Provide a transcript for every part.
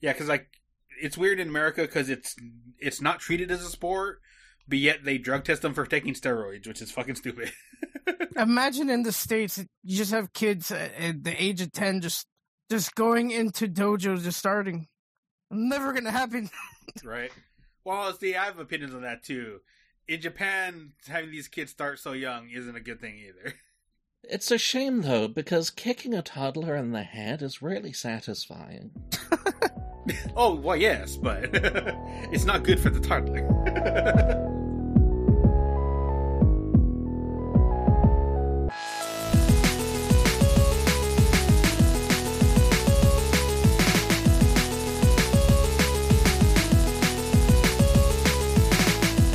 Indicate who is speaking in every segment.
Speaker 1: Yeah, because like it's weird in America because it's it's not treated as a sport, but yet they drug test them for taking steroids, which is fucking stupid.
Speaker 2: Imagine in the states, you just have kids at at the age of ten just just going into dojos, just starting. Never gonna happen.
Speaker 1: right? Well, see, I have opinions on that too. In Japan, having these kids start so young isn't a good thing either.
Speaker 3: It's a shame though, because kicking a toddler in the head is really satisfying.
Speaker 1: Oh, well, yes, but it's not good for the toddler.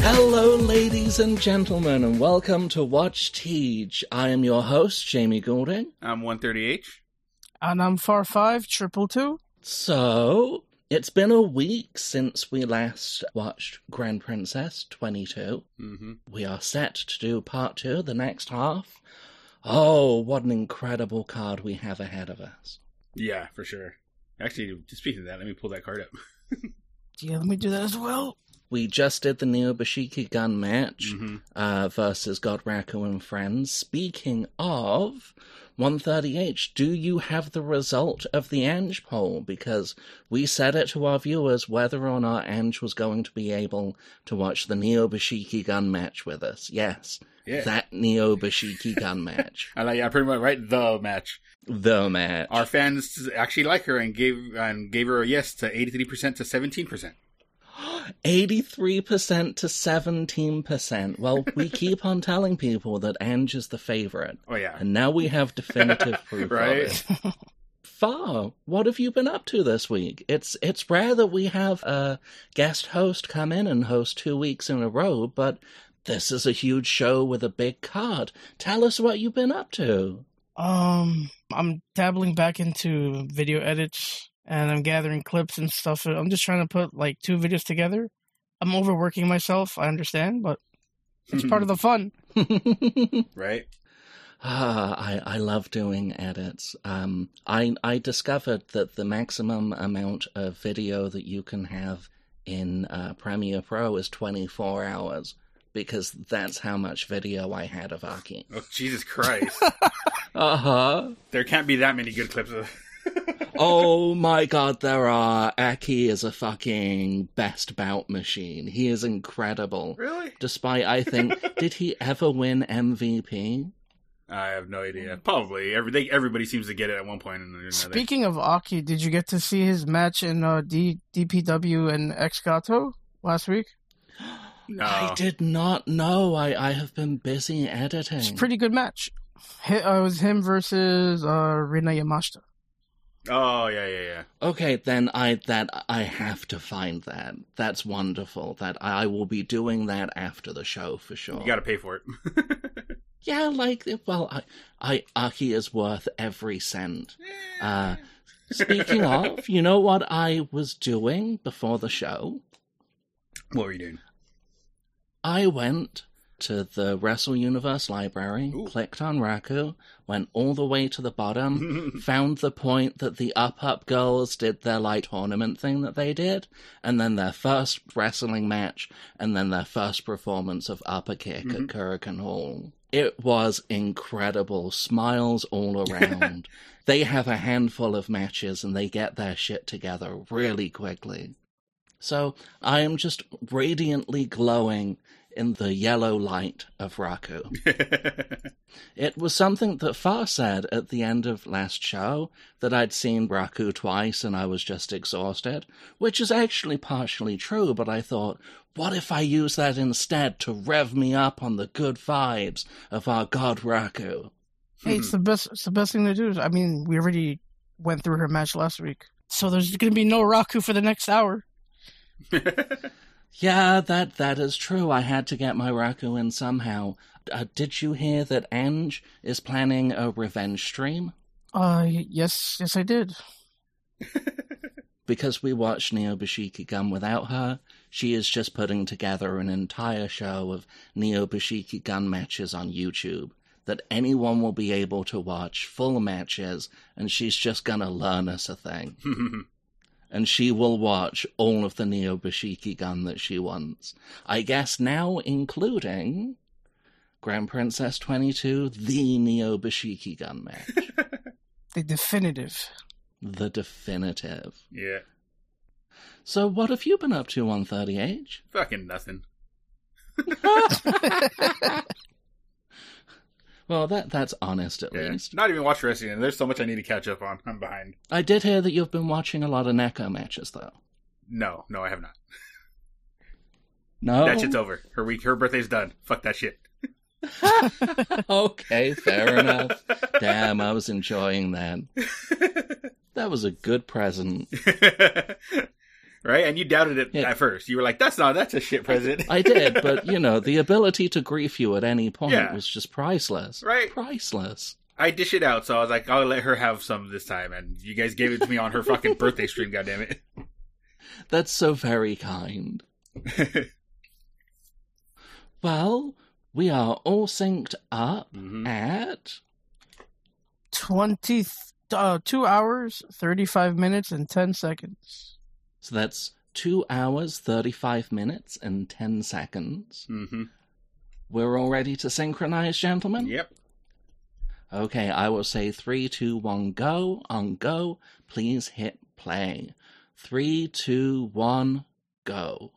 Speaker 3: Hello, ladies and gentlemen, and welcome to Watch Teach. I am your host, Jamie Goulding.
Speaker 1: I'm 130H.
Speaker 2: And I'm far five triple two.
Speaker 3: So, it's been a week since we last watched Grand Princess 22.
Speaker 1: Mm-hmm.
Speaker 3: We are set to do part two, the next half. Oh, what an incredible card we have ahead of us.
Speaker 1: Yeah, for sure. Actually, speaking of that, let me pull that card up.
Speaker 2: Yeah, let me do that as well.
Speaker 3: We just did the Neo Bashiki gun
Speaker 1: Mm-hmm.
Speaker 3: match uh, versus God Raku and Friends. Speaking of 130H, do you have the result of the Ange poll? Because we said it to our viewers whether or not Ange was going to be able to watch the Neo Bashiki gun match with us. Yes,
Speaker 1: Yeah.
Speaker 3: that Neo Bashiki gun match.
Speaker 1: I like, yeah, pretty much right. The match.
Speaker 3: The match.
Speaker 1: Our fans actually like her and gave and gave her a yes to eighty three percent to seventeen percent.
Speaker 3: 83% to 17%. Well, we keep on telling people that Ange is the favorite,
Speaker 1: Oh yeah,
Speaker 3: and now we have definitive proof
Speaker 1: Right.
Speaker 3: of it. Far, what have you been up to this week? It's it's rare that we have a guest host come in and host two weeks in a row, but this is a huge show with a big card. Tell us what you've been up to.
Speaker 2: Um, I'm dabbling back into video edits and I'm gathering clips and stuff. I'm just trying to put like two videos together. I'm overworking myself, I understand, but it's part of the fun.
Speaker 1: right.
Speaker 3: Ah, I, I love doing edits. Um, I I discovered that the maximum amount of video that you can have in uh, Premiere Pro is 24 hours because that's how much video I had of Aki.
Speaker 1: Oh Jesus Christ!
Speaker 3: Uh huh.
Speaker 1: there can't be that many good clips of.
Speaker 3: Oh my god, there are. Aki is a fucking best bout machine. He is incredible.
Speaker 1: Really?
Speaker 3: Despite, I think, did he ever win MVP?
Speaker 1: I have no idea. Probably every they, everybody seems to get it at one point or another.
Speaker 2: Speaking of Aki, did you get to see his match in uh, D- DPW and X Gato last week?
Speaker 1: no.
Speaker 3: I did not know. I, I have been busy editing.
Speaker 2: It's a pretty good match. Hi uh, it was him versus uh, Rina Yamashita.
Speaker 1: Oh yeah, yeah, yeah.
Speaker 3: Okay, then I that I have to find that. That's wonderful. That I will be doing that after the show for sure.
Speaker 1: You got to pay for it.
Speaker 3: yeah, like well, I, I Aki is worth every cent. Uh, speaking of, you know what I was doing before the show?
Speaker 1: what were you doing?
Speaker 3: I went to the Wrestle Universe library,
Speaker 1: Ooh.
Speaker 3: clicked on Raku, went all the way to the bottom, found the point that the Up Up Girls did their light tournament thing that they did, and then their first wrestling match, and then their first performance of Upper Kick at Kurikan Hall. It was incredible. Smiles all around. they have a handful of matches and they get their shit together really quickly. So I am just radiantly glowing in the yellow light of Raku. it was something that Far said at the end of last show that I'd seen Raku twice and I was just exhausted, which is actually partially true, but I thought, what if I use that instead to rev me up on the good vibes of our god Raku?
Speaker 1: Hmm.
Speaker 2: Hey, it's the best. It's the best thing to do. I mean, we already went through her match last week, so there's going to be no Raku for the next hour.
Speaker 3: Yeah, that that is true. I had to get my Raku in somehow. Uh, did you hear that Ange is planning a revenge stream?
Speaker 2: Uh, y- yes, yes, I did.
Speaker 3: Because we watched Neo Bashiki Gun without her, she is just putting together an entire show of Neo Bashiki Gun matches on YouTube that anyone will be able to watch, full matches, and she's just gonna learn us a thing. and she will watch all of the Neo Bashiki gun that she wants. I guess now including Grand Princess 22, the Neo Bashiki gun match,
Speaker 2: The definitive.
Speaker 3: the definitive.
Speaker 1: Yeah.
Speaker 3: So, what have you been up to, 130H?
Speaker 1: Fucking nothing.
Speaker 3: Well, that that's honest at
Speaker 1: Yeah.
Speaker 3: least.
Speaker 1: Not even watch wrestling. and There's so much I need to catch up on. I'm behind.
Speaker 3: I did hear that you've been watching a lot of Neko matches, though.
Speaker 1: No, no, I have not.
Speaker 3: No,
Speaker 1: That shit's over. Her week, her birthday's done. Fuck that shit.
Speaker 3: okay, fair enough. Damn, I was enjoying that. That was a good present.
Speaker 1: right? And you doubted it
Speaker 3: Yeah.
Speaker 1: at first. You were like, "That's not. That's a shit present."
Speaker 3: I did, but you know, the ability to grief you at any point
Speaker 1: Yeah.
Speaker 3: was just priceless.
Speaker 1: Right.
Speaker 3: Priceless.
Speaker 1: I dish it out, so I was like, "I'll let her have some this time." And you guys gave it to me on her fucking birthday stream. Goddamn it!
Speaker 3: That's so very kind. Well, we are all synced up
Speaker 1: Mhm.
Speaker 3: at
Speaker 2: 20 uh, 2 hours 35 minutes and 10 seconds
Speaker 3: so that's two hours thirty five minutes and ten seconds.
Speaker 1: Mhm.
Speaker 3: We're all ready to synchronize, gentlemen?
Speaker 1: Yep.
Speaker 3: Okay, I will say three, two, one, go. On go, please hit play. Three, two, one, go.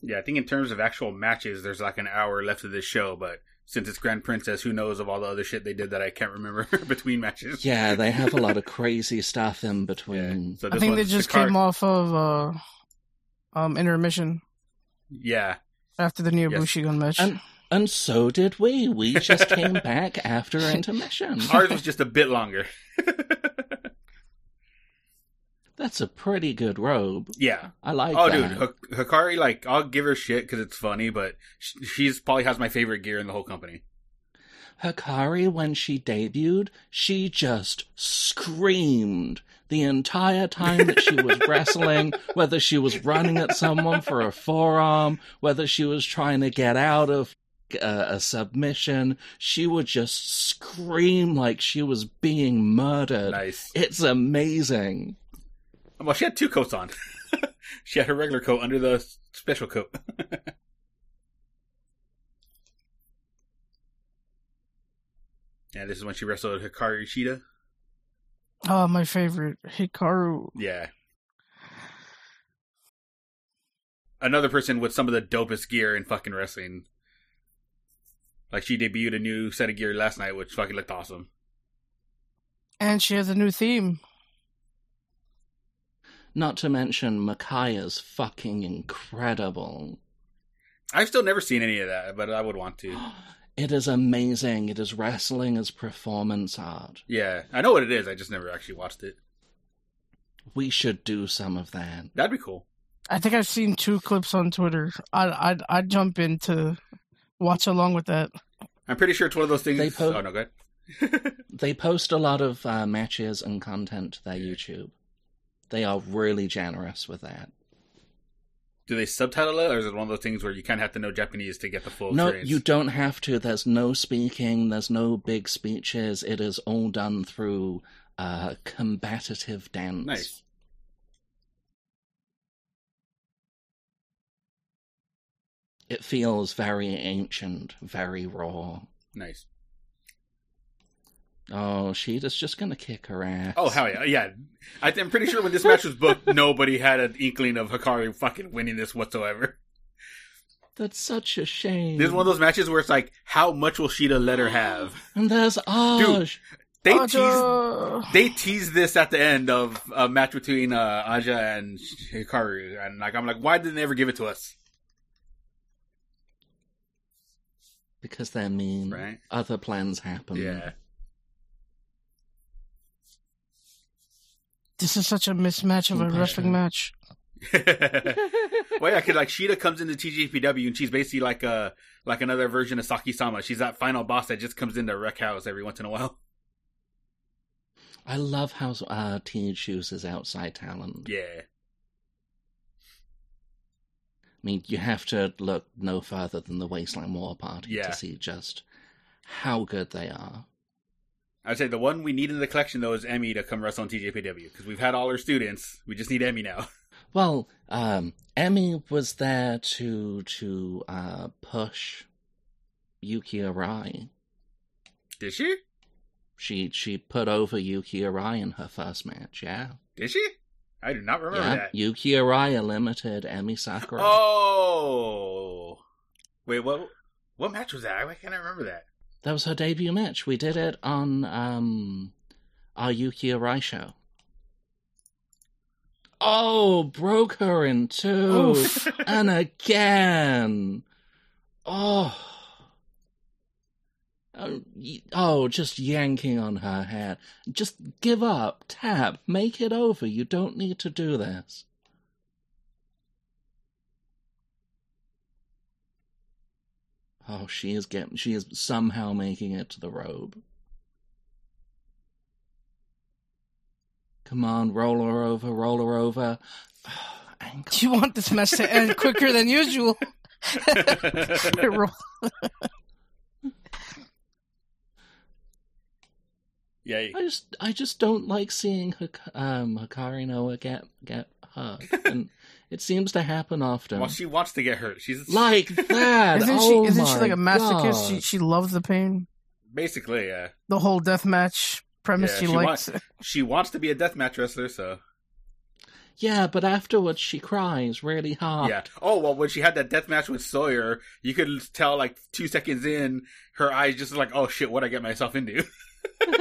Speaker 1: Yeah, I think in terms of actual matches, there's like an hour left of this show, but since it's Grand Princess, who knows of all the other shit they did that I can't remember between matches.
Speaker 3: Yeah, they have a lot of crazy stuff in
Speaker 1: Yeah.
Speaker 3: between.
Speaker 1: So
Speaker 2: i
Speaker 1: this
Speaker 2: think they
Speaker 1: one's
Speaker 2: just
Speaker 1: Shikari-
Speaker 2: came off of uh, um, intermission
Speaker 1: Yeah.
Speaker 2: after the new
Speaker 1: Yes.
Speaker 2: Bushigun match
Speaker 3: And- And so did we. We just came back after intermission.
Speaker 1: Ours was just a bit longer.
Speaker 3: That's a pretty good robe.
Speaker 1: Yeah.
Speaker 3: I like
Speaker 1: oh,
Speaker 3: that.
Speaker 1: dude, Hik- Hikari, like, I'll give her shit because it's funny, but sh- she's probably has my favorite gear in the whole company.
Speaker 3: Hikari, when she debuted, she just screamed the entire time that she was wrestling, whether she was running at someone for a forearm, whether she was trying to get out of uh, a submission. She would just scream like she was being murdered.
Speaker 1: Nice.
Speaker 3: It's amazing.
Speaker 1: Well, she had two coats on. she had her regular coat under the s- special coat. yeah, this is when she wrestled Hikari Shida.
Speaker 2: oh my favorite hikaru
Speaker 1: Yeah. Another person with some of the dopest gear in fucking wrestling. Like she debuted a new set of gear last night, which fucking looked awesome.
Speaker 2: and she has a new theme
Speaker 3: Not to mention, Makaya's fucking incredible.
Speaker 1: I've still never seen any of that, but I would want to.
Speaker 3: It is amazing. It is wrestling as performance art.
Speaker 1: Yeah, I know what it is. I just never actually watched it.
Speaker 3: We should do some of that.
Speaker 1: That'd be cool.
Speaker 2: i think i've seen two clips on twitter i'd i'd, I'd jump in to watch along with that
Speaker 1: I'm pretty sure it's one of those things.
Speaker 3: They po-
Speaker 1: oh no, good.
Speaker 3: They post a lot of uh, matches and content to their YouTube. They are really generous with that.
Speaker 1: Do they subtitle it, or is it one of those things where you kind of have to know Japanese to get the full
Speaker 3: no,
Speaker 1: experience?
Speaker 3: you don't have to. There's no speaking. There's no big speeches. It is all done through uh, combative dance.
Speaker 1: Nice.
Speaker 3: It feels very ancient, very raw.
Speaker 1: Nice.
Speaker 3: Oh, Sheeta's just gonna kick her ass.
Speaker 1: Oh hell yeah, yeah. I, I'm pretty sure when this match was booked, nobody had an inkling of Hikari fucking winning this whatsoever.
Speaker 3: That's such a shame.
Speaker 1: This is one of those matches where it's like, how much will Sheeta let her have?
Speaker 3: And there's Osh.
Speaker 1: They teased,
Speaker 2: Aja!
Speaker 1: they teased this at the end of a match between uh, Aja and Hikaru, and like I'm like, why did they never give it to us?
Speaker 3: Because they're mean.
Speaker 1: Right.
Speaker 3: Other plans happen.
Speaker 1: Yeah,
Speaker 2: this is such a mismatch of a wrestling match
Speaker 1: well, yeah, because like Sheeta comes into TGPW and she's basically like a like another version of Saki Sama. She's that final boss that just comes into wreck house every once in a while.
Speaker 3: I love how uh, Teenage uses outside talent.
Speaker 1: Yeah,
Speaker 3: I mean, you have to look no further than the Wasteland War Party
Speaker 1: Yeah.
Speaker 3: to see just how good they are.
Speaker 1: I'd say the one we need in the collection though is Emmy to come wrestle on TJPW because we've had all her students. We just need Emmy now.
Speaker 3: Well, um, Emmy was there to to uh, push Yuki Arai.
Speaker 1: Did she?
Speaker 3: She she put over Yuki Arai in her first match. Yeah,
Speaker 1: Did she? I do not remember
Speaker 3: yeah.
Speaker 1: that.
Speaker 3: Yuki Arai limited Emmy Sakura.
Speaker 1: Oh, wait, what? What match was that? Why can't I remember that?
Speaker 3: That was her debut match. We did it on um, our Yuki Arai show. Oh, broke her in two.
Speaker 1: Oh,
Speaker 2: Oof.
Speaker 3: and again. Oh. Oh, y- oh, just yanking on her head. Just give up. Tap. Make it over. You don't need to do this. Oh, she is getting. She is somehow making it to the robe. Come on, roll her over, roll her over. ankle.
Speaker 2: Do you want this match to end quicker than usual? Roll.
Speaker 1: yeah,
Speaker 3: I just I just don't like seeing Hik- um, Hikari Noa get get hurt, and it seems to happen often.
Speaker 1: well, she wants to get hurt. She's
Speaker 3: like that.
Speaker 2: Isn't she?
Speaker 3: oh
Speaker 2: isn't she
Speaker 3: my
Speaker 2: like a masochist?
Speaker 3: God.
Speaker 2: She she loves the pain.
Speaker 1: basically, uh, yeah.
Speaker 2: The whole death match premise
Speaker 1: Yeah,
Speaker 2: she,
Speaker 1: she
Speaker 2: likes.
Speaker 1: She wants to be a deathmatch wrestler, so
Speaker 3: Yeah, but afterwards she cries really hard.
Speaker 1: yeah. Oh well, when she had that death match with Sawyer, you could tell like two seconds in, her eyes just like, oh shit, what I get myself into. and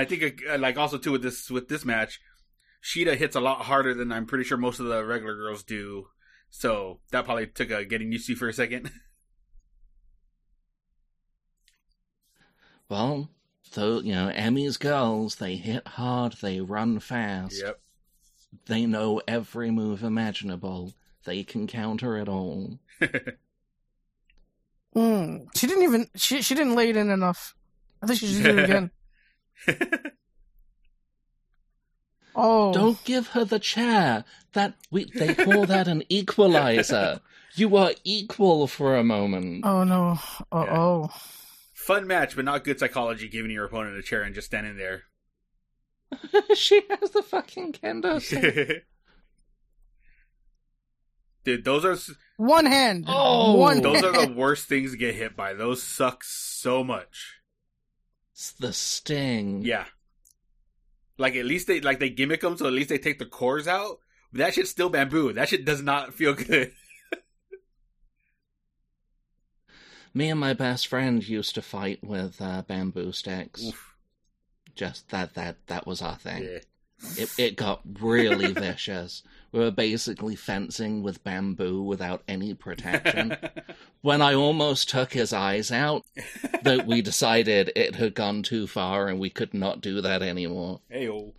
Speaker 1: I think uh, like also too with this with this match, Sheeta hits a lot harder than I'm pretty sure most of the regular girls do. So that probably took a getting used to for a second.
Speaker 3: Well, so you know, Emmy's girls they hit hard, they run fast,
Speaker 1: yep.
Speaker 3: they know every move imaginable, they can counter it all.
Speaker 2: Mm. She didn't even she she didn't lay it in enough. I think she should do it again. Oh,
Speaker 3: Don't give her the chair. That we they call that an equalizer. You are equal for a moment.
Speaker 2: oh no, oh
Speaker 1: Yeah.
Speaker 2: oh.
Speaker 1: Fun match, but not good psychology. Giving your opponent a chair and just standing there.
Speaker 3: she has the fucking kendo. stick.
Speaker 1: Dude, those are s-
Speaker 2: One hand.
Speaker 3: Oh.
Speaker 2: one.
Speaker 1: Those
Speaker 2: hand.
Speaker 1: are the worst things to get hit by. Those suck so much.
Speaker 3: It's the sting.
Speaker 1: Yeah. Like at least they like they gimmick them, so at least they take the cores out. But that shit's still bamboo. That shit does not feel good.
Speaker 3: Me and my best friend used to fight with uh, bamboo sticks.
Speaker 1: Oof.
Speaker 3: Just that that that was our thing.
Speaker 1: Yeah.
Speaker 3: It it got really vicious. We were basically fencing with bamboo without any protection. when I almost took his eyes out, that we decided it had gone too far and we could not do that anymore.
Speaker 1: Ayo.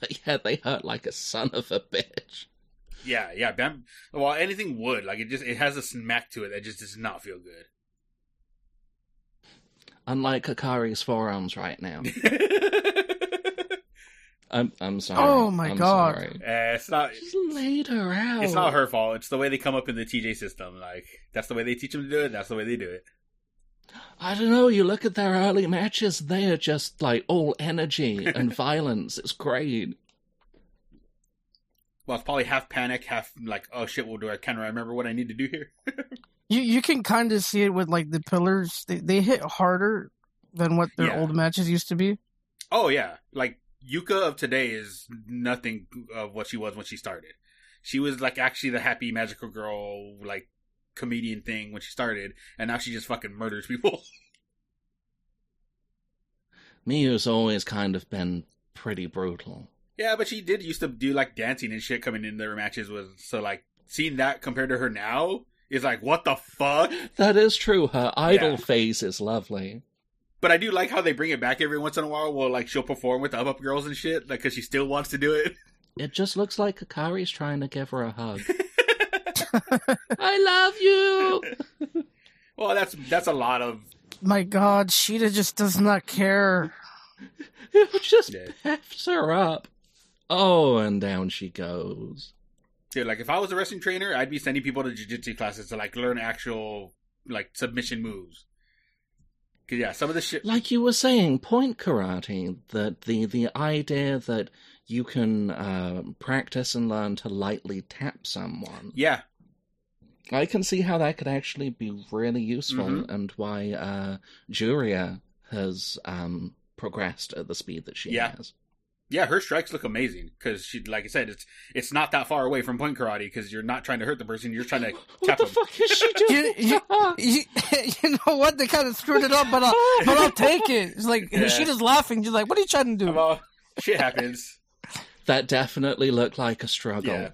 Speaker 3: But yeah, they hurt like a son of a bitch.
Speaker 1: yeah, yeah, bam well anything wood. Like it just it has a smack to it that just does not feel
Speaker 3: Unlike Hikari's forearms right now.
Speaker 1: good.
Speaker 3: I'm I'm sorry.
Speaker 2: Oh my
Speaker 3: I'm
Speaker 2: God.
Speaker 3: sorry.
Speaker 1: Eh, it's not
Speaker 3: Just laid her out.
Speaker 1: it's not her fault. It's the way they come up in the TJ system. Like that's the way they teach them to do it. That's the way they do it.
Speaker 3: I don't know. You look at their early matches; they are just like all energy and violence. It's great.
Speaker 1: Well, it's probably half panic, half like, oh shit, what do I kind of remember what I need to do here?
Speaker 2: You you can kind of see it with like the pillars. They they hit harder than what their
Speaker 1: Yeah.
Speaker 2: old matches used to be.
Speaker 1: oh yeah, like Yuka of today is nothing of what she was when she started. She was like actually the happy magical girl like comedian thing when she started, and now she just fucking murders people.
Speaker 3: Miyu's always kind of been pretty brutal.
Speaker 1: yeah, but she did used to do like dancing and shit coming into their matches with so like seeing that compared to her now is like what the fuck.
Speaker 3: That is true. Her idol
Speaker 1: Yeah.
Speaker 3: phase is lovely.
Speaker 1: But I do like how they bring it back every once in a while. Well, like she'll perform with the up up girls and shit, like because she still wants to do it.
Speaker 3: It just looks like Akari's trying to give her a hug. I love you.
Speaker 1: Well, that's that's a lot of
Speaker 2: My God, Sheeta just does not care.
Speaker 3: It just
Speaker 1: Yeah.
Speaker 3: pefts her up. Oh, and down she goes.
Speaker 1: Dude, like if I was a wrestling trainer, I'd be sending people to jiu-jitsu classes to like learn actual like submission moves. Cause yeah, some of the shit.
Speaker 3: Like you were saying, point karate, that the, the idea that you can uh, practice and learn to lightly tap someone.
Speaker 1: Yeah,
Speaker 3: I can see how that could actually be really useful
Speaker 1: Mhm.
Speaker 3: and why uh, Juria has um, progressed at the speed that she
Speaker 1: Yeah.
Speaker 3: has.
Speaker 1: yeah, her strikes look amazing because she, like I said, it's it's not that far away from point karate because you're not trying to hurt the person, you're trying to
Speaker 3: What
Speaker 1: tap
Speaker 3: the
Speaker 1: them.
Speaker 3: fuck is she
Speaker 2: You-
Speaker 3: doing? Ah.
Speaker 2: you- You, you know what? They kind of screwed it up, but I'll, but I'll take it. It's like
Speaker 1: Yeah.
Speaker 2: Nishida's laughing. She's like, "What are you trying to do?"
Speaker 1: Well, shit happens.
Speaker 3: that definitely looked like a struggle.
Speaker 1: Yeah.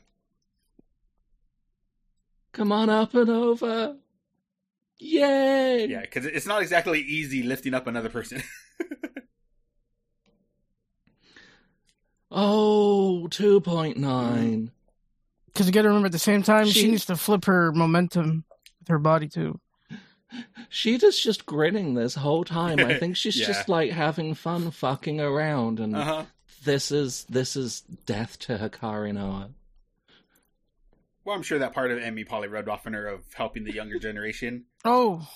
Speaker 3: Come on up and over. Yay!
Speaker 1: Yeah, because it's not exactly easy lifting up another person.
Speaker 3: Oh, 2.9.
Speaker 2: Because you got to remember, at the same time, she,
Speaker 3: She-
Speaker 2: needs to flip her momentum with her body too.
Speaker 3: She is just grinning this whole time. I think she's
Speaker 1: Mm. Yeah.
Speaker 3: just like having fun fucking around and
Speaker 1: uh huh.
Speaker 3: this is this is death to Hikari Noah.
Speaker 1: Well, I'm sure that part of Emmy probably rubbed off on her of helping the younger generation.
Speaker 2: Oh,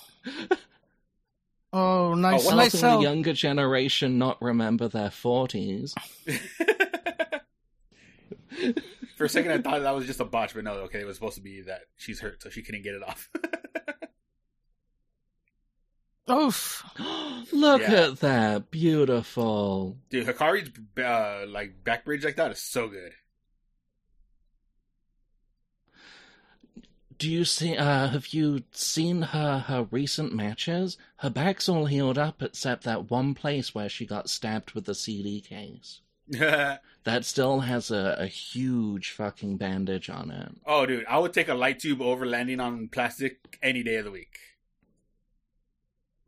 Speaker 2: oh, nice,
Speaker 1: what
Speaker 2: nice
Speaker 3: Helping the
Speaker 2: sell.
Speaker 3: younger generation not remember their forties.
Speaker 1: For a second, I thought that was just a botch, but no, okay, it was supposed to be that she's hurt, so she couldn't get it off.
Speaker 2: Oof.
Speaker 3: Look
Speaker 1: Yeah.
Speaker 3: at that, beautiful.
Speaker 1: Dude, Hikari's uh, like back bridge like that is so good.
Speaker 3: Do you see? Uh, have you seen her her recent matches? Her back's all healed up except that one place where she got stabbed with the CD case. That still has a, a huge fucking bandage on it.
Speaker 1: oh, dude, I would take a light tube over landing on plastic any day of the week.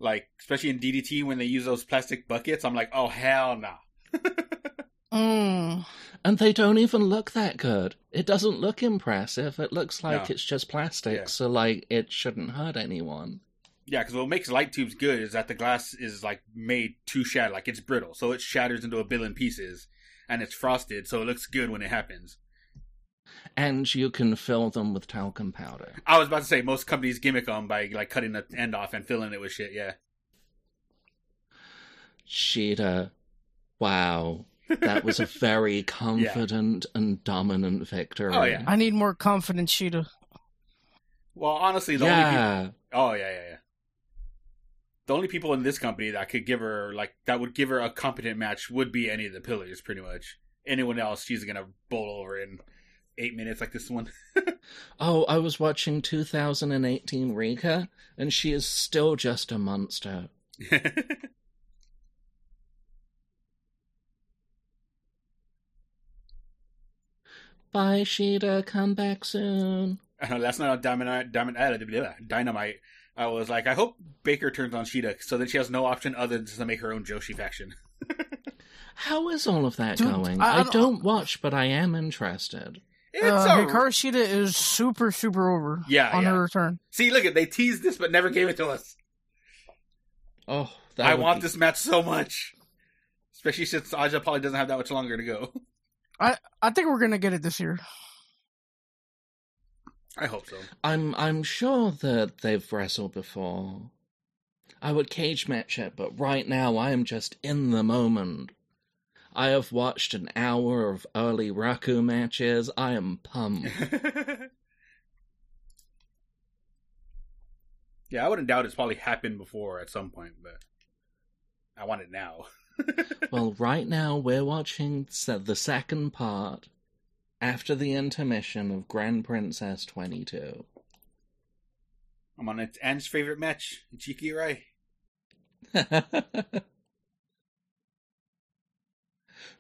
Speaker 1: Like, especially in DDT when they use those plastic buckets, I'm like, oh hell no.
Speaker 2: Mm.
Speaker 3: And they don't even look that good. It doesn't look impressive. It looks like
Speaker 1: No.
Speaker 3: it's just plastic,
Speaker 1: Yeah.
Speaker 3: so like it shouldn't hurt anyone.
Speaker 1: Yeah, because what makes light tubes good is that the glass is like made to shatter, like it's brittle, so it shatters into a billion pieces, and it's frosted, so it looks good when it happens.
Speaker 3: And you can fill them with talcum powder.
Speaker 1: I was about to say most companies gimmick them by like cutting the end off and filling it with shit. Yeah,
Speaker 3: Sheeta, uh, wow. That was a very confident and dominant victory.
Speaker 1: Oh, yeah.
Speaker 2: I need more confident Sheeta.
Speaker 1: Well, honestly, the only people,
Speaker 3: yeah.
Speaker 1: oh yeah, yeah, yeah. The only people in this company that could give her like that would give her a competent match would be any of the pillars, pretty much. Anyone else, she's gonna bowl over in eight minutes, like this one.
Speaker 3: Oh, I was watching 2018 Rika, and she is still just a monster. Bye, Sheeta. Come back soon.
Speaker 1: I know, last night on Dynamite, Dynamite, Dynamite, I was like, I hope Baker turns on Sheeta so that she has no option other than to make her own Joshi faction.
Speaker 3: How is all of that
Speaker 2: Dude,
Speaker 3: going?
Speaker 2: I- I
Speaker 3: I,
Speaker 2: don't-
Speaker 3: don't watch, but I am interested.
Speaker 1: It's
Speaker 2: uh,
Speaker 1: all right.
Speaker 2: Hikaru Shida is super, super over
Speaker 1: Yeah,
Speaker 2: on
Speaker 1: yeah.
Speaker 2: her return.
Speaker 1: See, look at they teased this but never gave it to us.
Speaker 3: Oh,
Speaker 1: I want this match so much, especially since Aja probably doesn't have that much longer to go.
Speaker 2: I think we're gonna get it this year.
Speaker 1: I hope so.
Speaker 3: I'm I'm sure that they've wrestled before. I would cage match it, but right now I am just in the moment. I have watched an hour of early Raku matches. I am pumped.
Speaker 1: yeah, I wouldn't doubt it's probably happened before at some point, but I want it now.
Speaker 3: well, right now we're watching s- the second part after the intermission of Grand Princess 22.
Speaker 1: I'm on it's Anne's favorite match, Ichiki Rai.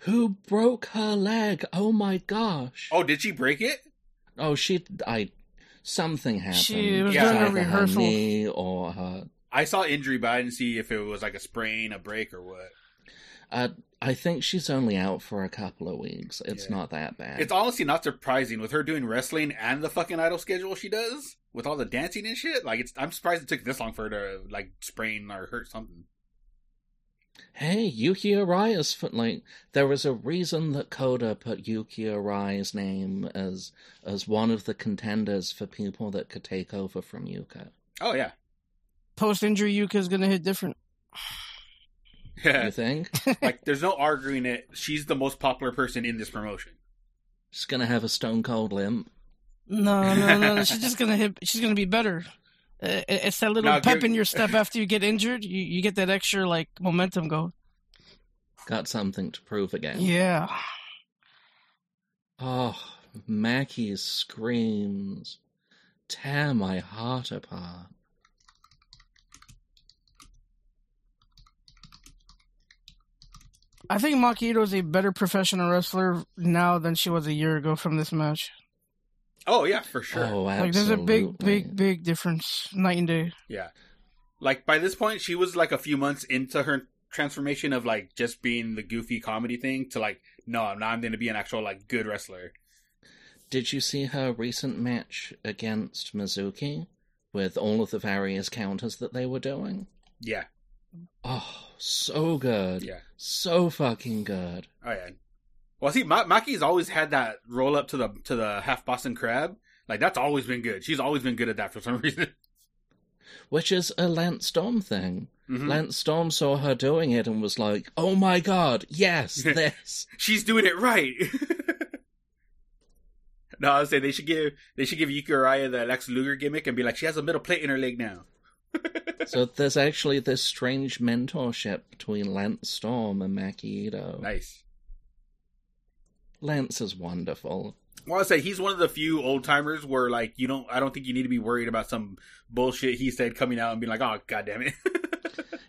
Speaker 3: Who broke her leg? Oh my gosh.
Speaker 1: Oh, did she break it?
Speaker 3: Oh, she. I. Something happened.
Speaker 2: She was
Speaker 1: Yeah. doing a
Speaker 3: Either her
Speaker 2: rehearsal.
Speaker 3: knee or her.
Speaker 1: I saw injury, but I didn't see if it was like a sprain, a break, or what.
Speaker 3: Uh, I think she's only out for a couple of weeks. It's
Speaker 1: Yeah.
Speaker 3: not that bad.
Speaker 1: It's honestly not surprising with her doing wrestling and the fucking idol schedule she does with all the dancing and shit. Like, it's I'm surprised it took this long for her to like sprain or hurt something.
Speaker 3: hey, Yuki Arai is f- like there was a reason that Coda put Yuki Arai's name as as one of the contenders for people that could take over from Yuko.
Speaker 1: Oh yeah.
Speaker 2: Post injury Yuka is gonna hit different.
Speaker 3: You think
Speaker 1: like there's no arguing it. She's the most popular person in this promotion.
Speaker 3: she's gonna have a stone cold limp?
Speaker 2: No, no, no. no. she's just gonna hit. She's gonna be better. Uh, it- It's that little
Speaker 1: No,
Speaker 2: pep
Speaker 1: give-
Speaker 2: in your step after you get injured. You you get that extra like momentum going.
Speaker 3: Got something to prove again.
Speaker 2: Yeah.
Speaker 3: Oh, Mackie's screams tear my heart apart.
Speaker 2: I think Maki Ito is a better professional wrestler now than she was a year ago from this match.
Speaker 1: Oh yeah, for sure.
Speaker 3: Oh, absolutely.
Speaker 2: Like, there's a big, big, big difference, night and day.
Speaker 1: Yeah. Like by this point she was like a few months into her transformation of like just being the goofy comedy thing to like no, now I'm going to be an actual like good wrestler.
Speaker 3: Did you see her recent match against Mizuki with all of the various counters that they were doing?
Speaker 1: Yeah.
Speaker 3: Oh, so good.
Speaker 1: Yeah.
Speaker 3: So fucking good.
Speaker 1: Oh yeah. Well, see, Ma- Maki's always had that roll up to the to the half Boston crab. Like that's always been good. She's always been good at that for some reason.
Speaker 3: Which is a Lance Storm thing.
Speaker 1: Mhm.
Speaker 3: Lance Storm saw her doing it and was like, oh my god, yes, this.
Speaker 1: She's doing it right. no, I was saying they should give they should give Yuki Araya the Lex Luger gimmick and be like, she has a metal plate in her leg now.
Speaker 3: so there's actually this strange mentorship between Lance Storm and Maki Ito.
Speaker 1: Nice.
Speaker 3: Lance is wonderful.
Speaker 1: Well, I say he's one of the few old timers where like you don't. I don't think you need to be worried about some bullshit he said coming out and being like, oh god damn it.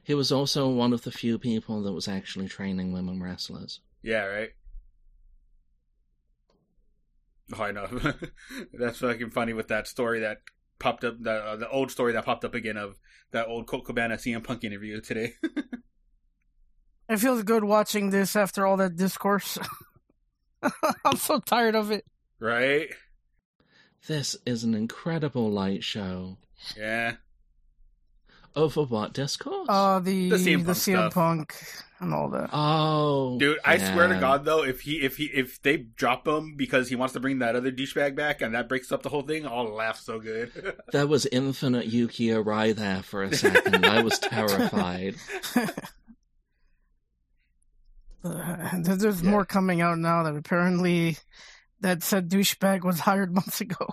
Speaker 3: He was also one of the few people that was actually training women wrestlers.
Speaker 1: yeah, right. Oh, I know. That's fucking funny with that story that popped up. The uh, the old story that popped up again of that old Colt Cabana CM Punk interview today.
Speaker 2: It feels good watching this after all that discourse. I'm so tired of it.
Speaker 1: right?
Speaker 3: This is an incredible light show.
Speaker 1: Yeah.
Speaker 3: Over what discourse?
Speaker 2: Uh, the
Speaker 1: The
Speaker 2: the
Speaker 1: CM
Speaker 2: CM,
Speaker 1: Punk stuff.
Speaker 2: Punk and all that.
Speaker 3: oh,
Speaker 1: Dude, I swear to
Speaker 3: yeah.
Speaker 1: God though, if he if he if they drop him because he wants to bring that other douchebag back and that breaks up the whole thing, I'll laugh so good.
Speaker 3: there was infinite Yuki Arai there for a second. I was terrified.
Speaker 1: Oh.
Speaker 2: Uh, there- there's
Speaker 1: Yeah.
Speaker 2: more coming out now that apparently that said douchebag was hired months ago.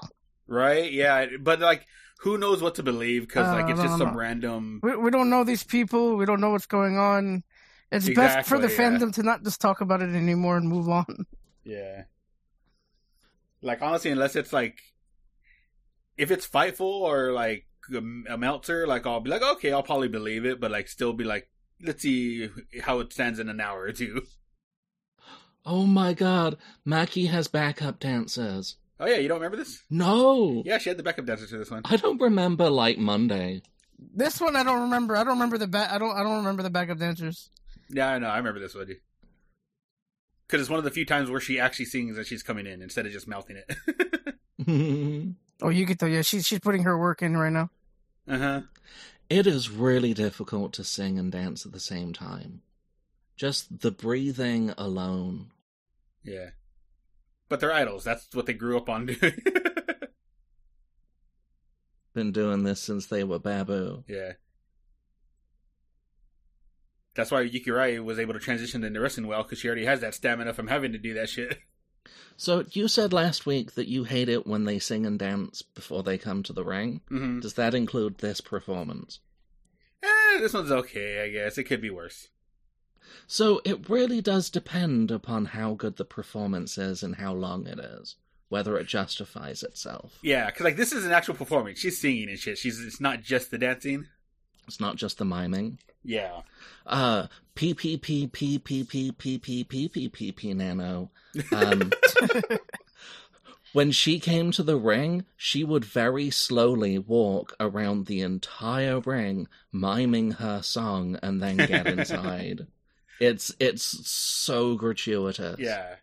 Speaker 1: right? Yeah, but like, who knows what to believe? Because like,
Speaker 2: Uh,
Speaker 1: it's
Speaker 2: I
Speaker 1: just
Speaker 2: don't
Speaker 1: some
Speaker 2: know.
Speaker 1: random.
Speaker 2: We we don't know these people. We don't know what's going on. It's best for the
Speaker 1: Exactly, yeah.
Speaker 2: fandom to not just talk about it anymore and move on.
Speaker 1: Yeah. Like honestly, unless it's like, if it's fightful or like a, a Meltzer, like I'll be like, okay, I'll probably believe it, but like, still be like, let's see how it stands in an hour or two.
Speaker 3: Oh my God, Maki has backup dancers.
Speaker 1: Oh yeah, you don't remember this?
Speaker 3: No,
Speaker 1: Yeah, she had the backup dancer to this one.
Speaker 3: I don't remember Light Monday.
Speaker 2: This one I don't remember. I don't remember the back. I don't. I don't remember the backup dancers.
Speaker 1: Yeah, I know. I remember this one. Because it's one of the few times where she actually sings that she's coming in instead of just mouthing it.
Speaker 3: it
Speaker 2: Oh, you get the yeah. She's she's putting her work in right now.
Speaker 1: uh huh.
Speaker 3: is really difficult to sing and dance at the same time. Just the breathing alone.
Speaker 1: Yeah. But they're idols. That's what they grew up on doing.
Speaker 3: Been doing this since they were babu.
Speaker 1: yeah. That's why Yukirai was able to transition into wrestling well because she already has that stamina from having to do that shit.
Speaker 3: So you said last week that you hate it when they sing and dance before they come to the ring.
Speaker 1: hmm
Speaker 3: Does that include this performance?
Speaker 1: Eh, this one's okay, I guess. It could be worse.
Speaker 3: So it really does depend upon how good the performance is and how long it is, whether it justifies itself.
Speaker 1: Yeah, because like this is an actual performance. She's singing and shit. She's it's not just the dancing.
Speaker 3: It's not just the miming.
Speaker 1: Yeah.
Speaker 3: Uh, p p p p p p p p p p p p nano. Um, when she came to the ring, she would very slowly walk around the entire ring, miming her song, and then get inside. it's it's so gratuitous.
Speaker 1: Yeah.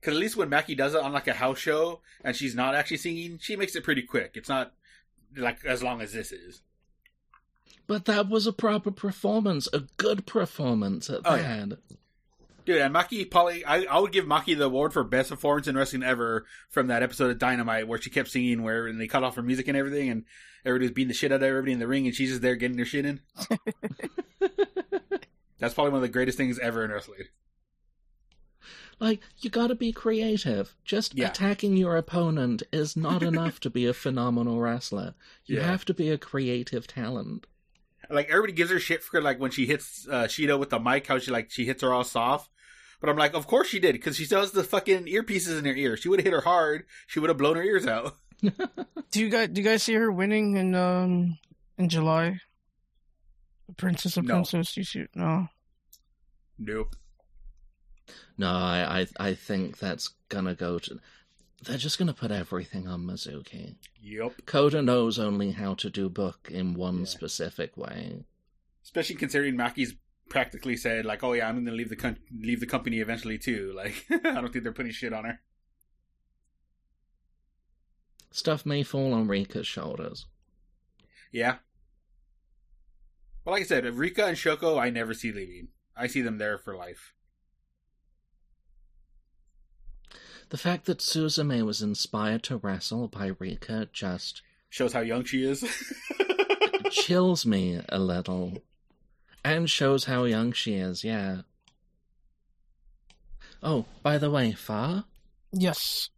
Speaker 1: Because at least when Mackie does it on like a house show and she's not actually singing, she makes it pretty quick. It's not like as long as this is.
Speaker 3: But that was a proper performance, a good performance at
Speaker 1: Oh, yeah.
Speaker 3: that.
Speaker 1: Dude, and Maki probably, I, I would give Maki the award for best performance in wrestling ever from that episode of Dynamite where she kept singing where and they cut off her music and everything and everybody was beating the shit out of everybody in the ring and she's just there getting their shit in. That's probably one of the greatest things ever in wrestling.
Speaker 3: Like, you gotta be creative. Just
Speaker 1: Yeah.
Speaker 3: attacking your opponent is not enough to be a phenomenal wrestler. You
Speaker 1: Yeah.
Speaker 3: have to be a creative talent.
Speaker 1: Like everybody gives her shit for like when she hits uh, Shida with the mic, how she like she hits her all soft. But I'm like, of course she did because she still has the fucking earpieces in her ear. She would have hit her hard. She would have blown her ears out.
Speaker 2: Do you guys do you guys see her winning in um in July? Princess of
Speaker 1: No.
Speaker 2: Princess, you shoot no.
Speaker 1: Nope.
Speaker 3: No, I, I, I think that's gonna go to. They're just gonna put everything on Mizuki.
Speaker 1: Yep.
Speaker 3: Coda knows only how to do book in one
Speaker 1: Yeah.
Speaker 3: specific way.
Speaker 1: especially considering Maki's practically said like, "Oh yeah, I'm going to leave the con- leave the company eventually too." Like, I don't think they're putting shit on her.
Speaker 3: Stuff may fall on Rika's shoulders.
Speaker 1: Yeah. But like I said, Rika and Shoko, I never see leaving. I see them there for life.
Speaker 3: The fact that Suzume was inspired to wrestle by Rika just
Speaker 1: Shows how young she is.
Speaker 3: chills me a little. And shows how young she is, yeah. Oh, by the way, Far?
Speaker 2: Yes.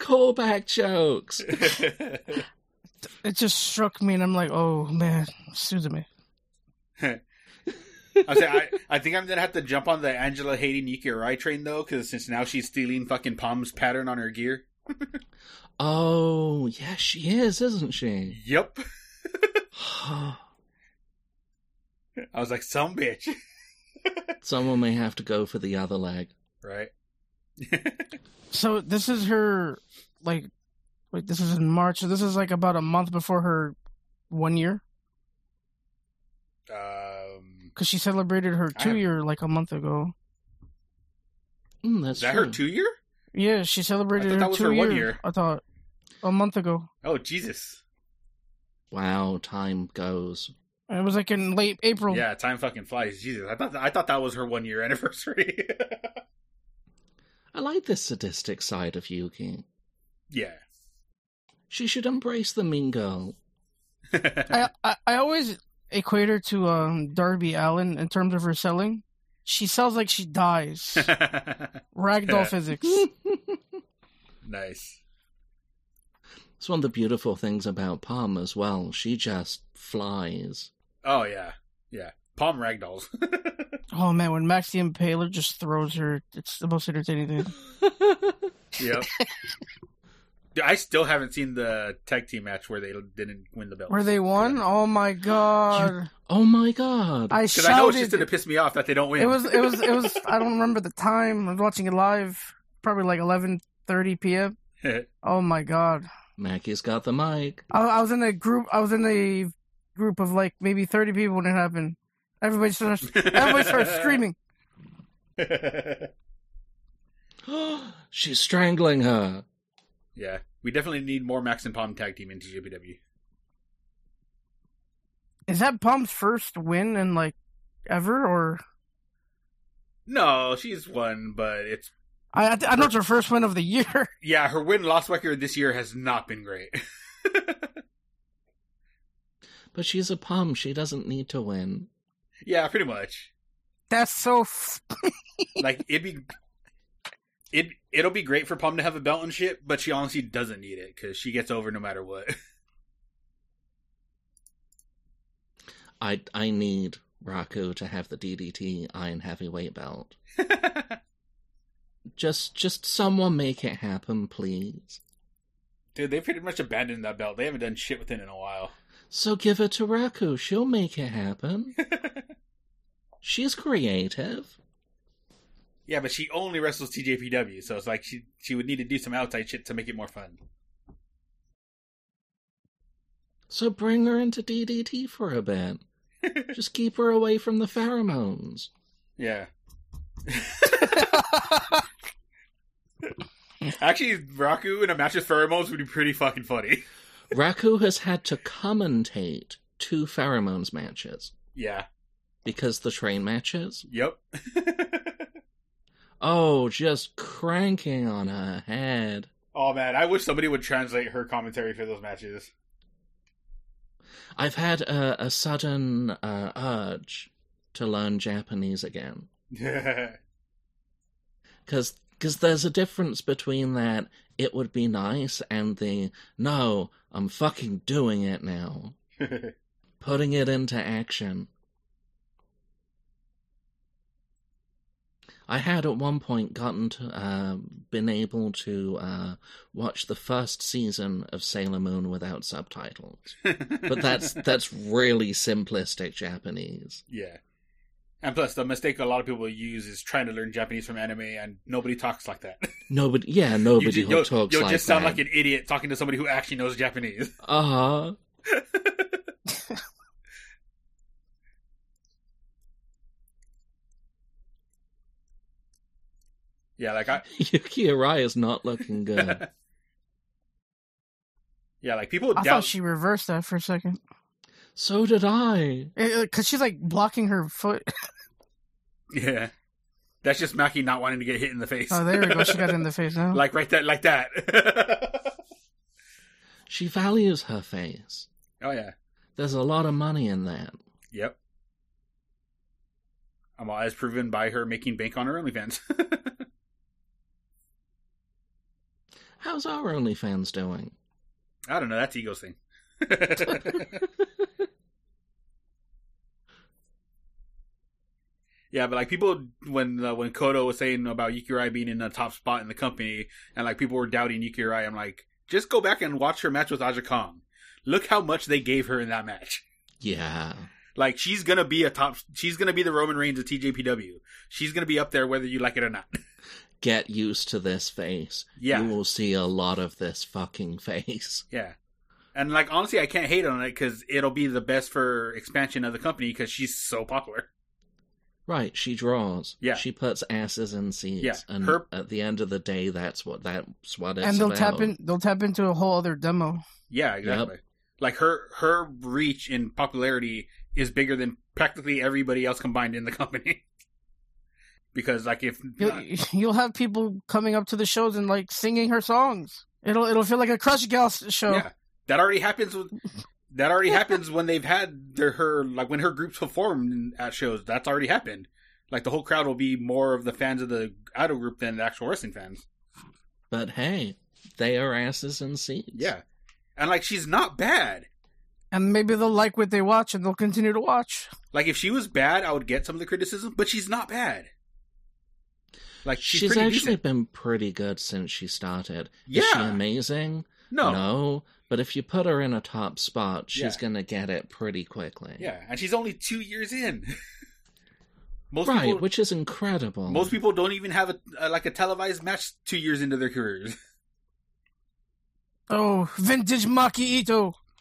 Speaker 3: Callback jokes!
Speaker 2: It just struck me and I'm like, oh man, Suzume.
Speaker 1: I say I, I think I'm gonna have to jump on the Angela hating Yuki Rai train though, because since now she's stealing fucking Palm's pattern on her gear.
Speaker 3: Oh, yeah, she is, isn't she?
Speaker 1: Yep. I was like, some bitch,
Speaker 3: Someone may have to go for the other leg.
Speaker 1: right?
Speaker 2: So this is her like wait, this is in March, so this is like about a month before her one year.
Speaker 1: Um,
Speaker 2: Because she celebrated her
Speaker 1: I
Speaker 2: two year like a month ago.
Speaker 3: Mm, that's
Speaker 1: is that
Speaker 3: true.
Speaker 1: her two year?
Speaker 2: Yeah, she celebrated
Speaker 1: I thought
Speaker 2: her
Speaker 1: that was
Speaker 2: two
Speaker 1: her
Speaker 2: year,
Speaker 1: one year.
Speaker 2: I thought a month ago.
Speaker 1: Oh Jesus!
Speaker 3: Wow, time goes.
Speaker 2: It was like in late April.
Speaker 1: Yeah, time fucking flies. Jesus, I thought I thought that was her one year anniversary.
Speaker 3: I like this sadistic side of Yuki.
Speaker 1: yeah,
Speaker 3: She should embrace the mean girl.
Speaker 2: I, I I always equate her to um, Darby Allen in terms of her selling. She sells like she dies. Ragdoll physics.
Speaker 1: nice.
Speaker 3: It's one of the beautiful things about Palm as well. She just flies.
Speaker 1: Oh yeah, yeah. Palm ragdolls.
Speaker 2: Oh man, when Max the Impaler just throws her, it's the most entertaining thing.
Speaker 1: yep. Dude, I still haven't seen the tag team match where they didn't win the belt.
Speaker 2: Where they won? Oh my god!
Speaker 3: Oh my god.
Speaker 2: I
Speaker 1: Because I know it's just
Speaker 2: shouted.
Speaker 1: gonna piss me off that they don't win.
Speaker 2: It was it was it was. I don't remember the time. I was watching it live, probably like eleven thirty p.m. Oh my god!
Speaker 3: Maggie's got the mic.
Speaker 2: I, I was in a group. I was in a group of like maybe thirty people when it happened. Everybody started. Everybody started screaming.
Speaker 3: She's strangling her.
Speaker 1: yeah, we definitely need more Max and Palm tag team in TJPW.
Speaker 2: Is that Palm's first win in like ever, or
Speaker 1: No, she's won, but it's
Speaker 2: I I, th- I know it's her first win of the year.
Speaker 1: yeah. Her win loss record this year has not been great.
Speaker 3: But she's a Palm. She doesn't need to win.
Speaker 1: yeah, pretty much.
Speaker 2: That's so. F-
Speaker 1: Like it'd be it it'll be great for Palm to have a belt and shit, but she honestly doesn't need it because she gets over no matter what.
Speaker 3: I, I need Raku to have the DDT Iron Heavyweight belt. Just just someone make it happen, please.
Speaker 1: Dude, they pretty much abandoned that belt. They haven't done shit with it in a while.
Speaker 3: So give it to Raku. She'll make it happen. She's creative.
Speaker 1: Yeah, but she only wrestles TJPW, so it's like she she would need to do some outside shit to make it more fun.
Speaker 3: So bring her into DDT for a bit. Just keep her away from the pheromones.
Speaker 1: Yeah. Actually, Raku in a match with pheromones would be pretty fucking funny.
Speaker 3: Raku has had to commentate two pheromones matches
Speaker 1: Yeah.
Speaker 3: because the train matches.
Speaker 1: Yep.
Speaker 3: Oh, just cranking on her head.
Speaker 1: oh man, I wish somebody would translate her commentary for those matches.
Speaker 3: I've had a, a sudden uh, urge to learn Japanese again.
Speaker 1: yeah.
Speaker 3: because there's a difference between that it would be nice and the no i'm fucking doing it now putting it into action i had at one point gotten to uh, been able to uh, watch the first season of sailor moon without subtitles but that's that's really simplistic japanese
Speaker 1: Yeah. And plus, the mistake a lot of people use is trying to learn Japanese from anime, and nobody talks like that.
Speaker 3: nobody yeah nobody
Speaker 1: you,
Speaker 3: who
Speaker 1: will
Speaker 3: talks
Speaker 1: you'll
Speaker 3: like
Speaker 1: just sound
Speaker 3: that.
Speaker 1: like an idiot talking to somebody who actually knows Japanese.
Speaker 3: uh-huh
Speaker 1: Yeah, like I,
Speaker 3: Yuki Arai is not looking good.
Speaker 1: yeah, like people
Speaker 2: I
Speaker 1: doubt.
Speaker 2: thought she reversed that for a second
Speaker 3: so did I.
Speaker 2: because she's like blocking her foot.
Speaker 1: Yeah, that's just Maki not wanting to get hit in the face.
Speaker 2: Oh, there we go. She got it in the face now.
Speaker 1: like right that, like that.
Speaker 3: She values her face.
Speaker 1: oh yeah,
Speaker 3: There's a lot of money in that.
Speaker 1: yep. I'm all as proven by her making bank on her OnlyFans.
Speaker 3: How's our OnlyFans doing?
Speaker 1: I don't know. That's Ego's thing. yeah, but like people when uh, when Kodo was saying about Yukirai being in the top spot in the company, and like people were doubting Yukirai, I'm like, just go back and watch her match with Aja Kong. Look how much they gave her in that match.
Speaker 3: Yeah.
Speaker 1: Like she's gonna be a top. She's gonna be the Roman Reigns of TJPW. She's gonna be up there whether you like it or not.
Speaker 3: Get used to this face.
Speaker 1: Yeah,
Speaker 3: You will see a lot of this fucking face.
Speaker 1: Yeah. And like honestly, I can't hate on it because it'll be the best for expansion of the company because she's so popular.
Speaker 3: Right, she draws.
Speaker 1: Yeah.
Speaker 3: She puts asses in seats.
Speaker 1: Yeah,
Speaker 3: And
Speaker 1: her-
Speaker 3: at the end of the day that's what that's what it's
Speaker 2: and they'll
Speaker 3: about.
Speaker 2: tap in. They'll tap into a whole other demo.
Speaker 1: Yeah, exactly. Like her her reach in popularity is bigger than practically everybody else combined in the company. because like if
Speaker 2: You'll, you'll have people coming up to the shows and like singing her songs. It'll it'll feel like a Crush Gal show.
Speaker 1: yeah, that already happens with. That already happens when they've had their her like when her groups have formed at shows. That's already happened. Like the whole crowd will be more of the fans of the idol group than the actual wrestling fans.
Speaker 3: But hey, they are asses in seats.
Speaker 1: Yeah, and like she's not bad.
Speaker 2: And maybe they'll like what they watch and they'll continue to watch.
Speaker 1: Like if she was bad, I would get some of the criticism, but she's not bad. Like she's,
Speaker 3: She's,
Speaker 1: pretty
Speaker 3: actually
Speaker 1: decent.
Speaker 3: been pretty good since she started. Is she
Speaker 1: Yeah.
Speaker 3: amazing?
Speaker 1: No.
Speaker 3: But if you put her in a top spot, she's
Speaker 1: Yeah.
Speaker 3: going to get it pretty quickly.
Speaker 1: Yeah, and she's only two years in. most
Speaker 3: right,
Speaker 1: people,
Speaker 3: which is incredible.
Speaker 1: most people don't even have a, a like a televised match two years into their careers.
Speaker 2: Oh, vintage Maki Ito.
Speaker 3: Oh.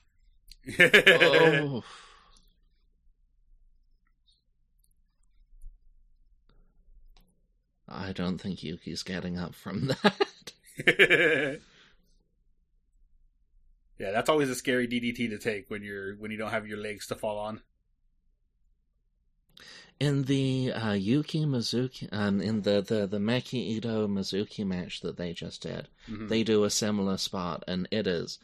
Speaker 3: I don't think Yuki's getting up from that.
Speaker 1: yeah, that's always a scary DDT to take when you're when you don't have your legs to fall on.
Speaker 3: In the uh, Yuki Mizuki, um, in the the the Maki Ito Mizuki match that they just did,
Speaker 1: Mhm.
Speaker 3: they do a similar spot and it is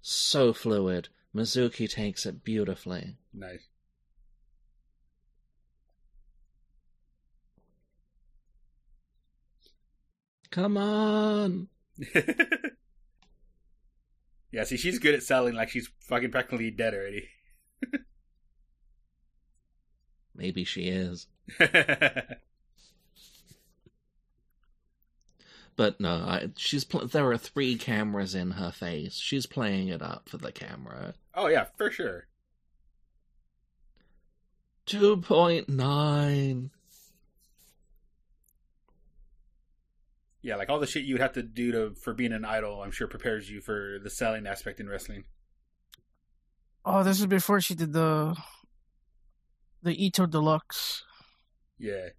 Speaker 3: so fluid mizuki takes it beautifully
Speaker 1: Nice.
Speaker 3: come on
Speaker 1: yeah, see, she's good at selling like she's fucking practically dead already.
Speaker 3: maybe she is but no I, she's pl- there are three cameras in her face she's playing it up for the camera
Speaker 1: oh yeah, for sure.
Speaker 3: 2.9
Speaker 1: Yeah, like all the shit you would have to do to for being an idol, I'm sure prepares you for the selling aspect in wrestling.
Speaker 2: Oh, this is before she did the the Ito Deluxe.
Speaker 1: Yeah.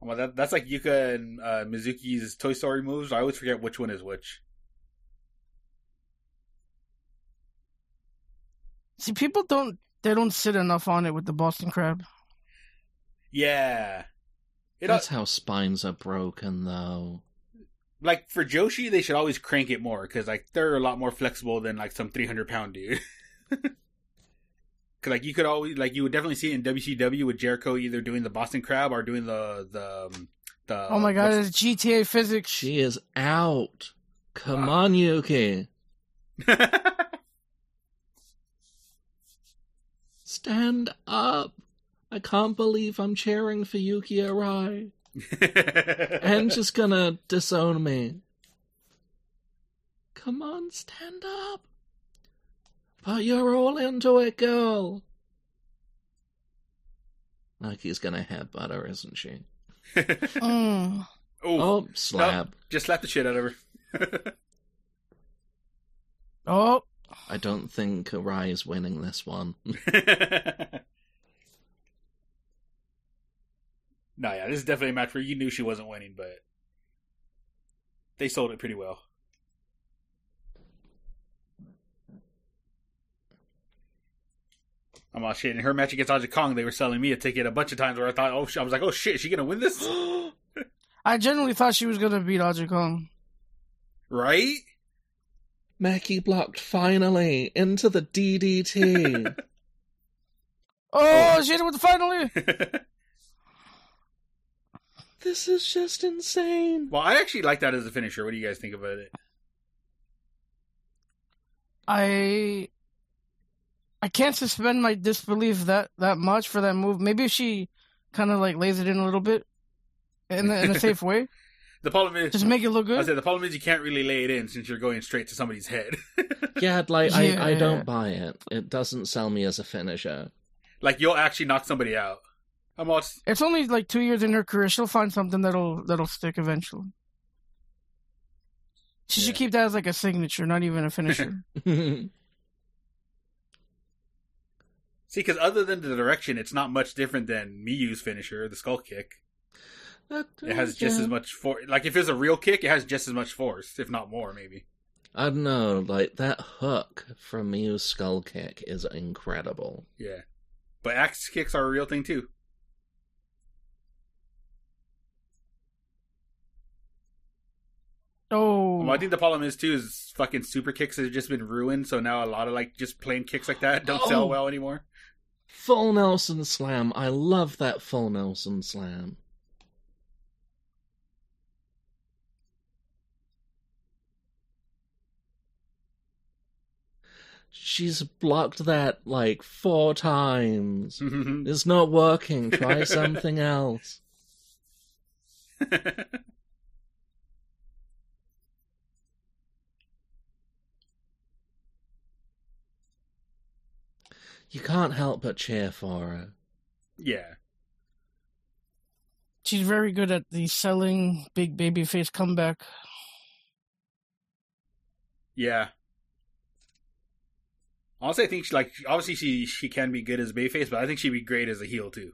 Speaker 1: Well, that, that's like Yuka and uh, Mizuki's Toy Story moves. I always forget which one is which.
Speaker 2: See, people don't they don't sit enough on it with the Boston crab.
Speaker 1: Yeah, it
Speaker 3: That's how spines are broken, though.
Speaker 1: like for Joshi, they should always crank it more because like they're a lot more flexible than like some three hundred pound dude. Cause like you could always like you would definitely see it in WCW with Jericho either doing the Boston Crab or doing the the um, the
Speaker 2: oh my god,
Speaker 1: what's-
Speaker 2: it's GTA physics.
Speaker 3: She is out. Come
Speaker 1: Wow.
Speaker 3: on, Yuki. Stand up. I can't believe I'm cheering for Yuki Arai. And she's gonna disown me. Come on, stand up. But you're all into it, girl. Yuki's gonna headbutt her, isn't she?
Speaker 2: Mm.
Speaker 1: Ooh,
Speaker 3: Oh, slab.
Speaker 1: just slap the shit out of her.
Speaker 2: Oh,
Speaker 3: I don't think Arai is winning this one.
Speaker 1: no, yeah, this is definitely a match where you knew she wasn't winning, but they sold it pretty well. I'm all shit. In her match against Aja Kong, they were selling me a ticket a bunch of times where I thought, oh, sh- I was like, oh shit, is she gonna win this?
Speaker 2: I genuinely thought she was gonna beat Aja Kong.
Speaker 1: right?
Speaker 3: Mackie blocked finally into the DDT.
Speaker 2: Oh, she hit it with the finally.
Speaker 3: this is just insane.
Speaker 1: well, I actually like that as a finisher. What do you guys think about it?
Speaker 2: I I can't suspend my disbelief that that much for that move. Maybe if she kind of like lays it in a little bit in, a- in a safe way,
Speaker 1: The problem is,
Speaker 2: just make it look
Speaker 1: I
Speaker 2: good.
Speaker 1: said the problem is you can't really lay it in since you're going straight to somebody's head.
Speaker 3: Yeah, like I, I
Speaker 2: Yeah.
Speaker 3: don't buy it. It doesn't sell me as a finisher.
Speaker 1: like you'll actually knock somebody out. I'm all s-
Speaker 2: It's only like two years in her career. She'll find something that'll that'll stick eventually. She
Speaker 1: Yeah.
Speaker 2: should keep that as like a signature, not even a finisher.
Speaker 1: see because other than the direction, it's not much different than Miyu's finisher, the skull kick.
Speaker 3: Mm,
Speaker 1: It has just as much force. Like if it's a real kick, it has just as much force, if not more, maybe.
Speaker 3: I don't know, like that hook from Mew's skull kick is incredible.
Speaker 1: Yeah, but axe kicks are a real thing too. Well,
Speaker 2: oh,
Speaker 1: I think the problem is too is fucking super kicks has just been ruined. So now a lot of like just plain kicks like that don't
Speaker 3: Oh.
Speaker 1: sell well anymore.
Speaker 3: Full Nelson Slam. I love that Full Nelson Slam. She's blocked that like four times.
Speaker 1: Hmm.
Speaker 3: It's not working. Try something else. You can't help but cheer for her.
Speaker 1: yeah.
Speaker 2: she's very good at the selling big baby face comeback.
Speaker 1: Yeah. Honestly, I think she, like obviously she she can be good as Bayface, but I think she'd be great as a heel too.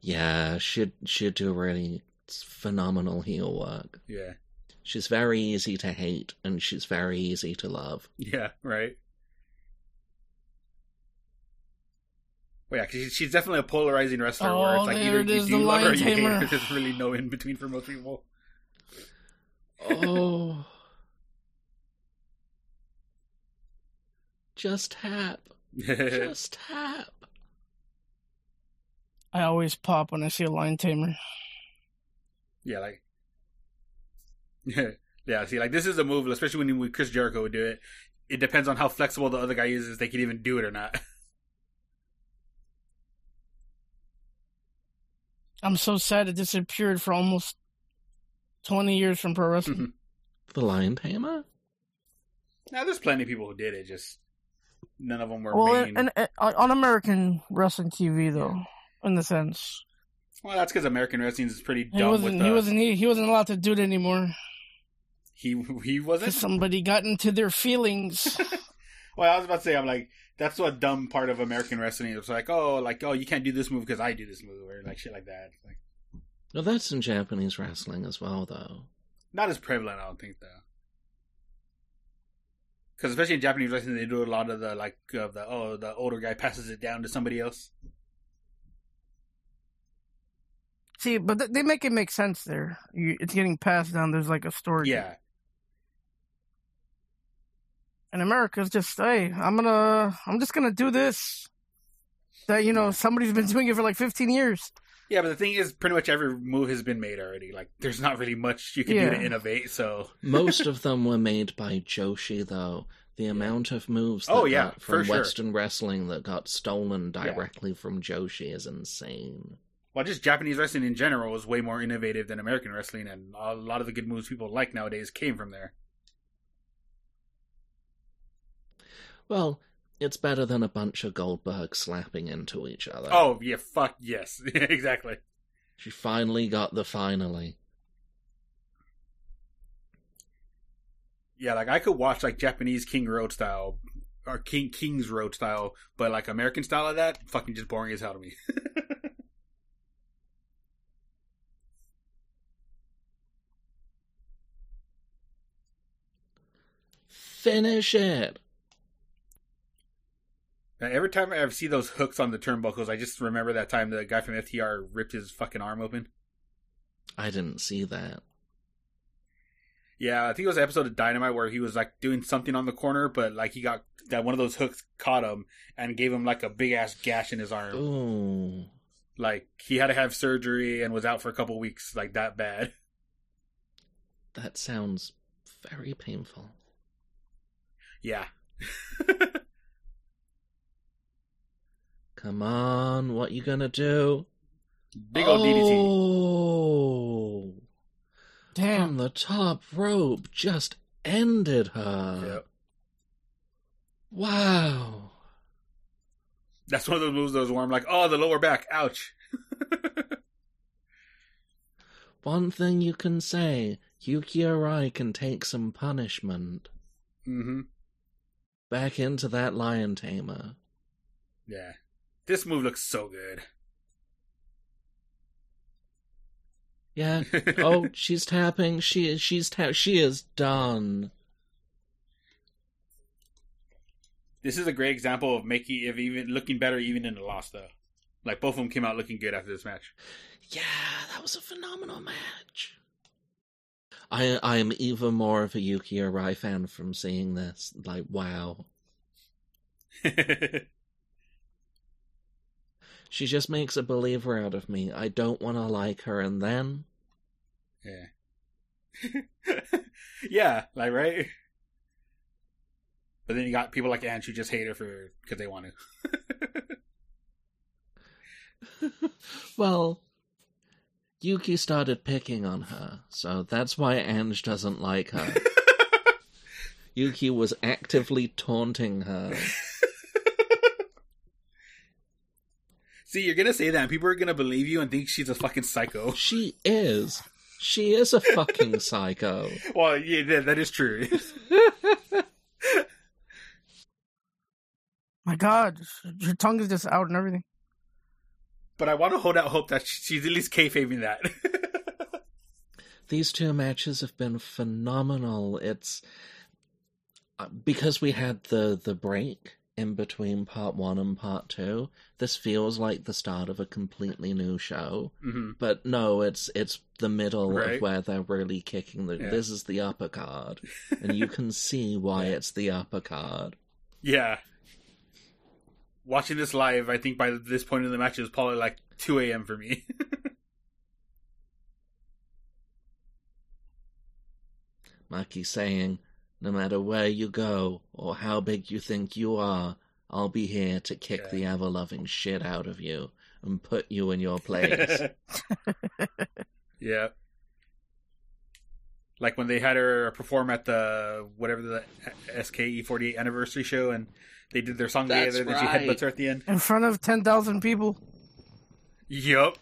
Speaker 3: Yeah, she'd she'd do really phenomenal heel work.
Speaker 1: Yeah,
Speaker 3: She's very easy to hate and she's very easy to love.
Speaker 1: yeah, right. Well, yeah, 'cause she- she's definitely a polarizing wrestler where
Speaker 2: Oh,
Speaker 1: it's like
Speaker 2: there
Speaker 1: either
Speaker 2: it
Speaker 1: you
Speaker 2: is,
Speaker 1: do
Speaker 2: the
Speaker 1: love her or
Speaker 2: lion
Speaker 1: you hate
Speaker 2: tamer.
Speaker 1: her. There's really no in between for most people.
Speaker 3: Oh. Just tap. Just tap.
Speaker 2: I always pop when I see a lion tamer.
Speaker 1: Yeah, like yeah. See, like this is a move, especially when when Chris Jericho would do it. It depends on how flexible the other guy is, if they can even do it or not.
Speaker 2: I'm so sad it disappeared for almost 20 years from pro
Speaker 1: Mm-hmm.
Speaker 2: wrestling.
Speaker 3: The lion tamer?
Speaker 1: now, there's plenty of people who did it. Just none of them were
Speaker 2: well,
Speaker 1: main.
Speaker 2: and, and, uh, on American wrestling TV, though, in the sense.
Speaker 1: well, that's because American wrestling is pretty
Speaker 2: He
Speaker 1: dumb.
Speaker 2: wasn't,
Speaker 1: with
Speaker 2: he,
Speaker 1: uh,
Speaker 2: wasn't, he, he wasn't allowed to do it anymore
Speaker 1: he he
Speaker 2: because
Speaker 1: wasn't.
Speaker 2: somebody got into their feelings.
Speaker 1: Well, I was about to say, I'm like, that's what dumb part of American wrestling is. It's like, oh, like, oh, you can't do this move because I do this move, or like shit like that. It's like,
Speaker 3: But that's in Japanese wrestling as well, though.
Speaker 1: Not as prevalent, I don't think, though. Because especially in Japanese wrestling, they do a lot of the like of the oh the older guy passes it down to somebody else.
Speaker 2: See, but th- they make it make sense there. You, it's getting passed down. There's like a story.
Speaker 1: Yeah,
Speaker 2: And America's just, hey, I'm gonna, I'm just gonna do this. That you know, somebody's been doing it for like 15 years.
Speaker 1: yeah. But the thing is, pretty much every move has been made already. Like, there's not really much you can do to
Speaker 2: Yeah.
Speaker 1: innovate. So
Speaker 3: Most of them were made by Joshi, though. The amount of moves that
Speaker 1: Oh, yeah,
Speaker 3: got
Speaker 1: for
Speaker 3: from
Speaker 1: sure.
Speaker 3: Western wrestling that got stolen
Speaker 1: Yeah.
Speaker 3: directly from Joshi is insane.
Speaker 1: Well, just Japanese wrestling in general is way more innovative than American wrestling, and a lot of the good moves people like nowadays came from there.
Speaker 3: Well, it's better than a bunch of Goldberg slapping into each other.
Speaker 1: Oh, yeah, fuck yes, exactly.
Speaker 3: She finally got the finally.
Speaker 1: Yeah, like I could watch like Japanese King Road style or King King's Road style, but like American style of that, fucking just boring as hell to me.
Speaker 3: Finish it!
Speaker 1: Now, every time I ever see those hooks on the turnbuckles, I just remember that time the guy from FTR ripped his fucking arm open.
Speaker 3: I didn't see that.
Speaker 1: Yeah, I think it was an episode of Dynamite where he was like doing something on the corner, but like he got that one of those hooks caught him and gave him like a big ass gash in his arm.
Speaker 3: Ooh.
Speaker 1: like he had to have surgery and was out for a couple weeks like that bad
Speaker 3: That sounds very painful.
Speaker 1: yeah
Speaker 3: Come on, what you gonna do?
Speaker 1: big old ddt
Speaker 3: oh,
Speaker 2: Damn.
Speaker 3: From the top rope just ended her.
Speaker 1: Yep.
Speaker 3: Wow.
Speaker 1: that's one of those moves those where i'm like oh the lower back ouch
Speaker 3: One thing you can say, Yuki Arai can take some punishment.
Speaker 1: mm-hmm
Speaker 3: Back into that lion tamer.
Speaker 1: yeah this move looks so good
Speaker 3: Yeah. oh, she's tapping. She is. She's tap. She is done.
Speaker 1: this is a great example of making of even looking better even in the loss though like both of them came out looking good after this match
Speaker 3: Yeah, that was a phenomenal match. I I am even more of a Yuki Arai fan from seeing this. Like, wow. She just makes a believer out of me. I don't want to like her, and then
Speaker 1: yeah like right but then you got people like Ange who just hate her for because they want to
Speaker 3: well, Yuki started picking on her, so that's why Ange doesn't like her. Yuki was actively taunting her.
Speaker 1: See, you're gonna say that, and people are gonna believe you and think she's a fucking psycho.
Speaker 3: She is. She is a fucking psycho.
Speaker 1: Well, yeah, that- that is true.
Speaker 2: My God, your tongue is just out and everything.
Speaker 1: but I want to hold out hope that sh- she's at least kayfabing that.
Speaker 3: These two matches have been phenomenal. It's uh, because we had the the break in between part 1 and part 2. This feels like the start of a completely new show.
Speaker 1: hmm
Speaker 3: But no, it's it's the middle
Speaker 1: Right.
Speaker 3: of where they're really kicking the.
Speaker 1: Yeah.
Speaker 3: This is the upper card, and you can see why
Speaker 1: Yeah.
Speaker 3: it's the upper card.
Speaker 1: Yeah. Watching this live, I think by this point in the match, it was probably like 2 a.m. for me.
Speaker 3: Maki saying, "No matter where you go or how big you think you are, I'll be here to kick
Speaker 1: Yeah.
Speaker 3: the ever-loving shit out of you and put you in your place."
Speaker 1: yeah. Like when they had her perform at the whatever the SKE 48 anniversary show, and they did their song
Speaker 3: That's
Speaker 1: together, then she
Speaker 3: right.
Speaker 1: headbutts her at the end.
Speaker 2: In front of 10,000 people.
Speaker 1: Yup.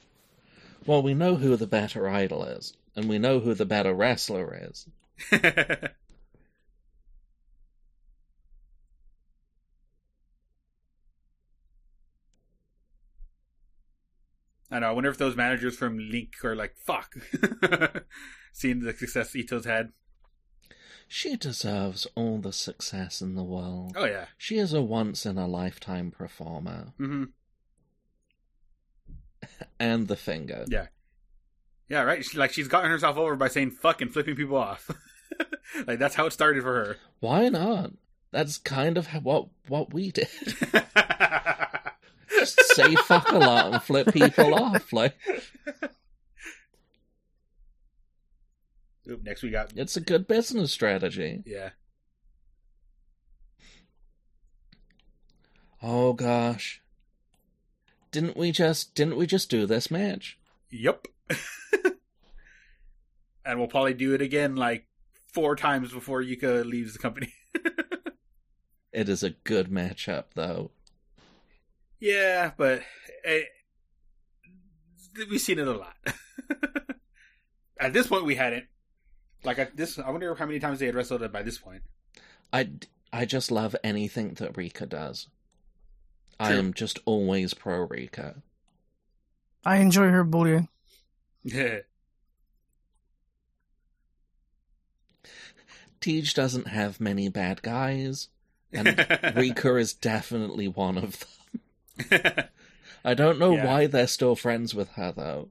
Speaker 3: well, we know who the better idol is, and we know who the better wrestler is.
Speaker 1: I know. I wonder if those managers from Link are like, fuck, seeing the success Ito's had.
Speaker 3: She deserves all the success in the world.
Speaker 1: Oh yeah.
Speaker 3: She is a once in a lifetime performer.
Speaker 1: Mm-hmm.
Speaker 3: And the finger.
Speaker 1: Yeah. Yeah, right. She, like she's gotten herself over by saying "fuck" and flipping people off. like that's how it started for her.
Speaker 3: Why not? That's kind of how- what what we did. Just say fuck a lot and flip people off. Like
Speaker 1: Oop, next we got
Speaker 3: it's a good business strategy.
Speaker 1: yeah.
Speaker 3: Oh gosh. Didn't we just didn't we just do this match?
Speaker 1: Yep. and we'll probably do it again like four times before Yuka leaves the company.
Speaker 3: It is a good matchup though.
Speaker 1: yeah, but eh, we've seen it a lot. At this point, we hadn't. Like at this, I wonder how many times they had wrestled it by this point.
Speaker 3: I I just love anything that Rika does. I
Speaker 1: True.
Speaker 3: am just always pro Rika.
Speaker 2: I enjoy her bullying.
Speaker 1: Yeah.
Speaker 3: Tej doesn't have many bad guys, and Rika is definitely one of them. I don't know
Speaker 1: Yeah.
Speaker 3: why they're still friends with her though.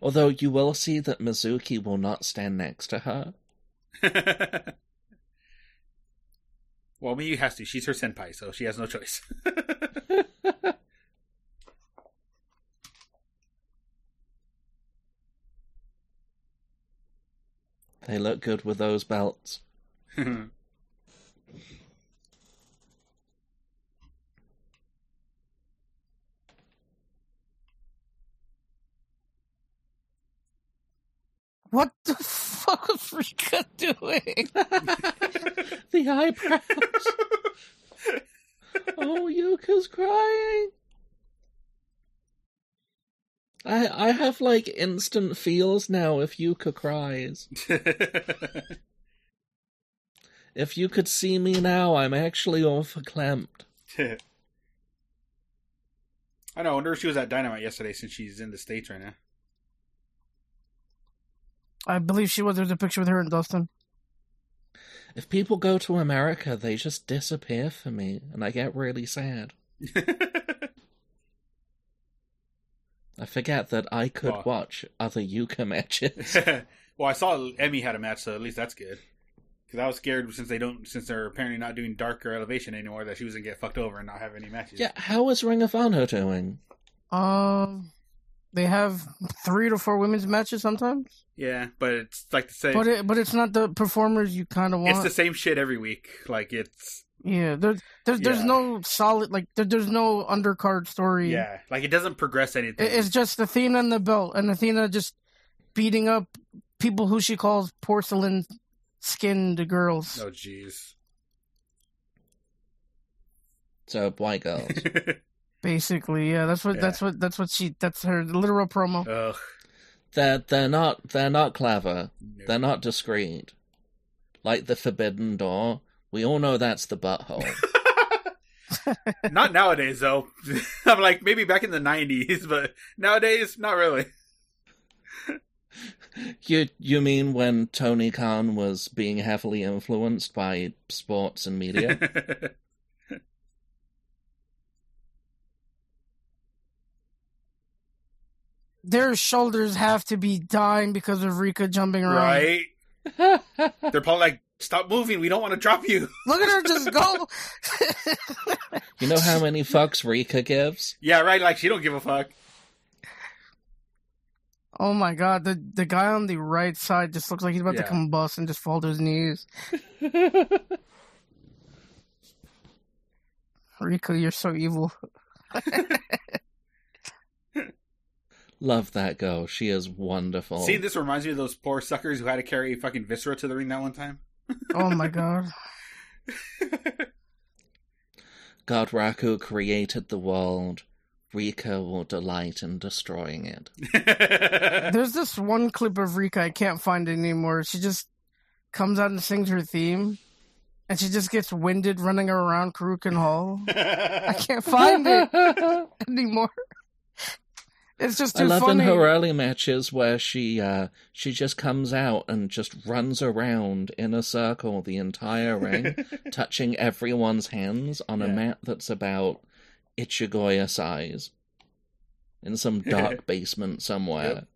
Speaker 3: Although you will see that Mizuki will not stand next to her.
Speaker 1: well, Miyu has to. She's her senpai, so she has no choice.
Speaker 3: They look good with those belts.
Speaker 2: What the fuck was Rika doing?
Speaker 3: The eyebrows. oh, Yuka's crying. I I have like instant feels now if Yuka cries. If you could see me now, I'm actually all verklempt.
Speaker 1: I know. I wonder if she was at Dynamite yesterday since she's in the States right now.
Speaker 2: I believe she was. There's a picture with her and Dustin.
Speaker 3: If people go to America, they just disappear for me, and I get really sad. I forget that I could
Speaker 1: Aw.
Speaker 3: watch other Yuka matches.
Speaker 1: well, I saw Emmy had a match, so at least that's good. Because I was scared since they don't, since they're apparently not doing darker elevation anymore, that she was gonna get fucked over and not have any matches.
Speaker 3: yeah, how is Ring of Honor doing?
Speaker 2: Um, they have three to four women's matches sometimes,
Speaker 1: yeah, but it's like the same.
Speaker 2: but it but it's not the performers you kind of
Speaker 1: it's
Speaker 2: want.
Speaker 1: the same shit every week. Like it's
Speaker 2: yeah, there's there's there's
Speaker 1: Yeah.
Speaker 2: no solid like there, there's no undercard story.
Speaker 1: yeah, like it doesn't progress anything.
Speaker 2: It- it's just Athena and the belt, and Athena just beating up people who she calls porcelain skinned girls.
Speaker 1: oh jeez.
Speaker 3: So, white girls.
Speaker 2: Basically, yeah, that's what
Speaker 1: Yeah.
Speaker 2: that's what that's what she that's her literal promo.
Speaker 1: Ugh.
Speaker 3: they're they're not they're not clever.
Speaker 1: no.
Speaker 3: They're not discreet. Like the forbidden door. We all know that's the butthole.
Speaker 1: not nowadays though. I'm like maybe back in the '90s, but nowadays not really.
Speaker 3: you you mean when Tony Khan was being heavily influenced by sports and media?
Speaker 2: Their shoulders have to be dying because of Rika jumping around.
Speaker 1: right? They're probably like, "Stop moving! We don't want to drop you."
Speaker 2: Look at her just go.
Speaker 3: you know how many fucks Rika gives?
Speaker 1: Yeah, right. Like she don't give a fuck.
Speaker 2: oh my god, the the guy on the right side just looks like he's about
Speaker 1: Yeah.
Speaker 2: to combust and just fall to his knees. Rika, you're so evil.
Speaker 3: Love that girl. She is wonderful.
Speaker 1: See, this reminds me of those poor suckers who had to carry fucking viscera to the ring that one time.
Speaker 2: Oh my god.
Speaker 3: God Raku created the world. Rika will delight in destroying it.
Speaker 2: There's this one clip of Rika I can't find it anymore. She just comes out and sings her theme, and she just gets winded running around Karukan Hall. I can't find it anymore. It's just
Speaker 3: I
Speaker 2: too
Speaker 3: love in
Speaker 2: funny.
Speaker 3: her early matches where she uh, she just comes out and just runs around in a circle the entire ring, touching everyone's hands on a
Speaker 1: Yeah.
Speaker 3: mat that's about Ichigoya size in some dark basement somewhere.
Speaker 1: Yep.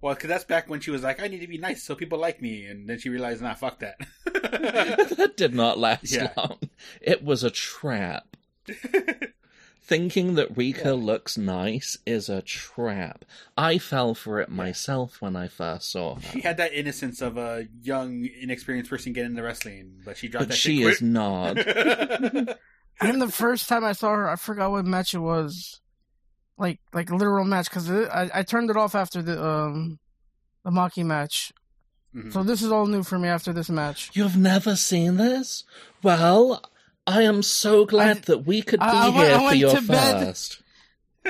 Speaker 1: Well, because that's back when she was like, I need to be nice so people like me. And then she realized, nah, fuck that.
Speaker 3: that did not last
Speaker 1: Yeah.
Speaker 3: long. It was a trap. Thinking that Rika
Speaker 2: Yeah.
Speaker 3: looks nice is a trap. I fell for it myself when I first saw her.
Speaker 1: she had that innocence of a young, inexperienced person getting into wrestling, but she dropped
Speaker 3: but
Speaker 1: that
Speaker 3: she
Speaker 1: shit
Speaker 3: is not.
Speaker 1: quick.
Speaker 2: And the first time I saw her, I forgot what match it was, like like literal match because I, I turned it off after the um the Maki match.
Speaker 1: Mhm.
Speaker 2: So this is all new for me after this match.
Speaker 3: You've never seen this? Well, I am so glad
Speaker 2: I-
Speaker 3: that we could be
Speaker 2: I- I went-
Speaker 3: here
Speaker 2: I
Speaker 3: for
Speaker 2: went
Speaker 3: your
Speaker 2: to bed.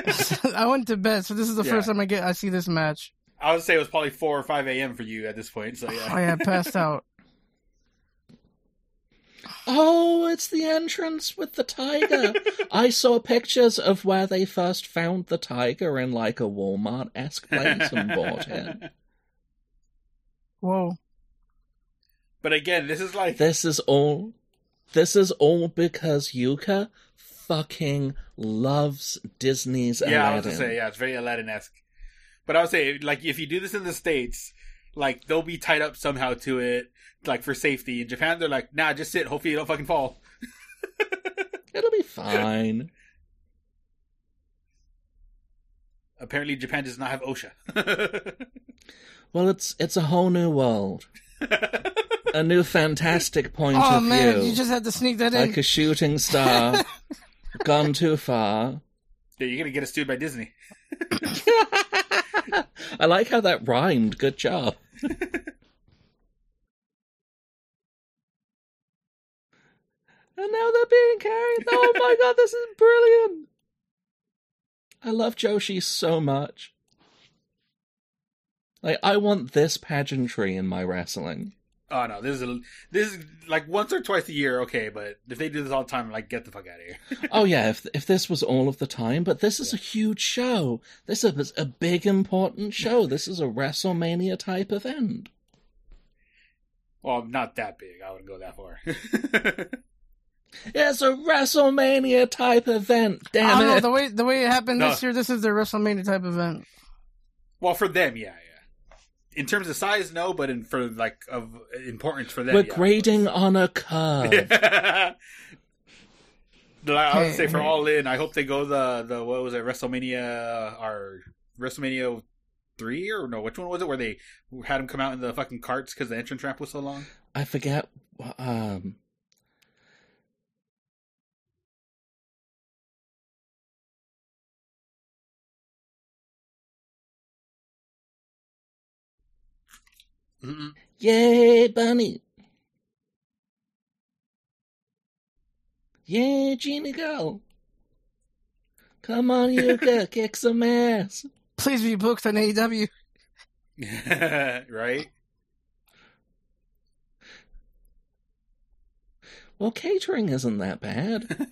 Speaker 3: first.
Speaker 2: I went to bed, so this is the
Speaker 1: Yeah.
Speaker 2: first time I get I see this match.
Speaker 1: I would say it was probably 4 or 5 a.m. for you at this point. So, yeah.
Speaker 2: I had passed out.
Speaker 3: Oh, it's the entrance with the tiger. I saw pictures of where they first found the tiger in like a Walmart esque place and bought it.
Speaker 2: Whoa.
Speaker 1: But again, this is like.
Speaker 3: This is all. This is all because Yuka fucking loves Disney's
Speaker 1: yeah, I was
Speaker 3: Aladdin.
Speaker 1: gonna say, yeah, it's very Aladdin esque. But I would say, like, if you do this in the States, like, they'll be tied up somehow to it, like, for safety. In Japan, they're like, nah, just sit. Hopefully you don't fucking fall.
Speaker 3: It'll be fine.
Speaker 1: Apparently, Japan does not have OSHA.
Speaker 3: well, it's it's a whole new world, a new fantastic point
Speaker 2: Oh
Speaker 3: of
Speaker 2: man,
Speaker 3: view.
Speaker 2: you just had to sneak that in.
Speaker 3: like a shooting star gone too far.
Speaker 1: Dude, you're gonna get us sued by Disney.
Speaker 3: I like how that rhymed. Good job. and now they're being carried. Oh my god, this is brilliant. I love Joshi so much. Like I want this pageantry in my wrestling.
Speaker 1: Oh no, this is a, this is like once or twice a year, okay. But if they do this all the time, like, get the fuck out of here.
Speaker 3: Oh yeah, if if this was all of the time, but this is a huge show. This is a big important show. This is a WrestleMania type event.
Speaker 1: Well, not that big. I wouldn't go that far.
Speaker 3: It's a WrestleMania type event.
Speaker 2: I
Speaker 3: Damn
Speaker 2: don't know
Speaker 3: it!
Speaker 2: the way the way it happened
Speaker 1: No.
Speaker 2: this year. This is their WrestleMania type event.
Speaker 1: well, for them, yeah, yeah. In terms of size, no, but in for like of importance for them,
Speaker 3: We're
Speaker 1: yeah.
Speaker 3: grading on a curve.
Speaker 1: Yeah. I would
Speaker 2: Hey,
Speaker 1: say for
Speaker 2: hey.
Speaker 1: All In, I hope they go the the what was it WrestleMania or WrestleMania three or no which one was it where they had them come out in the fucking carts because the entrance ramp was so long.
Speaker 3: I forget. Um,
Speaker 1: Mm-mm.
Speaker 3: yay, bunny! Yay, genie girl! Come on, Yuka, kick some ass!
Speaker 2: Please be booked on E AEW.
Speaker 1: right?
Speaker 3: Well, catering isn't that bad.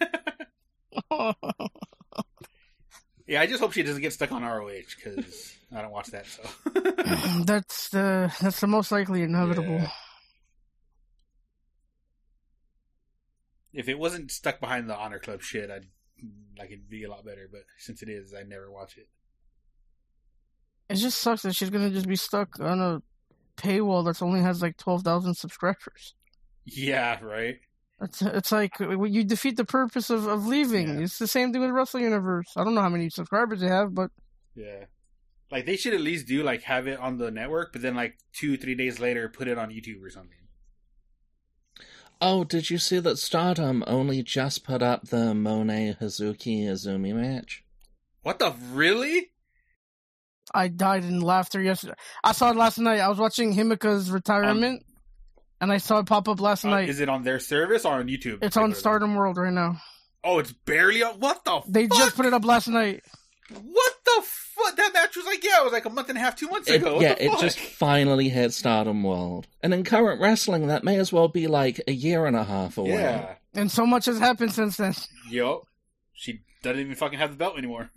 Speaker 1: Yeah, I just hope she doesn't get stuck on ROH because I don't watch that. So
Speaker 2: that's the that's the most likely inevitable.
Speaker 1: Yeah. if it wasn't stuck behind the Honor Club shit, I'd like it'd be a lot better. But since it is, I never watch it.
Speaker 2: It just sucks that she's gonna just be stuck on a paywall that's only has like twelve thousand subscribers.
Speaker 1: Yeah, right.
Speaker 2: It's it's like uh, you defeat the purpose of of leaving.
Speaker 1: Yeah.
Speaker 2: It's the same thing with Wrestling Universe. I don't know how many subscribers they have, but
Speaker 1: Yeah. Like they should at least do like have it on the network, but then like two, three days later put it on YouTube or something.
Speaker 3: Oh, did you see that Stardom only just put up the Monet Hazuki Izumi match?
Speaker 1: What the really?
Speaker 2: I died in laughter yesterday. I saw it last night. I was watching Himika's retirement, and I saw it pop up last
Speaker 1: Um, Uh,
Speaker 2: night.
Speaker 1: is it on their service or on YouTube?
Speaker 2: it's on
Speaker 1: Stardom.
Speaker 2: Stardom World right now.
Speaker 1: Oh, it's barely on. What the?
Speaker 2: They
Speaker 1: fuck?
Speaker 2: just put it up last night.
Speaker 1: What the fuck? That match was like yeah, it was like a month and a half, two months
Speaker 3: It-
Speaker 1: ago. What
Speaker 3: yeah,
Speaker 1: the
Speaker 3: it
Speaker 1: fuck?
Speaker 3: just finally hit Stardom World. And in current wrestling, that may as well be like a year and a half away.
Speaker 1: yeah.
Speaker 2: And so much has happened since then.
Speaker 1: Yup. She doesn't even fucking have the belt anymore.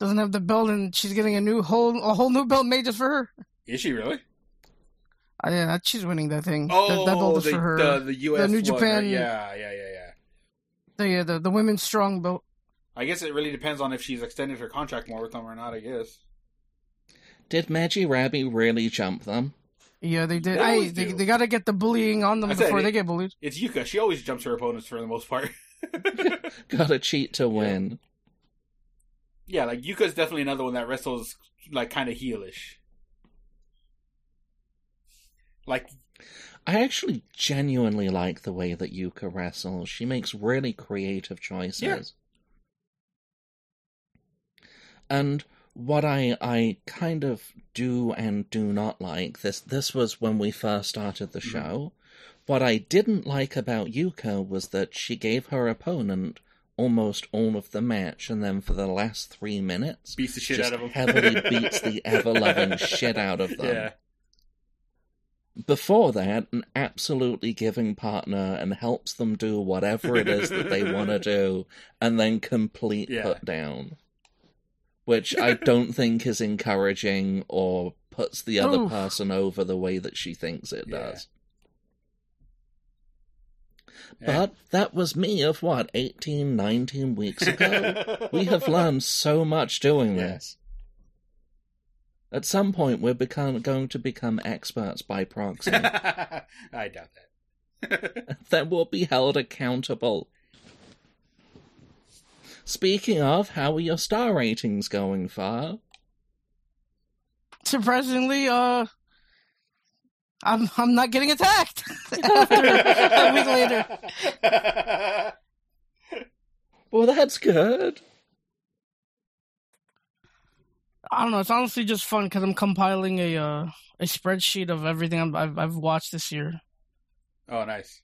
Speaker 2: doesn't have the belt, and she's getting a new whole a whole new belt made just for her.
Speaker 1: Is she really?
Speaker 2: Uh, yeah, she's winning that thing.
Speaker 1: Oh,
Speaker 2: that, that belt is
Speaker 1: the,
Speaker 2: for her.
Speaker 1: the the U.S.
Speaker 2: The New
Speaker 1: one, right?
Speaker 2: Japan-
Speaker 1: Yeah, yeah, yeah, yeah.
Speaker 2: the, yeah, the the women's strong belt.
Speaker 1: I guess it really depends on if she's extended her contract more with them or not. I guess.
Speaker 3: Did Maggie Rabby really jump them?
Speaker 2: Yeah, they did.
Speaker 1: They
Speaker 2: Hey,
Speaker 1: always
Speaker 2: they,
Speaker 1: do.
Speaker 2: they got to get the bullying on them
Speaker 1: I said
Speaker 2: before
Speaker 1: it-
Speaker 2: they get bullied.
Speaker 1: It's Yuka. She always jumps her opponents for the most part.
Speaker 3: Gotta cheat to win.
Speaker 1: yeah, like Yuka's definitely another one that wrestles like kind of heelish. Like
Speaker 3: I actually genuinely like the way that Yuka wrestles. She makes really creative choices. And what I I kind of do and do not like this this was when we first started the
Speaker 1: Mhm.
Speaker 3: show. What I didn't like about Yuka was that she gave her opponent almost all of the match and then for the last 3 minutes
Speaker 1: beats the shit
Speaker 3: just
Speaker 1: out of them.
Speaker 3: heavily beats the ever loving shit out of them.
Speaker 1: Yeah,
Speaker 3: Before that, an absolutely giving partner and helps them do whatever it is that they want to do, and then complete
Speaker 1: Yeah.
Speaker 3: put down, which I don't think is encouraging or puts the other
Speaker 2: Oof.
Speaker 3: person over the way that she thinks it
Speaker 1: Yeah.
Speaker 3: does.
Speaker 1: Yeah.
Speaker 3: But that was me of what, 18, 19 weeks ago? we have learned so much doing
Speaker 1: Yeah.
Speaker 3: this. At some point, we're become, going to become experts by proxy.
Speaker 1: I doubt that.
Speaker 3: that will be held accountable. Speaking of, how are your star ratings going, Far?
Speaker 2: surprisingly, uh, I'm I'm not getting attacked after a week later.
Speaker 1: later.
Speaker 3: Well, that's good.
Speaker 2: I don't know. It's honestly just fun because I'm compiling a uh, a spreadsheet of everything I'm, I've I've watched this year.
Speaker 1: Oh, nice.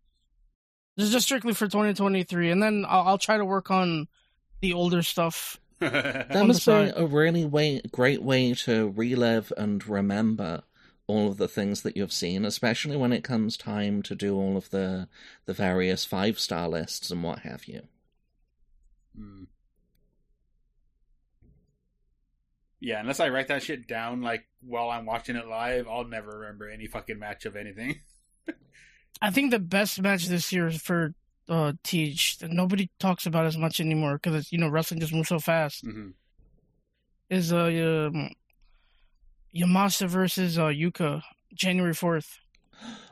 Speaker 2: This is just strictly for 2023, and then I'll, I'll try to work on the older stuff.
Speaker 3: That
Speaker 2: On
Speaker 3: must be
Speaker 2: the side.
Speaker 3: a really way, great way to relive and remember all of the things that you've seen, especially when it comes time to do all of the the various five star lists and what have you.
Speaker 1: Mm. Yeah, unless I write that shit down, like while I'm watching it live, I'll never remember any fucking match of anything.
Speaker 2: I think the best match this year is for uh, Teach that nobody talks about as much anymore because you know wrestling just moves so fast.
Speaker 1: hmm
Speaker 2: Is uh, um, Yamasa versus uh, Yuka January 4th.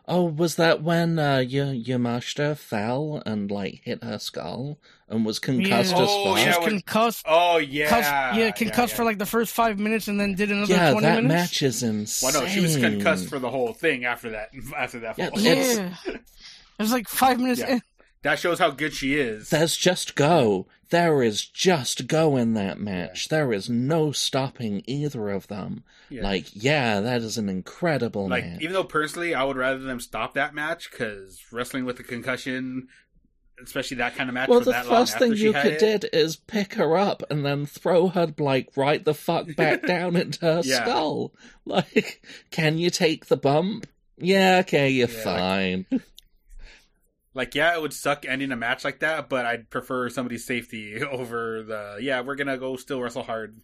Speaker 3: Oh, was that when uh, y- Yamashita fell and like hit her skull and was concussed
Speaker 2: Yeah.
Speaker 3: as
Speaker 1: Oh,
Speaker 3: fuck?
Speaker 1: yeah,
Speaker 2: She's
Speaker 1: with-
Speaker 2: concussed.
Speaker 1: Oh yeah,
Speaker 2: cuss, yeah, concussed for like the first five minutes and then did another
Speaker 3: yeah,
Speaker 2: twenty
Speaker 3: that
Speaker 2: minutes.
Speaker 3: match is insane.
Speaker 1: Well, no, she was concussed for the whole thing after that. After that,
Speaker 3: Yeah,
Speaker 1: fall.
Speaker 3: it's-
Speaker 2: yeah, it was like five minutes.
Speaker 1: Yeah.
Speaker 2: in.
Speaker 1: that shows how good she is.
Speaker 3: There's just go. There is just go in that match. There is no stopping either of them.
Speaker 1: Yeah.
Speaker 3: Like, yeah, that is an incredible
Speaker 1: Like,
Speaker 3: match.
Speaker 1: even though personally, I would rather them stop that match because wrestling with a concussion, especially that kind of match.
Speaker 3: well,
Speaker 1: with
Speaker 3: the
Speaker 1: that long
Speaker 3: first
Speaker 1: after
Speaker 3: thing
Speaker 1: she
Speaker 3: you
Speaker 1: had
Speaker 3: could
Speaker 1: it,
Speaker 3: did is pick her up and then throw her like right the fuck back down into her
Speaker 1: Yeah.
Speaker 3: skull. Like, can you take the bump? Yeah, okay, you're
Speaker 1: Yeah.
Speaker 3: fine.
Speaker 1: Like, yeah, it would suck ending a match like that, but I'd prefer somebody's safety over the, yeah, we're going to go still wrestle hard,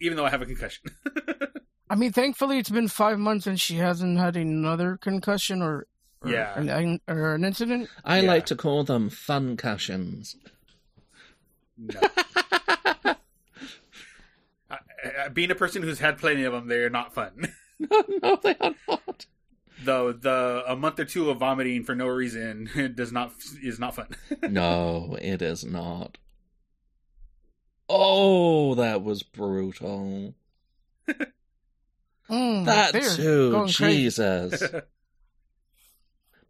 Speaker 1: even though I have a concussion.
Speaker 2: I mean, thankfully, it's been five months and she hasn't had another concussion or, or
Speaker 1: Yeah.
Speaker 2: an, or an incident.
Speaker 3: I
Speaker 1: Yeah.
Speaker 3: like to call them fun cushions.
Speaker 1: No. I, I, being a person who's had plenty of them, they're not fun.
Speaker 3: no, no, they are not.
Speaker 1: Though the a month or two of vomiting for no reason does not is not fun.
Speaker 3: no, it is not. Oh, that was brutal.
Speaker 2: Mm,
Speaker 3: That
Speaker 2: they're
Speaker 3: too,
Speaker 2: going crazy.
Speaker 3: Jesus.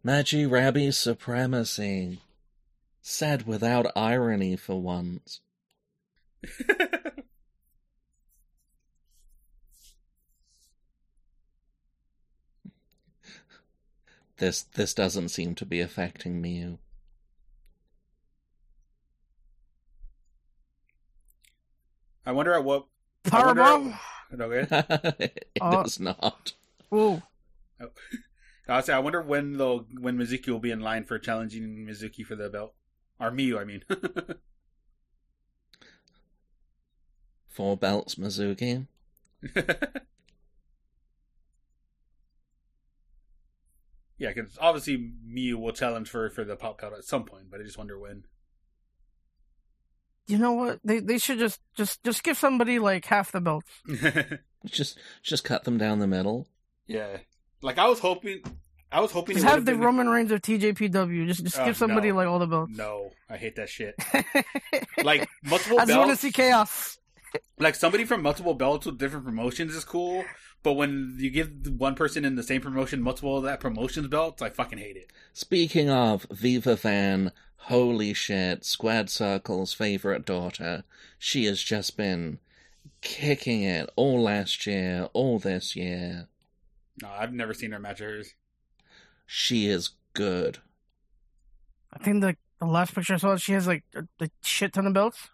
Speaker 3: Magi Rabbi supremacy. Said without irony for once. This this doesn't seem to be affecting Mew.
Speaker 1: I wonder at what I wonder-
Speaker 2: Powerbomb.
Speaker 1: Okay.
Speaker 3: it
Speaker 2: Uh,
Speaker 3: is not.
Speaker 2: Whoa.
Speaker 1: Oh. I say I wonder when they'll when Mizuki will be in line for challenging Mizuki for the belt. Or Miyu, I mean.
Speaker 3: Four belts, Mizuki.
Speaker 1: yeah, because obviously Miyu will challenge for for the pop belt at some point, but I just wonder when.
Speaker 2: You know what? They they should just just just give somebody like half the belt.
Speaker 3: Just just cut them down the middle.
Speaker 1: yeah, like I was hoping, I was hoping
Speaker 2: Just
Speaker 1: it
Speaker 2: have
Speaker 1: would've
Speaker 2: the
Speaker 1: been-
Speaker 2: Roman Reigns of TJPW. Just just
Speaker 1: Oh,
Speaker 2: give somebody
Speaker 1: no.
Speaker 2: like all the belts.
Speaker 1: No, I hate that shit.
Speaker 2: I
Speaker 1: Like multiple
Speaker 2: just want to
Speaker 1: belts.
Speaker 2: see chaos.
Speaker 1: like somebody from multiple belts with different promotions is cool, but when you give one person in the same promotion multiple of that promotion's belts, I fucking hate it.
Speaker 3: Speaking of Viva Van, holy shit, Squared Circle's favorite daughter. She has just been kicking it all last year, all this year.
Speaker 1: No, I've never seen her match of hers.
Speaker 3: She is good.
Speaker 2: I think the, the last picture I saw, she has like a, a shit ton of belts.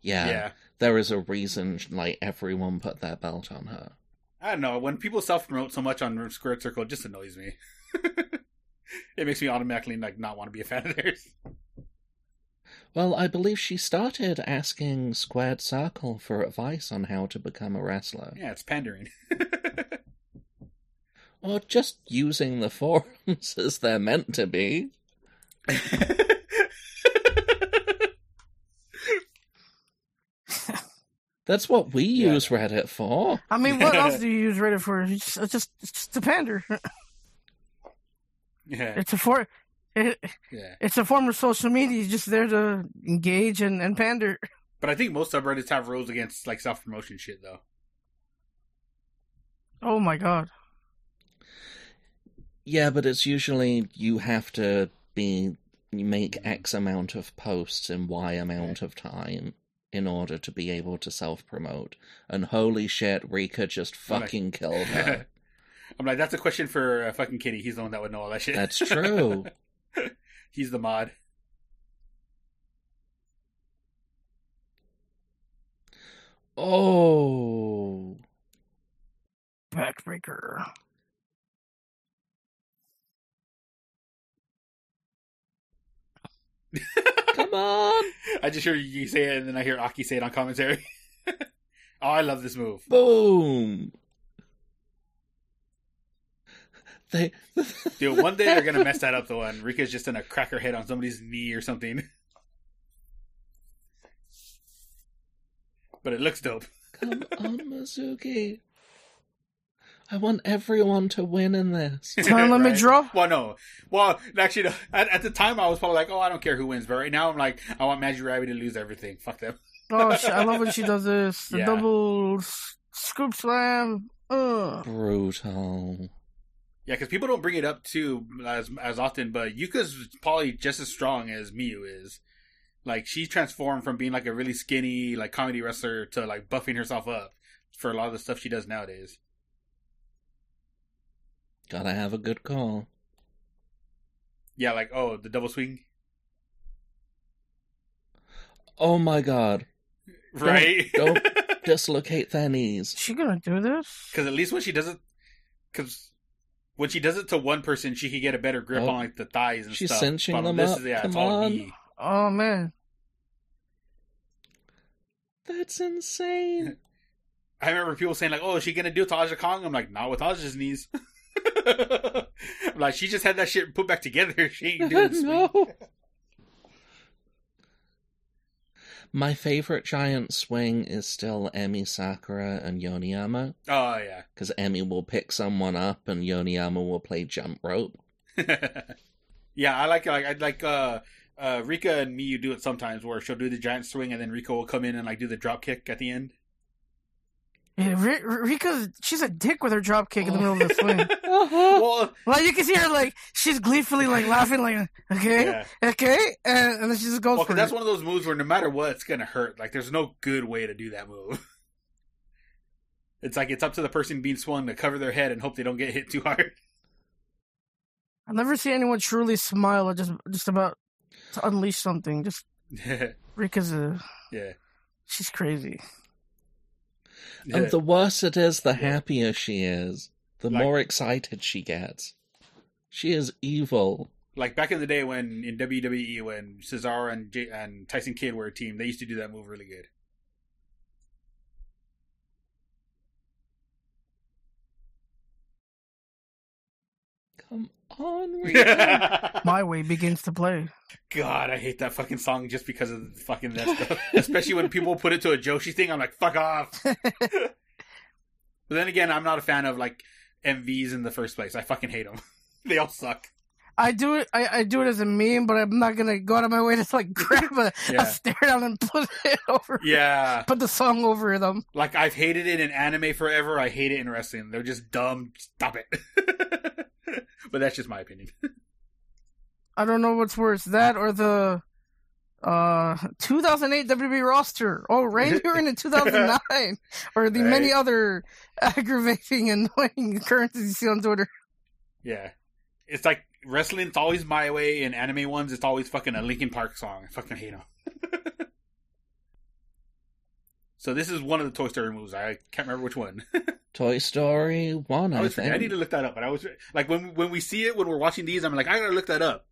Speaker 3: Yeah,
Speaker 1: Yeah.
Speaker 3: There is a reason like everyone put their belt on her.
Speaker 1: I don't know. When people self promote so much on Square Circle, it just annoys me. it makes me automatically like not want to be a fan of theirs.
Speaker 3: Well, I believe she started asking Squared Circle for advice on how to become a wrestler.
Speaker 1: Yeah, it's pandering.
Speaker 3: Or just using the forums as they're meant to be. That's what we
Speaker 1: Yeah.
Speaker 3: use Reddit for.
Speaker 2: I mean, what else do you use Reddit for? It's just, it's just, it's just a pander.
Speaker 1: yeah,
Speaker 2: It's a for, it,
Speaker 1: yeah.
Speaker 2: it's a form of social media. You're just there to engage and, and pander.
Speaker 1: But I think most subreddits have rules against like self promotion shit though.
Speaker 2: Oh my god.
Speaker 3: Yeah, but it's usually you have to be you make X amount of posts in Y amount of time in order to be able to self promote. And holy shit, Rika just
Speaker 1: Right.
Speaker 3: fucking killed her.
Speaker 1: I'm like, that's a question for uh, fucking Kitty. He's the one that would know all that shit.
Speaker 3: That's true.
Speaker 1: He's the mod.
Speaker 3: Oh,
Speaker 2: Backbreaker.
Speaker 3: come on,
Speaker 1: I just hear you say it, and then I hear Aki say it on commentary. oh, I love this move.
Speaker 3: boom. They,
Speaker 1: Dude, one day they're gonna mess that up. The one Rika's just gonna crack her head on somebody's knee or something. But it looks dope.
Speaker 3: Come on, Mizuki. I want everyone to win in this.
Speaker 2: Time limit
Speaker 1: Right?
Speaker 2: draw?
Speaker 1: Well, no. Well, actually, no. at, at the time I was probably like, "Oh, I don't care who wins," but right now I'm like, "I want Magic Rabbit to lose everything." Fuck them.
Speaker 2: Oh, she, I love when she does this. The
Speaker 1: Yeah.
Speaker 2: double s- scoop slam. Ugh.
Speaker 3: Brutal.
Speaker 1: Yeah, because people don't bring it up too as as often, but Yuka's probably just as strong as Miyu is. Like she transformed from being like a really skinny like comedy wrestler to like buffing herself up for a lot of the stuff she does nowadays.
Speaker 3: Gotta have a good call.
Speaker 1: Yeah, like oh the double swing,
Speaker 3: Oh my god.
Speaker 1: right?
Speaker 3: don't. Dislocate their knees.
Speaker 2: She gonna do this?
Speaker 1: Because at least when she does it, because when she does it to one person, she can get a better grip
Speaker 3: Oh.
Speaker 1: on like the thighs and
Speaker 3: She's
Speaker 1: stuff.
Speaker 3: cinching them up. Come
Speaker 1: all
Speaker 3: on.
Speaker 1: knee.
Speaker 2: Oh man.
Speaker 3: That's insane.
Speaker 1: I remember people saying like, "Oh, is she gonna do Taja Kong?" I'm like, "Not with Taja's knees." I'm like she just had that shit put back together. She ain't doing this.
Speaker 3: no. My favorite giant swing is still Emi Sakura and Yoniyama,
Speaker 1: Oh yeah,
Speaker 3: because Emi will pick someone up and Yoniyama will play jump rope.
Speaker 1: yeah. I like like I like uh, uh, Rika and Miyu do it sometimes where she'll do the giant swing and then Rika will come in and like do the drop kick at the end.
Speaker 2: Yeah, R- Rika's she's a dick with her drop kick in the
Speaker 1: Oh.
Speaker 2: middle of the swing.
Speaker 3: Oh,
Speaker 1: well,
Speaker 2: Like you can see her like she's gleefully like laughing like okay
Speaker 1: yeah.
Speaker 2: okay and, and then she just goes
Speaker 1: Well,
Speaker 2: for
Speaker 1: 'cause that's
Speaker 2: it.
Speaker 1: one of those moves where no matter what, it's gonna hurt. Like, there's no good way to do that move. It's like it's up to the person being swung to cover their head and hope they don't get hit too hard.
Speaker 2: I've never seen anyone truly smile or just just about to unleash something. Just
Speaker 1: yeah,
Speaker 2: Rika's a
Speaker 1: yeah.
Speaker 2: she's crazy.
Speaker 3: And the worse it is, the happier she is. The
Speaker 1: Like-
Speaker 3: more excited she gets. She is evil.
Speaker 1: like back in E, the day when in WWE when Cesaro and J- and Tyson Kidd were a team, they used to do that move really good.
Speaker 3: Come on, Rita.
Speaker 1: God,
Speaker 2: My Way begins to play.
Speaker 1: I hate that fucking song just because of fucking that stuff. Especially when people put it to a Joshi thing, I'm like, fuck off. but then again, I'm not a fan of like MVs in the first place. I fucking hate them. they all suck.
Speaker 2: I do it. I, I do it as a meme, but I'm not gonna go out of my way to like grab a,
Speaker 1: Yeah.
Speaker 2: a stare down and put it over.
Speaker 1: Yeah,
Speaker 2: Put the song over them.
Speaker 1: like I've hated it in anime forever. I hate it in wrestling. They're just dumb. Stop it. but that's just my opinion.
Speaker 2: I don't know what's worse, that or the uh 2008 WB roster. Oh, Randy Orton in 2009, or the many
Speaker 1: Right.
Speaker 2: other aggravating, annoying occurrences you see on Twitter.
Speaker 1: Yeah. It's like wrestling, it's always my way, and anime ones, it's always fucking a Linkin Park song. I fucking hate them. so this is one of the Toy Story movies. I can't remember which one.
Speaker 3: Toy Story One,
Speaker 1: I,
Speaker 3: I
Speaker 1: always forget. I need
Speaker 3: think.
Speaker 1: to look that up. But I was like, when when we see it, when we're watching these, I'm like, I gotta look that up.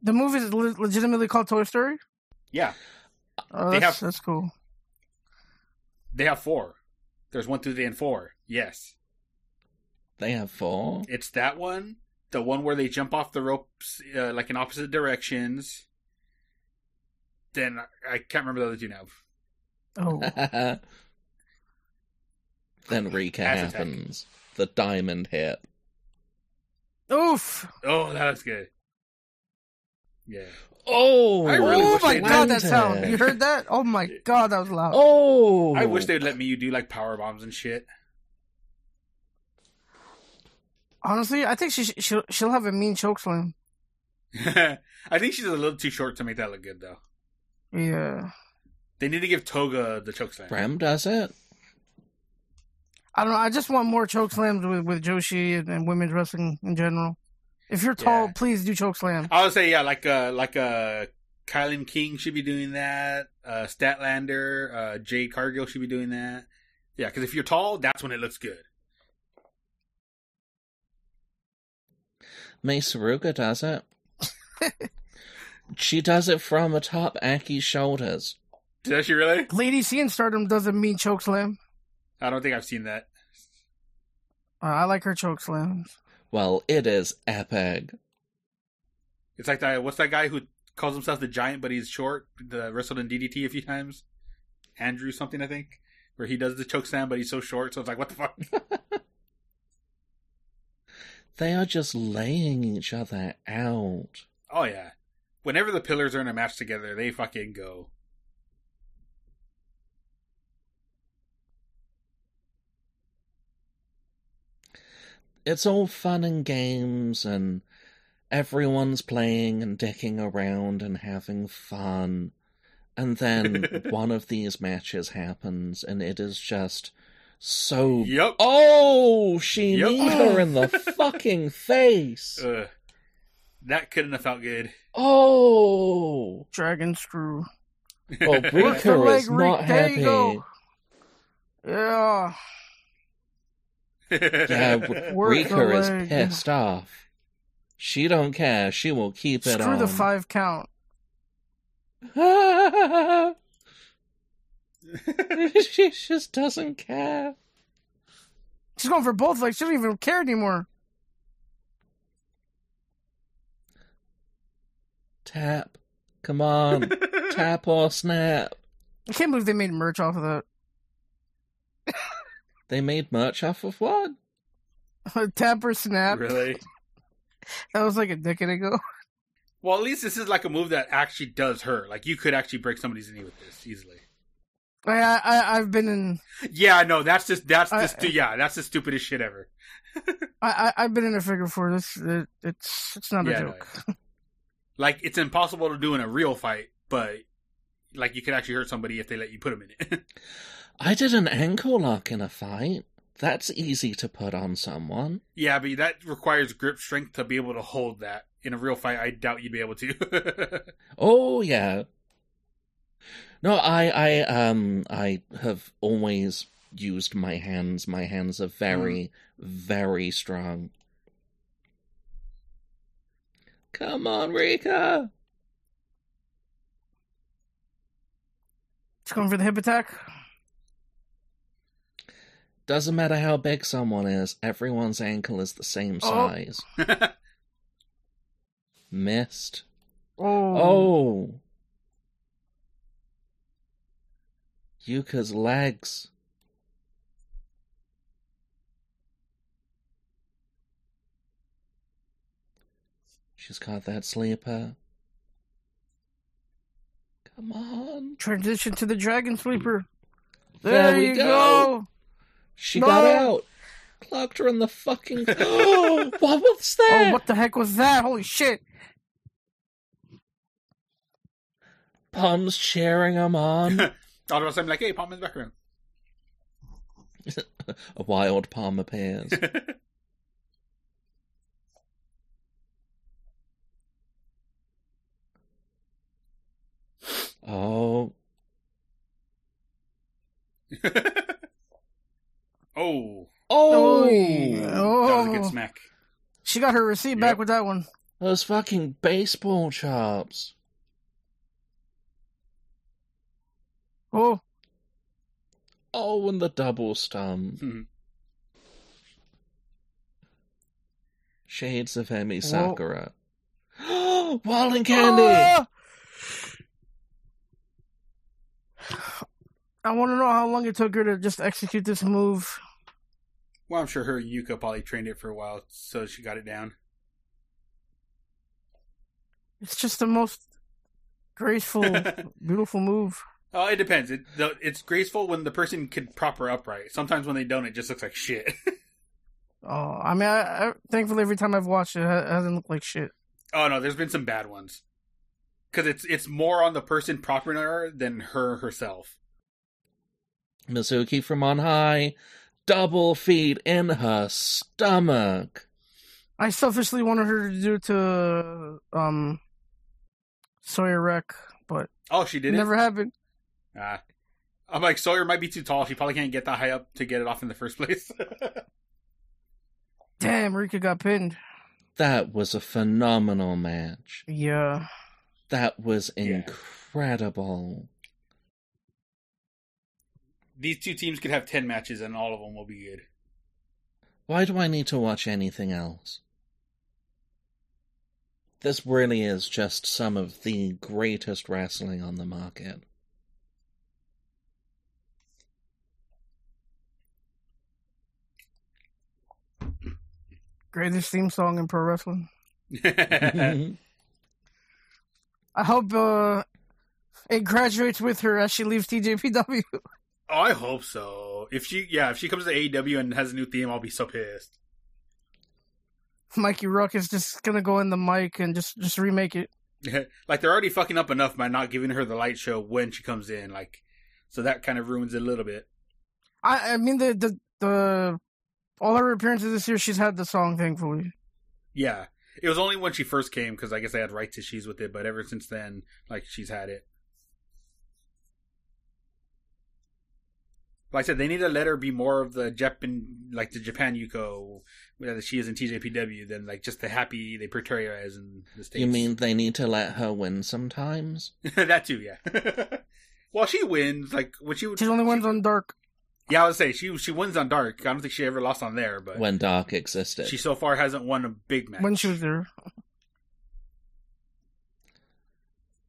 Speaker 2: The movie is le- legitimately called Toy Story.
Speaker 1: Yeah,
Speaker 2: Oh,
Speaker 1: They
Speaker 2: that's,
Speaker 1: have-
Speaker 2: that's cool.
Speaker 1: they have four. There's one through the end four. Yes,
Speaker 3: They have four.
Speaker 1: it's that one, the one where they jump off the ropes uh, like in opposite directions. Then I- I can't remember the other two now.
Speaker 2: Oh,
Speaker 3: then Rika
Speaker 1: Attack.
Speaker 3: happens. The diamond hit.
Speaker 2: oof!
Speaker 1: Oh, that was good. Yeah.
Speaker 3: Oh,
Speaker 1: I really
Speaker 2: oh
Speaker 1: wish
Speaker 2: my
Speaker 1: they
Speaker 2: god, that
Speaker 3: landed.
Speaker 2: sound! You heard that? Oh my god, that was loud.
Speaker 3: Oh,
Speaker 1: I wish they'd let me you do like power bombs and shit.
Speaker 2: Honestly, I think she sh- she'll she'll have a mean choke slam.
Speaker 1: I think she's a little too short to make that look good though.
Speaker 2: Yeah,
Speaker 1: They need to give Toga the chokeslam.
Speaker 3: Bram does it.
Speaker 2: I don't know. I just want more choke slams with with Joshi and, and women's wrestling in general. If you're tall,
Speaker 1: Yeah.
Speaker 2: please do choke slam.
Speaker 1: I would say yeah, like uh like uh Kylan King should be doing that. Uh Statlander, uh Jade Cargill should be doing that. Yeah, because if you're tall, that's when it looks good.
Speaker 3: May Saruga does it. she does it from atop Aki's shoulders.
Speaker 1: Does she really?
Speaker 2: Lady C in Stardom does a mean choke slam.
Speaker 1: I don't think I've seen that.
Speaker 2: Uh, I like her choke slams.
Speaker 3: Well, it is epic.
Speaker 1: It's like that what's that guy who calls himself the giant but he's short, the wrestled in DDT a few times? Andrew something, I think. Where he does the chokeslam but he's so short, so it's like what the fuck?
Speaker 3: They are just laying each other out.
Speaker 1: Oh yeah. Whenever the pillars are in a match together, they fucking go.
Speaker 3: It's all fun and games, and everyone's playing and dicking around and having fun. And then one of these matches happens, and it is just so.
Speaker 1: Yup.
Speaker 3: Oh, she
Speaker 1: Yep.
Speaker 3: kneed her in the fucking face.
Speaker 1: Ugh. that couldn't have felt good.
Speaker 3: Oh.
Speaker 2: Dragon screw.
Speaker 3: Well,
Speaker 2: Work the
Speaker 3: Rika
Speaker 2: leg,
Speaker 3: is
Speaker 2: Reek.
Speaker 3: not
Speaker 2: There
Speaker 3: happy.
Speaker 2: you go. Yeah.
Speaker 3: Yeah,
Speaker 2: Work
Speaker 3: Rika
Speaker 2: the
Speaker 3: is
Speaker 2: leg.
Speaker 3: pissed off. She don't care. She will keep it
Speaker 2: Screw
Speaker 3: on.
Speaker 2: the five count.
Speaker 3: she just doesn't care.
Speaker 2: She's going for both legs. She doesn't even care anymore.
Speaker 3: Tap. Come on. Tap or snap.
Speaker 2: I can't believe they made merch off of that.
Speaker 3: They made merch off of what?
Speaker 2: Tap or snap.
Speaker 1: really?
Speaker 2: That was like a decade ago.
Speaker 1: Well, at least this is like a move that actually does hurt. Like you could actually break somebody's knee with this easily.
Speaker 2: Like, I, I, I've been in,
Speaker 1: Yeah, no, that's just that's
Speaker 2: I-
Speaker 1: just yeah, that's the stupidest shit ever.
Speaker 2: I, I, I've been in a figure four. This, it, it's, it's not
Speaker 1: Yeah,
Speaker 2: a
Speaker 1: no,
Speaker 2: joke.
Speaker 1: Like it's impossible to do in a real fight, but like you could actually hurt somebody if they let you put them in it.
Speaker 3: I did an ankle lock in a fight. That's easy to put on someone.
Speaker 1: yeah, but that requires grip strength to be able to hold that. In a real fight, I doubt you'd be able to.
Speaker 3: Oh yeah. No, I I um I have always used my hands. My hands are very very strong. Come on, Rika.
Speaker 2: It's going for the hip attack.
Speaker 3: Doesn't matter how big someone is, everyone's ankle is the same
Speaker 2: Oh.
Speaker 3: size. Missed.
Speaker 2: Oh,
Speaker 3: Oh! Yuka's legs. She's got that sleeper. Come on.
Speaker 2: transition to the dragon sleeper.
Speaker 3: There
Speaker 2: There,
Speaker 3: we
Speaker 2: you
Speaker 3: go.
Speaker 2: go.
Speaker 3: She
Speaker 2: No.
Speaker 3: got out. Clocked her in the fucking. Oh, what was that?
Speaker 2: Oh, what the heck was that? Holy shit!
Speaker 3: Palms cheering him on.
Speaker 1: All of a sudden, like, hey, Palm in the background.
Speaker 3: A wild palm appears. oh,
Speaker 1: oh,
Speaker 3: oh,
Speaker 1: that was a good
Speaker 2: oh.
Speaker 1: smack.
Speaker 2: she got her receipt
Speaker 1: Yep.
Speaker 2: back with that one.
Speaker 3: those fucking baseball chops.
Speaker 2: Oh,
Speaker 3: Oh, and the double stump.
Speaker 1: Mhm.
Speaker 3: Shades of Emi
Speaker 2: Whoa.
Speaker 3: Sakura. Wild and Candy.
Speaker 2: Ah! I want to know how long it took her to just execute this move.
Speaker 1: Well, I'm sure her and Yuka probably trained it for a while, so she got it down.
Speaker 2: It's just the most graceful, beautiful move.
Speaker 1: Oh, it depends. It, the, it's graceful when the person can prop her upright. Sometimes when they don't, it just looks like shit.
Speaker 2: Oh, I mean, I, I, thankfully every time I've watched it, it ha- hasn't looked like shit.
Speaker 1: oh no, there's been some bad ones because it's it's more on the person propping her than her herself.
Speaker 3: Mizuki from on high. Double feet in her stomach.
Speaker 2: I selfishly wanted her to do it to um Sawyer Wreck, but
Speaker 1: Oh, she
Speaker 2: it
Speaker 1: did
Speaker 2: never happened.
Speaker 1: it. Ah. I'm like Sawyer might be too tall. She probably can't get that high up to get it off in the first place.
Speaker 2: Damn, Rika got pinned.
Speaker 3: That was a phenomenal match.
Speaker 2: Yeah.
Speaker 3: That was
Speaker 1: Yeah.
Speaker 3: incredible.
Speaker 1: These two teams could have ten matches, and all of them will be good.
Speaker 3: Why do I need to watch anything else? This really is just some of the greatest wrestling on the market.
Speaker 2: Greatest theme song in pro wrestling. I hope uh it graduates with her as she leaves TJPW.
Speaker 1: oh, I hope so. If she, yeah, if she comes to AEW and has a new theme, I'll be so pissed.
Speaker 2: Mikey Rock is just gonna go in the mic and just just remake it.
Speaker 1: like they're already fucking up enough by not giving her the light show when she comes in. Like, so that kind of ruins it a little bit.
Speaker 2: I I mean the the the all her appearances this year she's had the song thankfully.
Speaker 1: Yeah, it was only when she first came because I guess I had rights issues with it, but ever since then, like she's had it. Like I said, they need to let her be more of the Japan, like the Japan Yuko that she is in TJPW than like just the happy they portray her as in the states.
Speaker 3: you mean they need to let her win sometimes?
Speaker 1: that too? Yeah. well, she wins. Like when she
Speaker 2: She only wins on Dark.
Speaker 1: Yeah, I would say she she wins on dark. I don't think she ever lost on there, but
Speaker 3: When Dark existed.
Speaker 1: she so far hasn't won a big match.
Speaker 2: when she was there.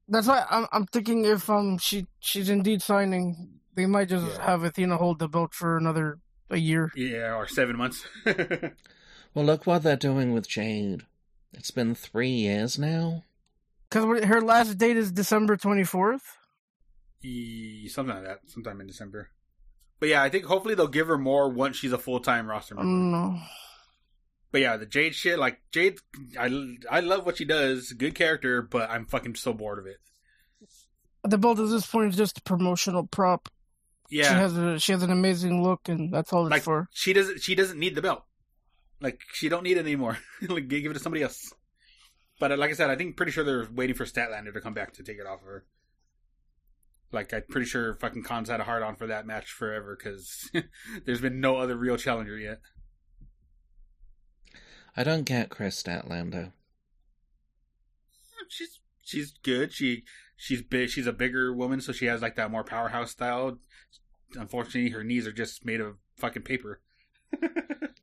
Speaker 2: That's why I'm I'm thinking if um she she's indeed signing, they might just
Speaker 1: Yeah.
Speaker 2: have Athena hold the belt for another a year.
Speaker 1: yeah, or seven months.
Speaker 3: Well, look what they're doing with Jade. It's been three years now.
Speaker 2: Because her last date is December twenty fourth.
Speaker 1: E- something like that, sometime in December. But yeah, I think hopefully they'll give her more once she's a full time roster member.
Speaker 2: No,
Speaker 1: But yeah, the Jade shit, like Jade, I, I love what she does, good character, but I'm fucking so bored of it.
Speaker 2: the belt at this point is just a promotional prop. She
Speaker 1: Yeah,
Speaker 2: has a she has an amazing look, and that's all it's
Speaker 1: like
Speaker 2: for.
Speaker 1: she doesn't she doesn't need the belt. Like she don't need it anymore. like give it to somebody else. But uh, like I said, I think pretty sure they're waiting for Statlander to come back to take it off of her. Like I'm pretty sure fucking Khan's had a hard on for that match forever because there's been no other real challenger yet.
Speaker 3: I don't get Chris Statlander.
Speaker 1: she's she's good. She she's big. She's a bigger woman, so she has like that more powerhouse style. Unfortunately, her knees are just made of fucking paper.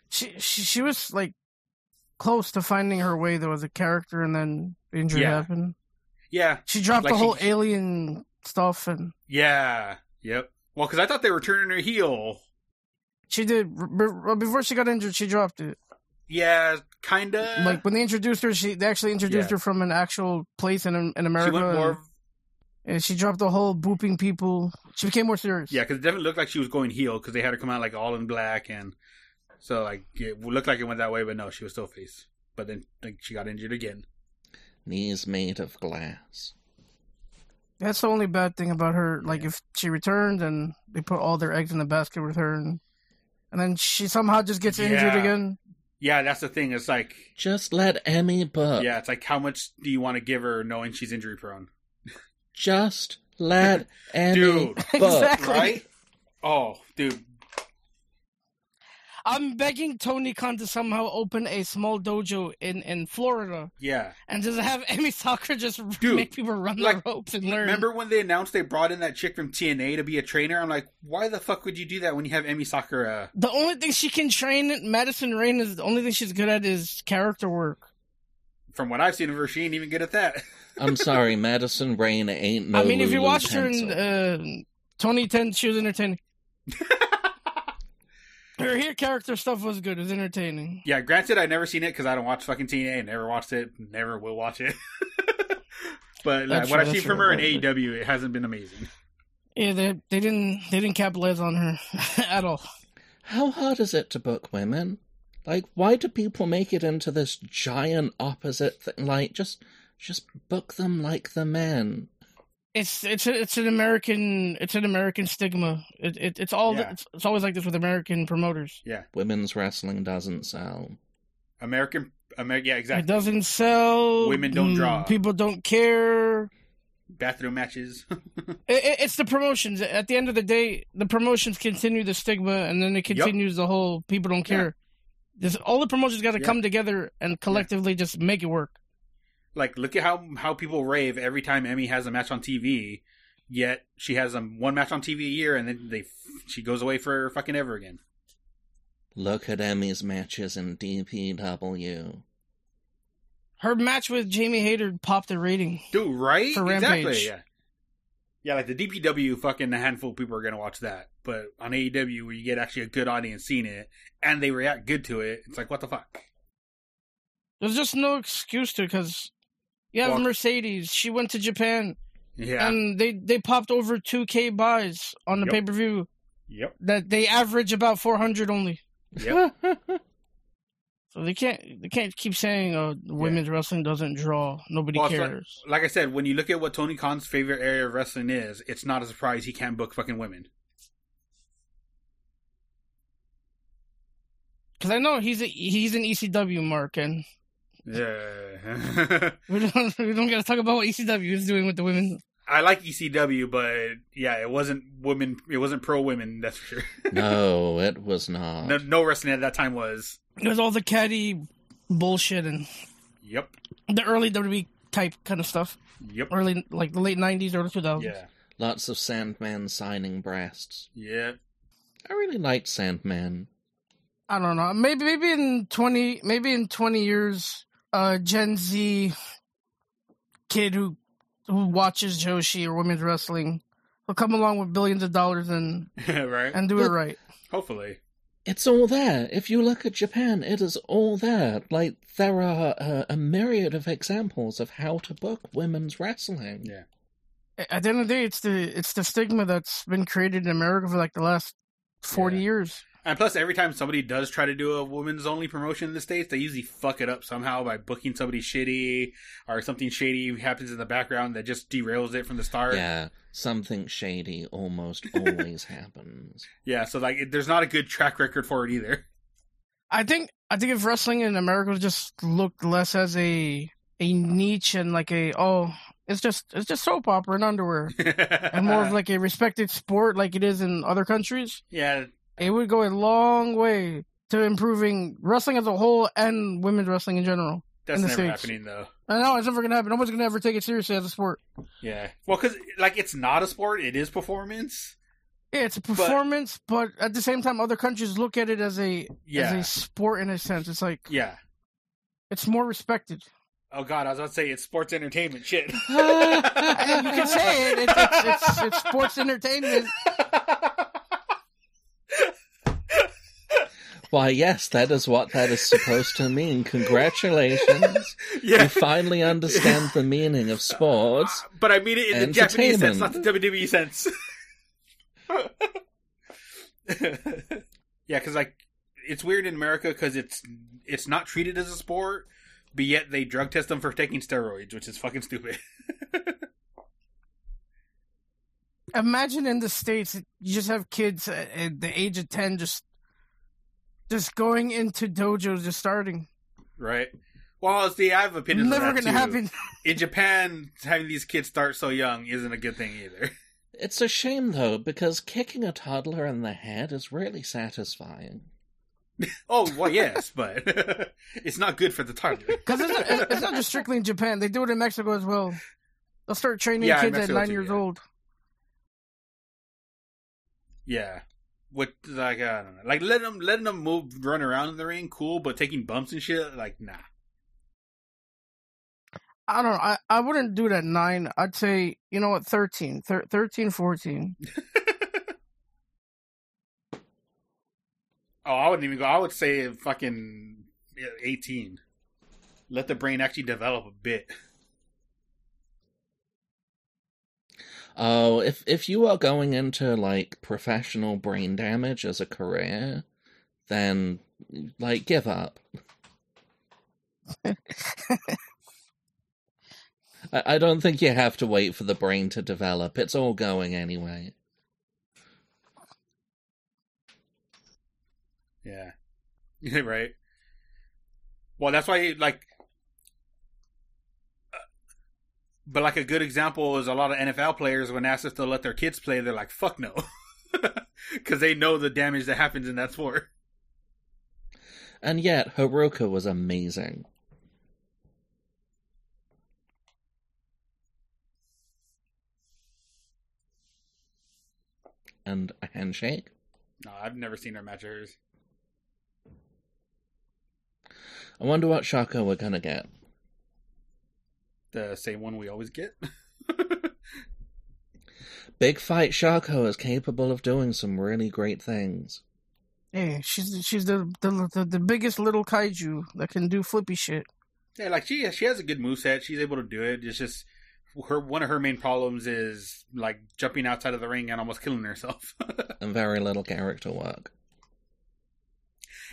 Speaker 2: She she she was like close to finding her way though as a character, and then the injury
Speaker 1: Yeah.
Speaker 2: happened.
Speaker 1: Yeah,
Speaker 2: She dropped
Speaker 1: Like
Speaker 2: the
Speaker 1: she-
Speaker 2: whole alien stuff, and
Speaker 1: yeah, yep. Well, because I thought they were turning her heel.
Speaker 2: she did b- before she got injured. She dropped it.
Speaker 1: Yeah, kinda.
Speaker 2: like when they introduced her, she they actually introduced
Speaker 1: Yeah.
Speaker 2: her from an actual place in in
Speaker 1: she
Speaker 2: America,
Speaker 1: went
Speaker 2: and-
Speaker 1: more.
Speaker 2: and, she dropped the whole booping people. She became more serious.
Speaker 1: Yeah, because it definitely looked like she was going heel because they had her come out like all in black and so like it looked like it went that way, but no, she was still face. But then like she got injured again.
Speaker 3: Knees made of glass.
Speaker 2: that's the only bad thing about her. Like if she returned and they put all their eggs in the basket with her, and, and then she somehow just gets injured
Speaker 1: Yeah.
Speaker 2: again.
Speaker 1: Yeah, that's the thing. It's like
Speaker 3: Just let Emmy
Speaker 2: Uh.
Speaker 3: book.
Speaker 1: yeah, it's like how much do you want to give her knowing she's injury prone,
Speaker 3: Just let Emmy
Speaker 1: Dude.
Speaker 3: book.
Speaker 2: Exactly.
Speaker 1: right? oh, dude,
Speaker 2: I'm begging Tony Khan to somehow open a small dojo in in Florida
Speaker 1: yeah.
Speaker 2: and just have Amy Soccer just
Speaker 1: Dude,
Speaker 2: make people run
Speaker 1: like,
Speaker 2: the ropes and learn.
Speaker 1: Remember when they announced they brought in that chick from TNA to be a trainer? I'm like, why the fuck would you do that when you have uh, Emmy Sakura?
Speaker 2: The only thing she can train Madison Rain is the only thing she's good at is character work.
Speaker 1: From what I've seen of her, she ain't even good at that.
Speaker 3: I'm sorry, Madison Rain ain't no.
Speaker 2: I mean, if you
Speaker 3: Lulu
Speaker 2: watched her in
Speaker 3: Pencil.
Speaker 2: uh, 2010, she was entertaining. her hair character stuff was good. It was entertaining.
Speaker 1: yeah, granted, I've never seen it because I don't watch fucking TNA. Never watched it. Never will watch it. but like,
Speaker 2: That's
Speaker 1: what
Speaker 2: true,
Speaker 1: I've seen
Speaker 2: that's
Speaker 1: from
Speaker 2: true.
Speaker 1: her in AEW, it hasn't been amazing.
Speaker 2: Yeah, they they didn't they didn't capitalize on her at all.
Speaker 3: How hard is it to book women? Like, why do people make it into this giant opposite thing? Like, just, just book them like the men.
Speaker 2: It's it's a, it's an American it's an American stigma. It, it it's all
Speaker 1: Yeah.
Speaker 2: it's, it's always like this with American promoters.
Speaker 3: Women's wrestling doesn't sell.
Speaker 1: American, Amer- yeah,
Speaker 2: It
Speaker 1: exactly.
Speaker 2: doesn't sell.
Speaker 1: Women don't
Speaker 2: mm,
Speaker 1: draw.
Speaker 2: People don't care.
Speaker 1: Bathroom matches.
Speaker 2: It, it- it's the promotions. At the end of the day, the promotions continue the stigma, and then it continues the whole people don't
Speaker 1: Yeah.
Speaker 2: care. This, all the promotions got to
Speaker 1: Yeah.
Speaker 2: come together and collectively just make it work.
Speaker 1: like look at how how people rave every time Emmy has a match on TV. Yet she has um, one match on TV a year, and then they she goes away for fucking ever again.
Speaker 3: Look at Emmy's matches in DPW.
Speaker 2: Her match with Jamie Hayter popped the rating.
Speaker 1: Dude, right?
Speaker 2: For Rampage.
Speaker 1: Yeah. yeah, like the DPW, fucking a handful of people are going to watch that. But on AEW, where you get actually a good audience seeing it and they react good to it, it's like, what the fuck?
Speaker 2: There's just no excuse to because you have
Speaker 1: Well-
Speaker 2: Mercedes. She went to Japan,
Speaker 1: Yeah.
Speaker 2: and they they popped over 2K buys on the
Speaker 1: Yep.
Speaker 2: pay per view.
Speaker 1: yep.
Speaker 2: That they average about 400 only.
Speaker 1: Yep.
Speaker 2: So they can't they can't keep saying uh, women's wrestling doesn't draw. Nobody
Speaker 1: Well, it's like-
Speaker 2: cares.
Speaker 1: like I said, when you look at what Tony Khan's favorite area of wrestling is, it's not a surprise he can't book fucking women.
Speaker 2: Because I know he's a, he's an E ECW mark, and
Speaker 1: Yeah.
Speaker 2: we don't we don't got to talk about what ECW is doing with the women.
Speaker 1: I like ECW, but yeah, it wasn't women. It wasn't pro women. That's for sure.
Speaker 3: no, it was not.
Speaker 1: No, no wrestling at that time was.
Speaker 2: It was all the caddy bullshit and
Speaker 1: Yep.
Speaker 2: the early WWE type kind of stuff,
Speaker 1: Yep.
Speaker 2: early like the late '90s, early 2000s.
Speaker 1: Yeah.
Speaker 3: Lots of Sandman signing breasts.
Speaker 1: Yeah.
Speaker 3: I really liked Sandman.
Speaker 2: I don't know. Maybe maybe in twenty maybe in twenty years, a Gen Z kid who who watches Joshi or women's wrestling will come along with billions of dollars and
Speaker 1: right.
Speaker 2: and do it right.
Speaker 1: Hopefully.
Speaker 3: It's all there. If you look at Japan, it is all there. Like, there are uh, a myriad of examples of how to book women's wrestling.
Speaker 1: Yeah.
Speaker 2: at the end of the day, it's the it's the stigma that's been created in America for like the last forty
Speaker 1: Yeah.
Speaker 2: years.
Speaker 1: And plus, every time somebody does try to do a women's only promotion in the States, they usually fuck it up somehow by booking somebody shitty or something shady happens in the background that just derails it from the start.
Speaker 3: Yeah, something shady almost always happens.
Speaker 1: Yeah, so, like, it, there's not a good track record for it either.
Speaker 2: I think I think if wrestling in America just looked less as a a niche and like a oh it's just it's just soap opera and underwear and more of like a respected sport like it is in other countries,
Speaker 1: yeah,
Speaker 2: it would go a long way to improving wrestling as a whole and women's wrestling in general.
Speaker 1: that's
Speaker 2: In the
Speaker 1: never
Speaker 2: States.
Speaker 1: happening, though.
Speaker 2: I know it's never gonna happen. Nobody's gonna ever take it seriously as a sport.
Speaker 1: Yeah. Well, because, like, it's not a sport, it is performance.
Speaker 2: Yeah, it's a performance, but, at the same time, other countries look at it as a
Speaker 1: Yeah.
Speaker 2: as a sport in a sense. It's like
Speaker 1: Yeah.
Speaker 2: It's more respected.
Speaker 1: Oh God, I was about to say it's sports entertainment shit. you
Speaker 2: you can say it. It's, it's, it's, it's sports entertainment.
Speaker 3: Why, yes, that is what that is supposed to mean. Congratulations. You
Speaker 1: yeah,
Speaker 3: finally understand the meaning of sports.
Speaker 1: but I mean it in the Japanese sense, not the WWE sense. yeah, because like it's weird in America because it's it's not treated as a sport, but yet they drug test them for taking steroids, which is fucking stupid.
Speaker 2: Imagine in the states, you just have kids at, at the age of ten just just going into dojos, just starting.
Speaker 1: right? Well, see, I have opinions.
Speaker 2: Never
Speaker 1: on that
Speaker 2: gonna
Speaker 1: too.
Speaker 2: happen.
Speaker 1: In Japan, having these kids start so young isn't a good thing either.
Speaker 3: It's a shame, though, because kicking a toddler in the head is really satisfying.
Speaker 1: Oh well, yes, but it's not good for the toddler.
Speaker 2: Because it's, not- it's not just strictly in Japan. They do it in Mexico as well. They'll start training
Speaker 1: Yeah, in
Speaker 2: kids at
Speaker 1: Mexico
Speaker 2: nine
Speaker 1: too,
Speaker 2: years
Speaker 1: yeah.
Speaker 2: old.
Speaker 1: Yeah. What like I don't know, like letting them letting them move run around in the ring, cool. But taking bumps and shit, like nah.
Speaker 2: I don't know. I, I wouldn't do it at nine. I'd say, you know what, 13, thir- 13 14.
Speaker 1: Oh, I wouldn't even go. I would say fucking eighteen. Let the brain actually develop a bit.
Speaker 3: Oh, if if you are going into like professional brain damage as a career, then like give up. I, I don't think you have to wait for the brain to develop. It's all going anyway.
Speaker 1: Yeah. Yeah, right. Well, that's why, like, uh, but like a good example is a lot of NFL players when asked if they'll let their kids play, they're like, "Fuck no," because they know the damage that happens in that sport.
Speaker 3: And yet, Haruka was amazing. And a handshake.
Speaker 1: No, I've never seen her match of hers.
Speaker 3: I wonder what Shaka we're gonna get.
Speaker 1: The same one we always get.
Speaker 3: Big Fight Sharko is capable of doing some really great things.
Speaker 2: Hey, she's she's the, the the the biggest little kaiju that can do flippy shit.
Speaker 1: yeah, like she she has a good moveset. She's able to do it. It's just her one of her main problems is like jumping outside of the ring and almost killing herself.
Speaker 3: And very little character work.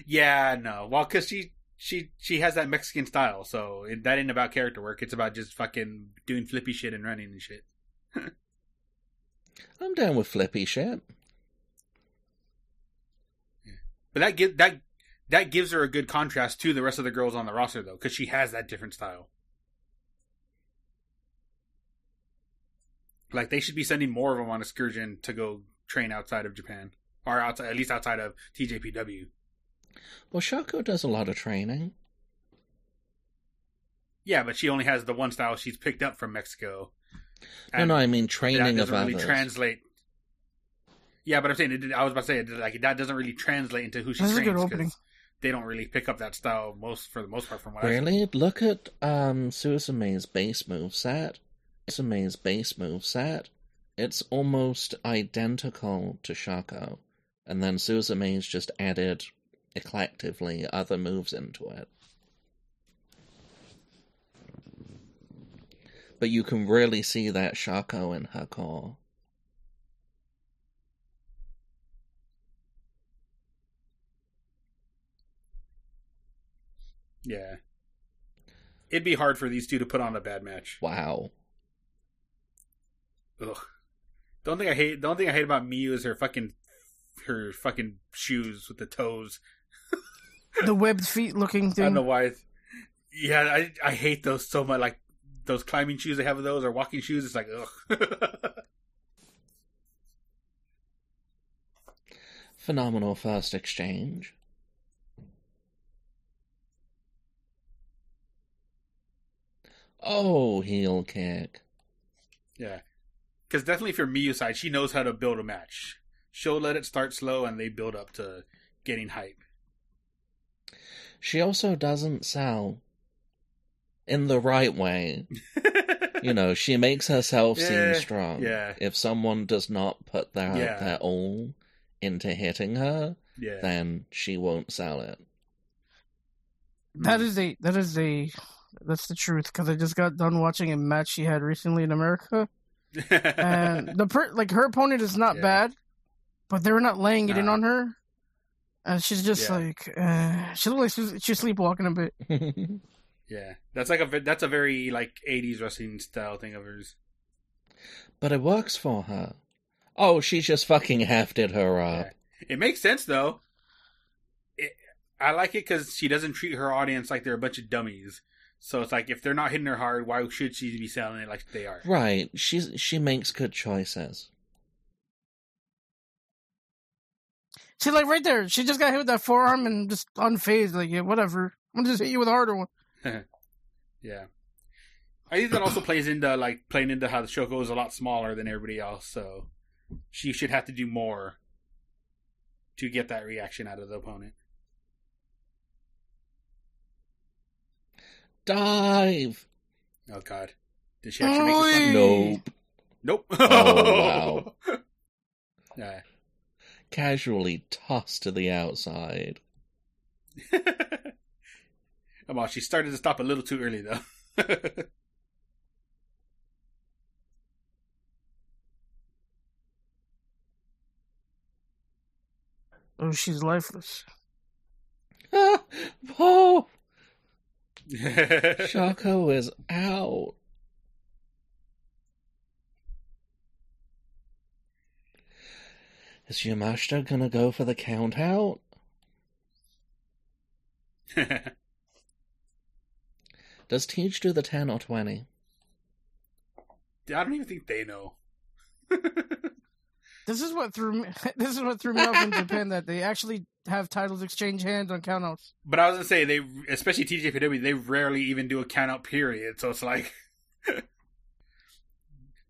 Speaker 1: Yeah, no. Well, because she she she has that Mexican style, so it, that ain't about character work. It's about just fucking doing flippy shit and running and shit.
Speaker 3: I'm down with flippy shit.
Speaker 1: But that give that that gives her a good contrast to the rest of the girls on the roster, though, because she has that different style. Like they should be sending more of them on excursion to go train outside of Japan, or outside at least outside of TJPW.
Speaker 3: Well, Sharko does a lot of training.
Speaker 1: Yeah, but she only has the one style she's picked up from Mexico.
Speaker 3: No,
Speaker 1: And-
Speaker 3: no, I mean
Speaker 1: that
Speaker 3: training of
Speaker 1: doesn't
Speaker 3: others.
Speaker 1: really translate. Yeah, but I'm saying it, did- I was about to say it, did- like that doesn't really translate into who she
Speaker 2: This is a
Speaker 1: trains.
Speaker 2: good
Speaker 1: 'cause
Speaker 2: opening.
Speaker 1: They don't really pick up that style most for the most part from what I
Speaker 3: Really? Look at um Suzume's base move set. Suzume's base move set. It's almost identical to Shako. And then Suzume's just added eclectively other moves into it. But you can really see that Shako in her core.
Speaker 1: Yeah, it'd be hard for these two to put on a bad match.
Speaker 3: Wow.
Speaker 1: Ugh. Don't think I hate. Don't think I hate about Miyu is her fucking her fucking shoes with the toes.
Speaker 2: The webbed feet looking
Speaker 1: I don't
Speaker 2: thing.
Speaker 1: know why. it's- Yeah, I I hate those so much. Like those climbing shoes they have of those or walking shoes. It's like ugh.
Speaker 3: Phenomenal first exchange. Oh, heel kick.
Speaker 1: Yeah. Because definitely for Miyu's side, she knows how to build a match. She'll let it start slow and they build up to getting hype.
Speaker 3: She also doesn't sell. in the right way. You know, she makes herself
Speaker 1: Yeah,
Speaker 3: seem strong.
Speaker 1: yeah.
Speaker 3: If someone does not put their
Speaker 1: Yeah.
Speaker 3: their all into hitting her,
Speaker 1: yeah.
Speaker 3: then she won't sell it.
Speaker 2: That is a that is a that's the truth because I just got done watching a match she had recently in America, and the per- like her opponent is not
Speaker 1: Yeah.
Speaker 2: bad, but they were not laying it in
Speaker 1: Nah.
Speaker 2: on her, and she's just
Speaker 1: Yeah.
Speaker 2: like uh, she looked like she's, she's sleepwalking a bit.
Speaker 1: yeah. That's like a ve- that's a very like 80s wrestling style thing of hers.
Speaker 3: but it works for her. Oh, she just fucking hefted her up.
Speaker 1: It makes sense though. It, I like it because she doesn't treat her audience like they're a bunch of dummies. So it's like if they're not hitting her hard, why should she be selling it like they are?
Speaker 3: Right. She's she makes good choices.
Speaker 2: She like right there. She just got hit with that forearm and just unfazed. Like yeah, whatever. I'm gonna just hit you with a harder one.
Speaker 1: Yeah. I think that also plays into like playing into how the Shoko is a lot smaller than everybody else, so she should have to do more to get that reaction out of the opponent.
Speaker 3: Dive.
Speaker 1: Oh god. Did she actually make this
Speaker 2: Oy.
Speaker 1: one?
Speaker 3: Nope.
Speaker 1: Nope.
Speaker 3: Oh,
Speaker 1: wow. Yeah.
Speaker 3: Casually tossed to the outside.
Speaker 1: Come on, she started to stop a little too early though.
Speaker 2: Oh, she's lifeless.
Speaker 3: Ah, oh,
Speaker 1: yeah.
Speaker 3: Shaco is out. Is Yamashita gonna go for the count out? Does Teach do the 10 or 20?
Speaker 1: I don't even think they know.
Speaker 2: This is what threw me, this is what threw me off in Japan that they actually have titles exchange hands on countouts.
Speaker 1: But I was gonna say they, especially TJPW, they rarely even do a count out period. So it's like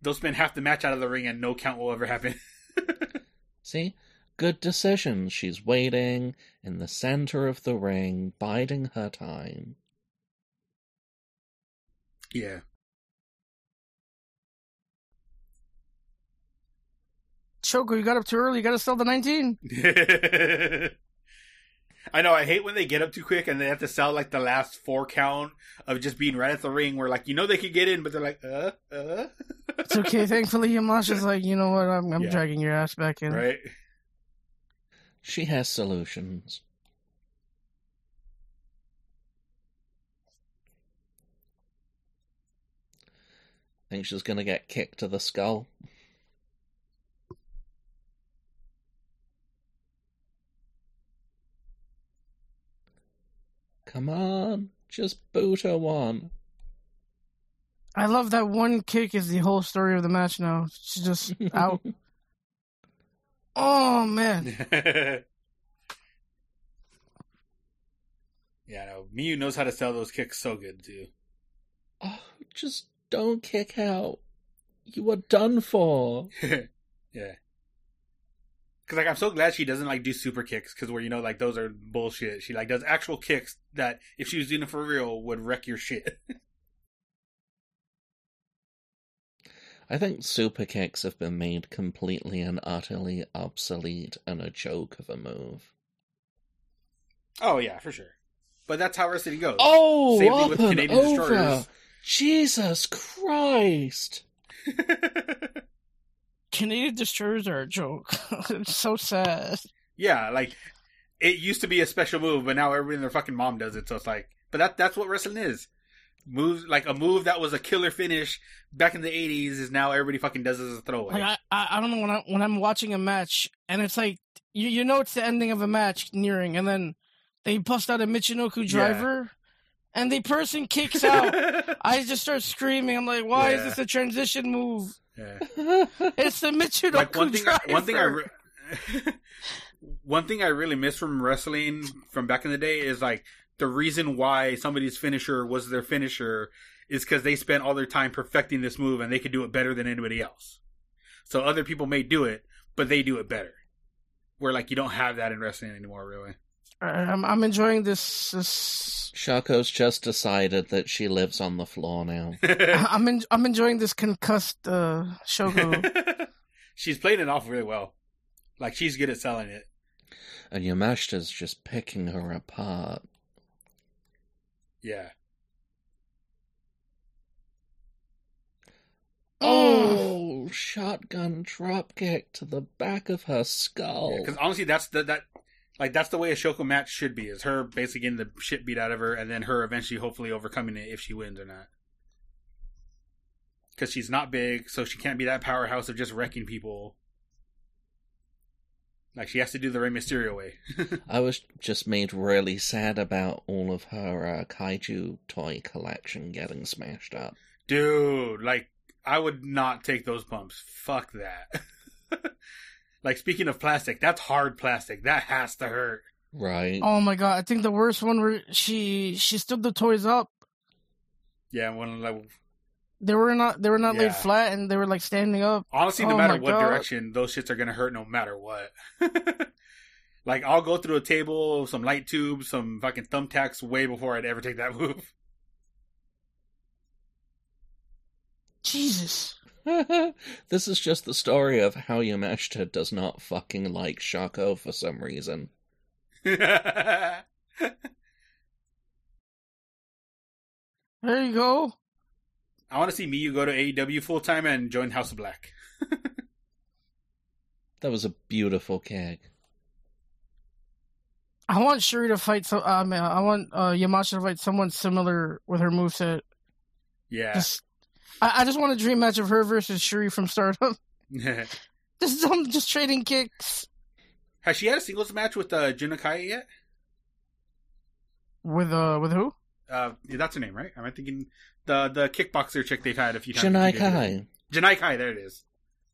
Speaker 1: they'll spend half the match out of the ring and no count will ever happen.
Speaker 3: See? Good decision. She's waiting in the center of the ring, biding her time.
Speaker 1: Yeah.
Speaker 2: Choco, you got up too early. You got to sell the 19.
Speaker 1: I know. I hate when they get up too quick and they have to sell like the last four count of just being right at the ring, where like you know they could get in, but they're like, uh, uh,
Speaker 2: It's okay. Thankfully, Yamasha's like, you know what? I'm, I'm
Speaker 1: Yeah.
Speaker 2: dragging your ass back in.
Speaker 1: right?
Speaker 3: She has solutions. Think she's gonna get kicked to the skull. Come on, just boot her one.
Speaker 2: I love that one kick is the whole story of the match now. She's just out. oh, man.
Speaker 1: yeah, no. Miyu knows how to sell those kicks so good too.
Speaker 3: Oh, just don't kick out. You are done for.
Speaker 1: yeah. Cause like I'm so glad she doesn't like do super kicks, cause where you know like those are bullshit. She like does actual kicks that if she was doing it for real would wreck your shit.
Speaker 3: I think super kicks have been made completely and utterly obsolete and a joke of a move.
Speaker 1: oh yeah, for sure. But that's how wrestling goes.
Speaker 3: Oh,
Speaker 1: Same thing
Speaker 3: up
Speaker 1: with
Speaker 3: and
Speaker 1: Canadian
Speaker 3: over!
Speaker 1: destroyers.
Speaker 3: Jesus Christ!
Speaker 2: Canadian destroyers are a joke. it's so sad.
Speaker 1: yeah, like it used to be a special move, but now everybody and their fucking mom does it. So it's like, but that that's what wrestling is. Moves like a move that was a killer finish back in the '80s is now everybody fucking does it as a throwaway.
Speaker 2: Like I, I, I don't know when I when I'm watching a match and it's like you you know it's the ending of a match nearing and then they bust out a Michinoku driver and the person kicks out. I just start screaming. I'm like, why
Speaker 1: Yeah.
Speaker 2: is this a transition move?
Speaker 1: yeah.
Speaker 2: It's the Michinoku
Speaker 1: like one thing,
Speaker 2: driver.
Speaker 1: one thing I, re- one thing I really miss from wrestling from back in the day is like the reason why somebody's finisher was their finisher is because they spent all their time perfecting this move and they could do it better than anybody else. So other people may do it, but they do it better. Where like you don't have that in wrestling anymore, really.
Speaker 2: I'm I'm enjoying this. this
Speaker 3: Shako's just decided that she lives on the floor now.
Speaker 2: I- I'm en- I'm enjoying this concussed uh, Shogo.
Speaker 1: she's playing it off really well. Like she's good at selling it.
Speaker 3: And Yamashita's just picking her apart.
Speaker 1: Yeah.
Speaker 3: Oh, shotgun dropkick to the back of her skull.
Speaker 1: Because honestly, that's the that like that's the way a Shoko match should be: is her basically getting the shit beat out of her, and then her eventually, hopefully, overcoming it if she wins or not. Because she's not big, so she can't be that powerhouse of just wrecking people. Like she has to do the Rey Mysterio way.
Speaker 3: I was just made really sad about all of her uh, kaiju toy collection getting smashed up.
Speaker 1: Dude, like I would not take those pumps. Fuck that. like speaking of plastic, that's hard plastic. That has to hurt.
Speaker 3: Right.
Speaker 2: oh my god! I think the worst one where she she stood the toys up.
Speaker 1: Yeah, when like
Speaker 2: They were not they were not
Speaker 1: Yeah.
Speaker 2: laid flat and they were like standing up.
Speaker 1: honestly, no
Speaker 2: Oh
Speaker 1: matter
Speaker 2: my
Speaker 1: what
Speaker 2: God.
Speaker 1: direction, those shits are gonna hurt no matter what. like I'll go through a table, some light tubes, some fucking thumbtacks way before I'd ever take that move.
Speaker 2: Jesus.
Speaker 3: this is just the story of how Yamashita does not fucking like Shako for some reason.
Speaker 2: There you go.
Speaker 1: I want to see Miyu go to AEW full time and join House of Black.
Speaker 3: That was a beautiful kick.
Speaker 2: I want Shuri to fight. So I mean, I want uh, Yamashita to fight someone similar with her moveset.
Speaker 1: Yeah.
Speaker 2: Just, I, I just want a dream match of her versus Shuri from Stardom. just some just trading kicks
Speaker 1: Has she had a singles match with uh, Junakai yet?
Speaker 2: with uh with who?
Speaker 1: uh, yeah, that's her name, right? Am I thinking the the kickboxer chick they've had a few times?
Speaker 3: Shinai Kai.
Speaker 1: Janai Kai, there it is.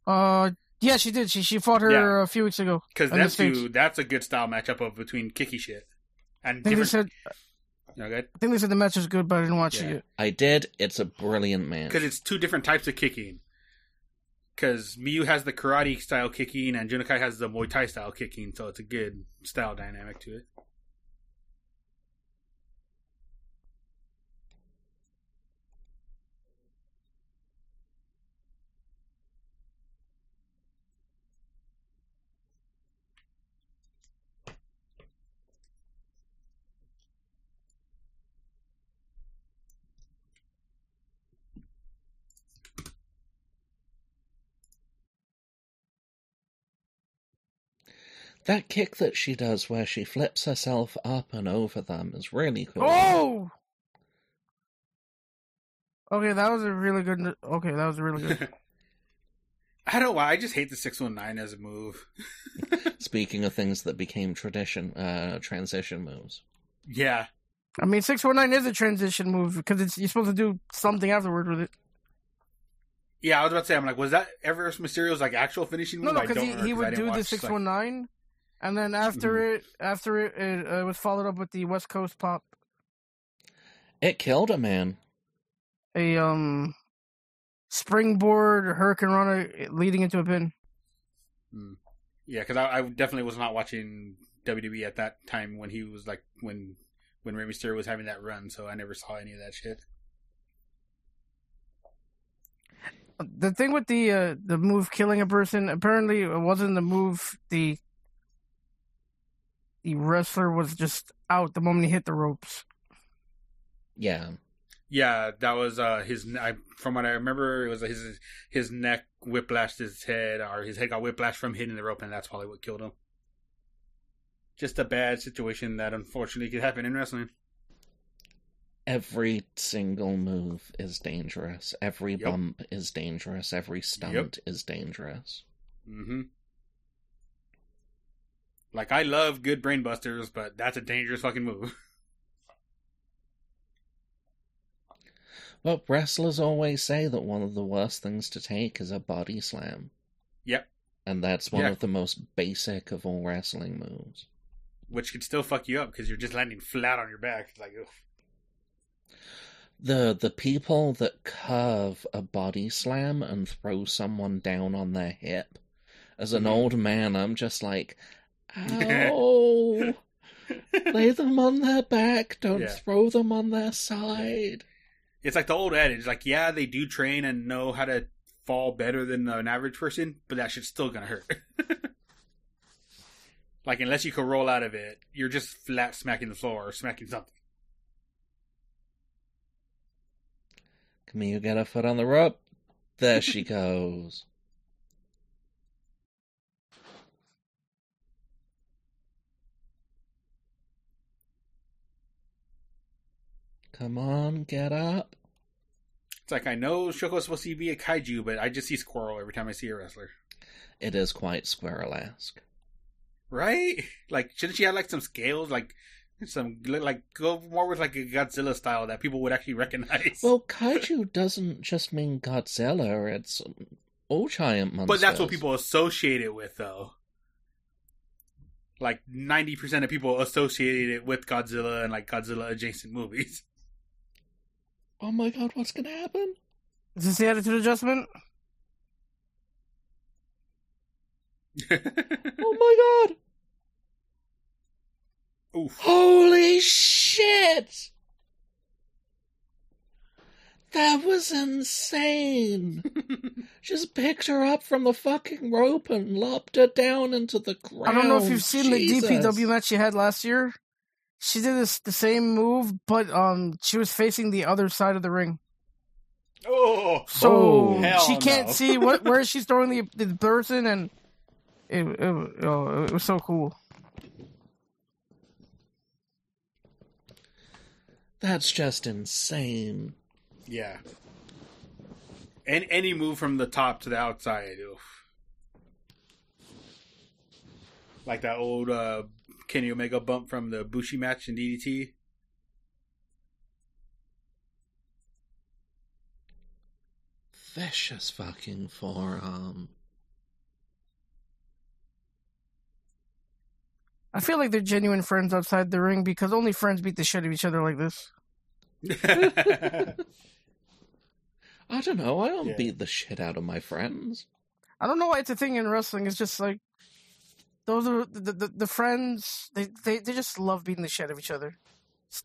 Speaker 2: Uh, yeah, she did. She she fought her
Speaker 1: Yeah.
Speaker 2: a few weeks ago.
Speaker 1: Because
Speaker 2: I
Speaker 1: that's
Speaker 2: missed
Speaker 1: who that's a good style matchup of between kicky shit and
Speaker 2: I think they
Speaker 1: different.
Speaker 2: said
Speaker 1: no, good
Speaker 2: I think they said the match was good, but I didn't watch
Speaker 1: Yeah.
Speaker 2: it yet.
Speaker 3: I did. It's a brilliant match.
Speaker 1: because it's two different types of kicking. Because Miyu has the karate style kicking and Junakai has the Muay Thai style kicking, so it's a good style dynamic to it.
Speaker 3: That kick that she does where she flips herself up and over them is really cool.
Speaker 2: Oh. Okay, that was a really good. Okay, that was a really good.
Speaker 1: I don't know why I just hate the six one nine as a move.
Speaker 3: Speaking of things that became tradition, uh, transition moves.
Speaker 1: Yeah,
Speaker 2: I mean, six four nine is a transition move because it's you're supposed to do something afterward with it.
Speaker 1: yeah. I was about to say, I'm like, was that ever Mysterio's like actual finishing
Speaker 2: No,
Speaker 1: move?
Speaker 2: no,
Speaker 1: I
Speaker 2: because
Speaker 1: don't
Speaker 2: he,
Speaker 1: remember
Speaker 2: he
Speaker 1: 'cause I
Speaker 2: would
Speaker 1: didn't
Speaker 2: do the
Speaker 1: watch,
Speaker 2: six
Speaker 1: like- Mm-hmm.
Speaker 2: one nine, and then after it after it it uh, was followed up with the West Coast pop.
Speaker 3: It killed a man.
Speaker 2: a um springboard hurricane runner leading into a pin.
Speaker 1: Mm. Yeah, because I, I definitely was not watching WWE at that time when he was like when when Rey Mysterio was having that run, so I never saw any of that shit.
Speaker 2: The thing with the uh, the move killing a person apparently it wasn't the move the the wrestler was just out the moment he hit the ropes.
Speaker 3: Yeah.
Speaker 1: Yeah, that was uh, his. I, from what I remember, it was his his neck whiplashed his head, or his head got whiplashed from hitting the rope, and that's probably what killed him. Just a bad situation that unfortunately could happen in wrestling.
Speaker 3: Every single move is dangerous. Every
Speaker 1: Yep.
Speaker 3: bump is dangerous. Every stunt is dangerous.
Speaker 1: hmm Like I love good brainbusters, but that's a dangerous fucking move.
Speaker 3: But wrestlers always say that one of the worst things to take is a body slam.
Speaker 1: Yep.
Speaker 3: And that's one
Speaker 1: Yeah.
Speaker 3: of the most basic of all wrestling moves.
Speaker 1: which could still fuck you up because you're just landing flat on your back. It's like, oof.
Speaker 3: The the people that curve a body slam and throw someone down on their hip. As an
Speaker 1: Mhm.
Speaker 3: old man, I'm just like, ow. Lay them on their back. Don't
Speaker 1: Yeah.
Speaker 3: throw them on their side.
Speaker 1: it's like the old adage, like yeah, they do train and know how to fall better than an average person, but that shit's still gonna hurt. like unless you can roll out of it, you're just flat smacking the floor or smacking something.
Speaker 3: Come here, you get a foot on the rope. There she goes. Come on, get up.
Speaker 1: It's like I know Shoko's supposed to be a kaiju, but I just see Squirrel every time I see a wrestler,
Speaker 3: It is quite squirrel-esque.
Speaker 1: right? Like shouldn't she have like some scales, like some like go more with like a Godzilla style that people would actually recognize?
Speaker 3: Well, kaiju doesn't just mean Godzilla, it's all giant monsters.
Speaker 1: But that's what people associate it with, though. Like ninety percent of people associated it with Godzilla and like Godzilla adjacent movies.
Speaker 3: Oh my god, what's gonna happen?
Speaker 2: Is this the attitude adjustment?
Speaker 3: Oh my god!
Speaker 1: Oof!
Speaker 3: Holy shit! That was insane! Just picked her up from the fucking rope and lopped her down into the ground.
Speaker 2: I don't know if you've seen
Speaker 3: Jesus.
Speaker 2: the DPW match she had last year. She did this the same move, but um, she was facing the other side of the ring,
Speaker 1: Oh,
Speaker 2: so
Speaker 3: Oh,
Speaker 1: hell
Speaker 2: she can't
Speaker 1: no.
Speaker 2: see what where she's throwing the the person, and it it, oh, it was so cool.
Speaker 3: That's just insane.
Speaker 1: yeah. And any move from the top to the outside, oof. Like that old uh, Kenny Omega bump from the Bushi match in DDT.
Speaker 3: Vicious fucking forearm.
Speaker 2: I feel like they're genuine friends outside the ring because only friends beat the shit out of each other like this.
Speaker 3: I don't know, I don't
Speaker 1: Yeah.
Speaker 3: beat the shit out of my friends.
Speaker 2: I don't know why it's a thing in wrestling. It's just like those are the the, the friends. They, they they just love beating the shit out of each other.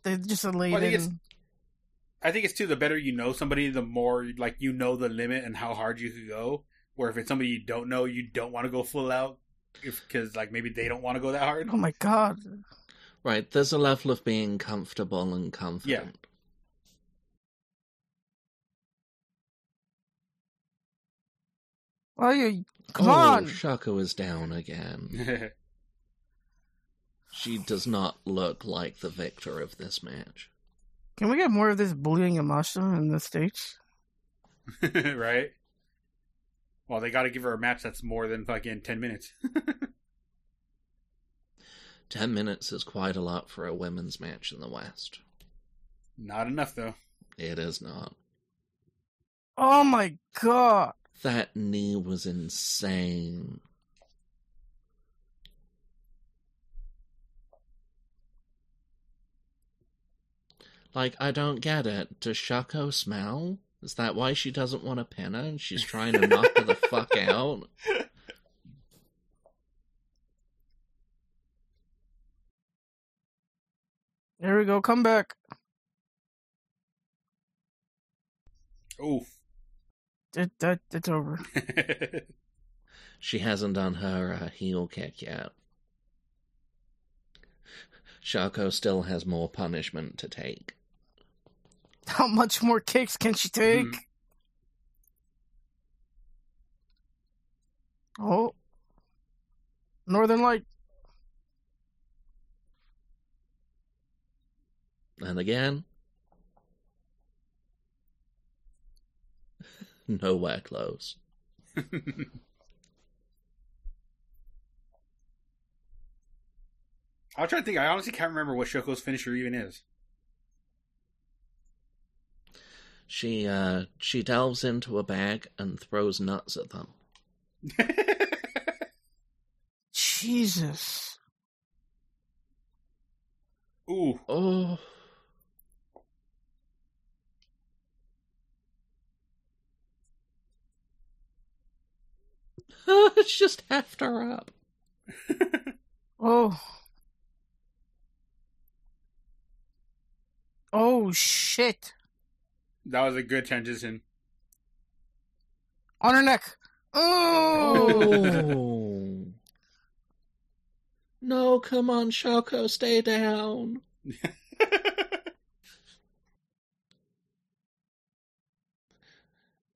Speaker 2: They're just elated.
Speaker 1: it's- I think it's too the better you know somebody, the more like you know the limit and how hard you could go. Where if it's somebody you don't know, you don't want to go full out because like maybe they don't want to go that hard.
Speaker 2: oh my god!
Speaker 3: Right, there's a level of being comfortable and confident.
Speaker 2: Oh, you come
Speaker 3: oh,
Speaker 2: on!
Speaker 3: Shako is down again. She does not look like the victor of this match.
Speaker 2: Can we get more of this bullying Yamashita in the states?
Speaker 1: right? Well, they got to give her a match that's more than fucking ten minutes.
Speaker 3: Ten minutes is quite a lot for a women's match in the West.
Speaker 1: Not enough though.
Speaker 3: It is not.
Speaker 2: Oh my god!
Speaker 3: That knee was insane. Like, I don't get it. Does Shako smell? Is that why she doesn't want to pin her and she's trying to knock her the fuck out?
Speaker 2: There we go. Come back.
Speaker 1: Oof.
Speaker 2: It, that it's over.
Speaker 3: She hasn't done her uh, heel kick yet. Shako still has more punishment to take.
Speaker 2: How much more kicks can she take?
Speaker 1: Mhm.
Speaker 2: Oh, Northern Light.
Speaker 3: And again, nowhere close.
Speaker 1: I'm trying to think. I honestly can't remember what Shoko's finisher even is.
Speaker 3: She uh, she delves into a bag and throws nuts at them.
Speaker 2: Jesus.
Speaker 1: Ooh.
Speaker 3: Oh, it's just heft her up.
Speaker 2: Oh, Oh shit!
Speaker 1: That was a good transition.
Speaker 2: On her neck. Oh.
Speaker 3: Oh. no, come on, Shoko, stay down.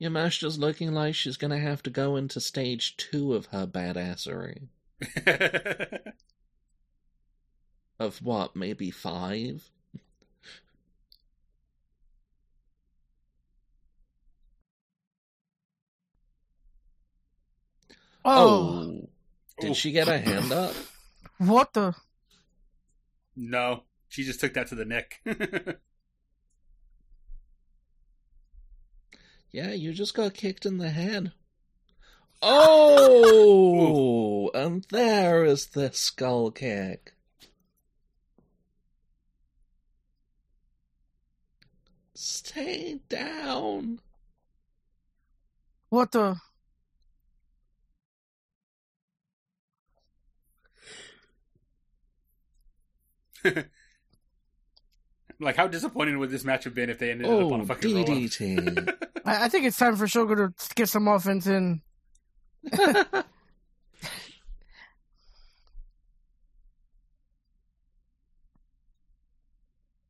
Speaker 3: Yamashita's looking like she's gonna have to go into stage two of her badassery. Of what, maybe five?
Speaker 2: oh.
Speaker 3: Did she get a hand up?
Speaker 2: What the?
Speaker 1: No, she just took that to the neck.
Speaker 3: Yeah, you just got kicked in the head. Oh! and there is the skull kick. Stay down.
Speaker 2: What the?
Speaker 1: like, how disappointed would this match have been if they ended up on
Speaker 3: Oh,
Speaker 1: a fucking roll up?
Speaker 3: DDT.
Speaker 2: I, I think it's time for Shogo to get some offense in.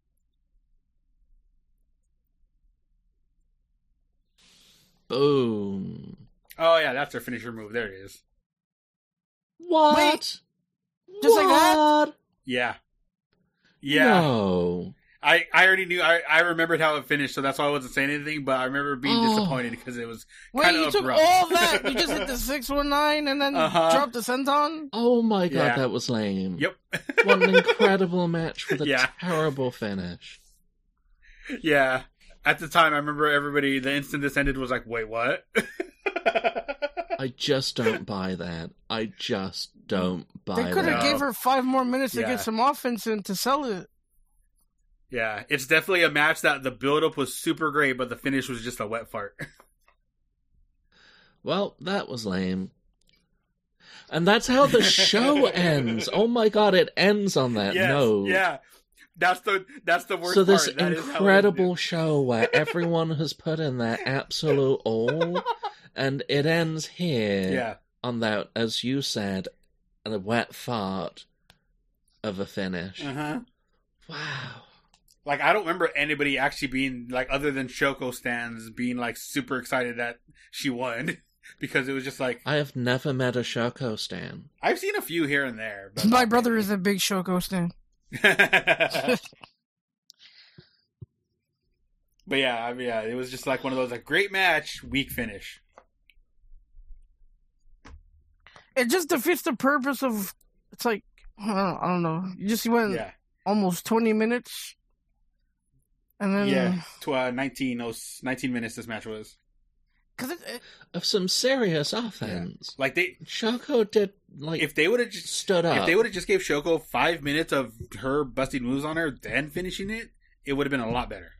Speaker 3: Boom.
Speaker 1: Oh yeah, that's her finisher move. There it is.
Speaker 3: What?
Speaker 2: just like that?
Speaker 3: What?
Speaker 1: Yeah, yeah.
Speaker 3: No.
Speaker 1: I, I already knew. I, I remembered how it finished, so that's why I wasn't saying anything. But I remember being
Speaker 3: Oh.
Speaker 1: disappointed because it was
Speaker 2: Wait,
Speaker 1: Kinda
Speaker 2: you took
Speaker 1: abrupt.
Speaker 2: all that? You just hit the six one nine and then
Speaker 1: Uh-huh.
Speaker 2: dropped the senton?
Speaker 3: Oh my god,
Speaker 1: Yeah.
Speaker 3: that was lame.
Speaker 1: yep,
Speaker 3: What an incredible match with a
Speaker 1: Yeah.
Speaker 3: terrible finish.
Speaker 1: yeah. At the time, I remember everybody. The instant this ended was like, wait, what?
Speaker 3: I just don't buy that. I just don't buy
Speaker 2: They could
Speaker 1: know.
Speaker 2: have
Speaker 3: that.
Speaker 2: gave her five more minutes to
Speaker 1: Yeah.
Speaker 2: get some offense in to sell it.
Speaker 1: yeah, it's definitely a match that the build up was super great, but the finish was just a wet fart.
Speaker 3: Well, that was lame. And that's how the show ends. Oh my god, it ends on that
Speaker 1: Yes,
Speaker 3: note.
Speaker 1: Yeah. That's the that's the worst
Speaker 3: so this
Speaker 1: part. That is how it
Speaker 3: incredible
Speaker 1: ended.
Speaker 3: show where everyone has put in their absolute all, and it ends here
Speaker 1: Yeah.
Speaker 3: on that, as you said, a wet fart of a finish.
Speaker 1: Uh-huh.
Speaker 3: Wow.
Speaker 1: Like I don't remember anybody actually being like other than Shoko stands being like super excited that she won because it was just like
Speaker 3: I have never met a Shoko Stan.
Speaker 1: I've seen a few here and there. But
Speaker 2: My brother is a big Shoko stan.
Speaker 1: but yeah, I mean, yeah, it was just like one of those like great match, weak finish.
Speaker 2: It just defeats the purpose of. It's like I don't, I don't know. You just went
Speaker 1: Yeah,
Speaker 2: almost twenty minutes, and then
Speaker 1: yeah. Tw- uh, 19, oh, 19 minutes this match was.
Speaker 2: because it, it,
Speaker 3: Of some serious offense.
Speaker 1: Like they,
Speaker 3: Shoko did, like,
Speaker 1: if they would have just
Speaker 3: stood up.
Speaker 1: If they would have just gave Shoko five minutes of her busting moves on her, then finishing it, it would have been a lot better.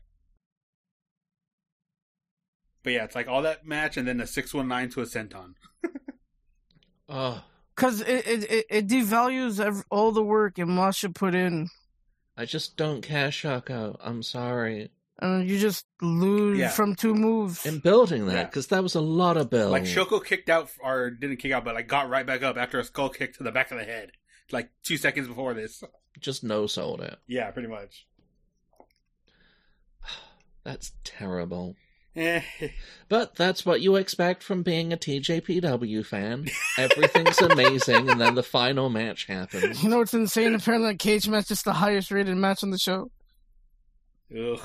Speaker 1: But yeah, it's like all that match and then a six one nine to a senton.
Speaker 3: oh,
Speaker 2: cause it, it, it, it devalues ev- all the work and Masha put in,
Speaker 3: I just don't care, Shoko. I'm sorry.
Speaker 2: and you just lose
Speaker 1: Yeah.
Speaker 2: from two moves.
Speaker 3: In building that,
Speaker 1: Yeah.
Speaker 3: because that was a lot of build.
Speaker 1: Like Shoko kicked out or didn't kick out, but like got right back up after a skull kick to the back of the head, like two seconds before this.
Speaker 3: Just no sold it.
Speaker 1: Yeah, pretty much.
Speaker 3: That's terrible.
Speaker 1: Eh.
Speaker 3: But that's what you expect from being a TJPW fan. Everything's amazing, and then the final match happens.
Speaker 2: you know what's insane? Apparently, that cage match is the highest rated match on the show.
Speaker 1: Ugh.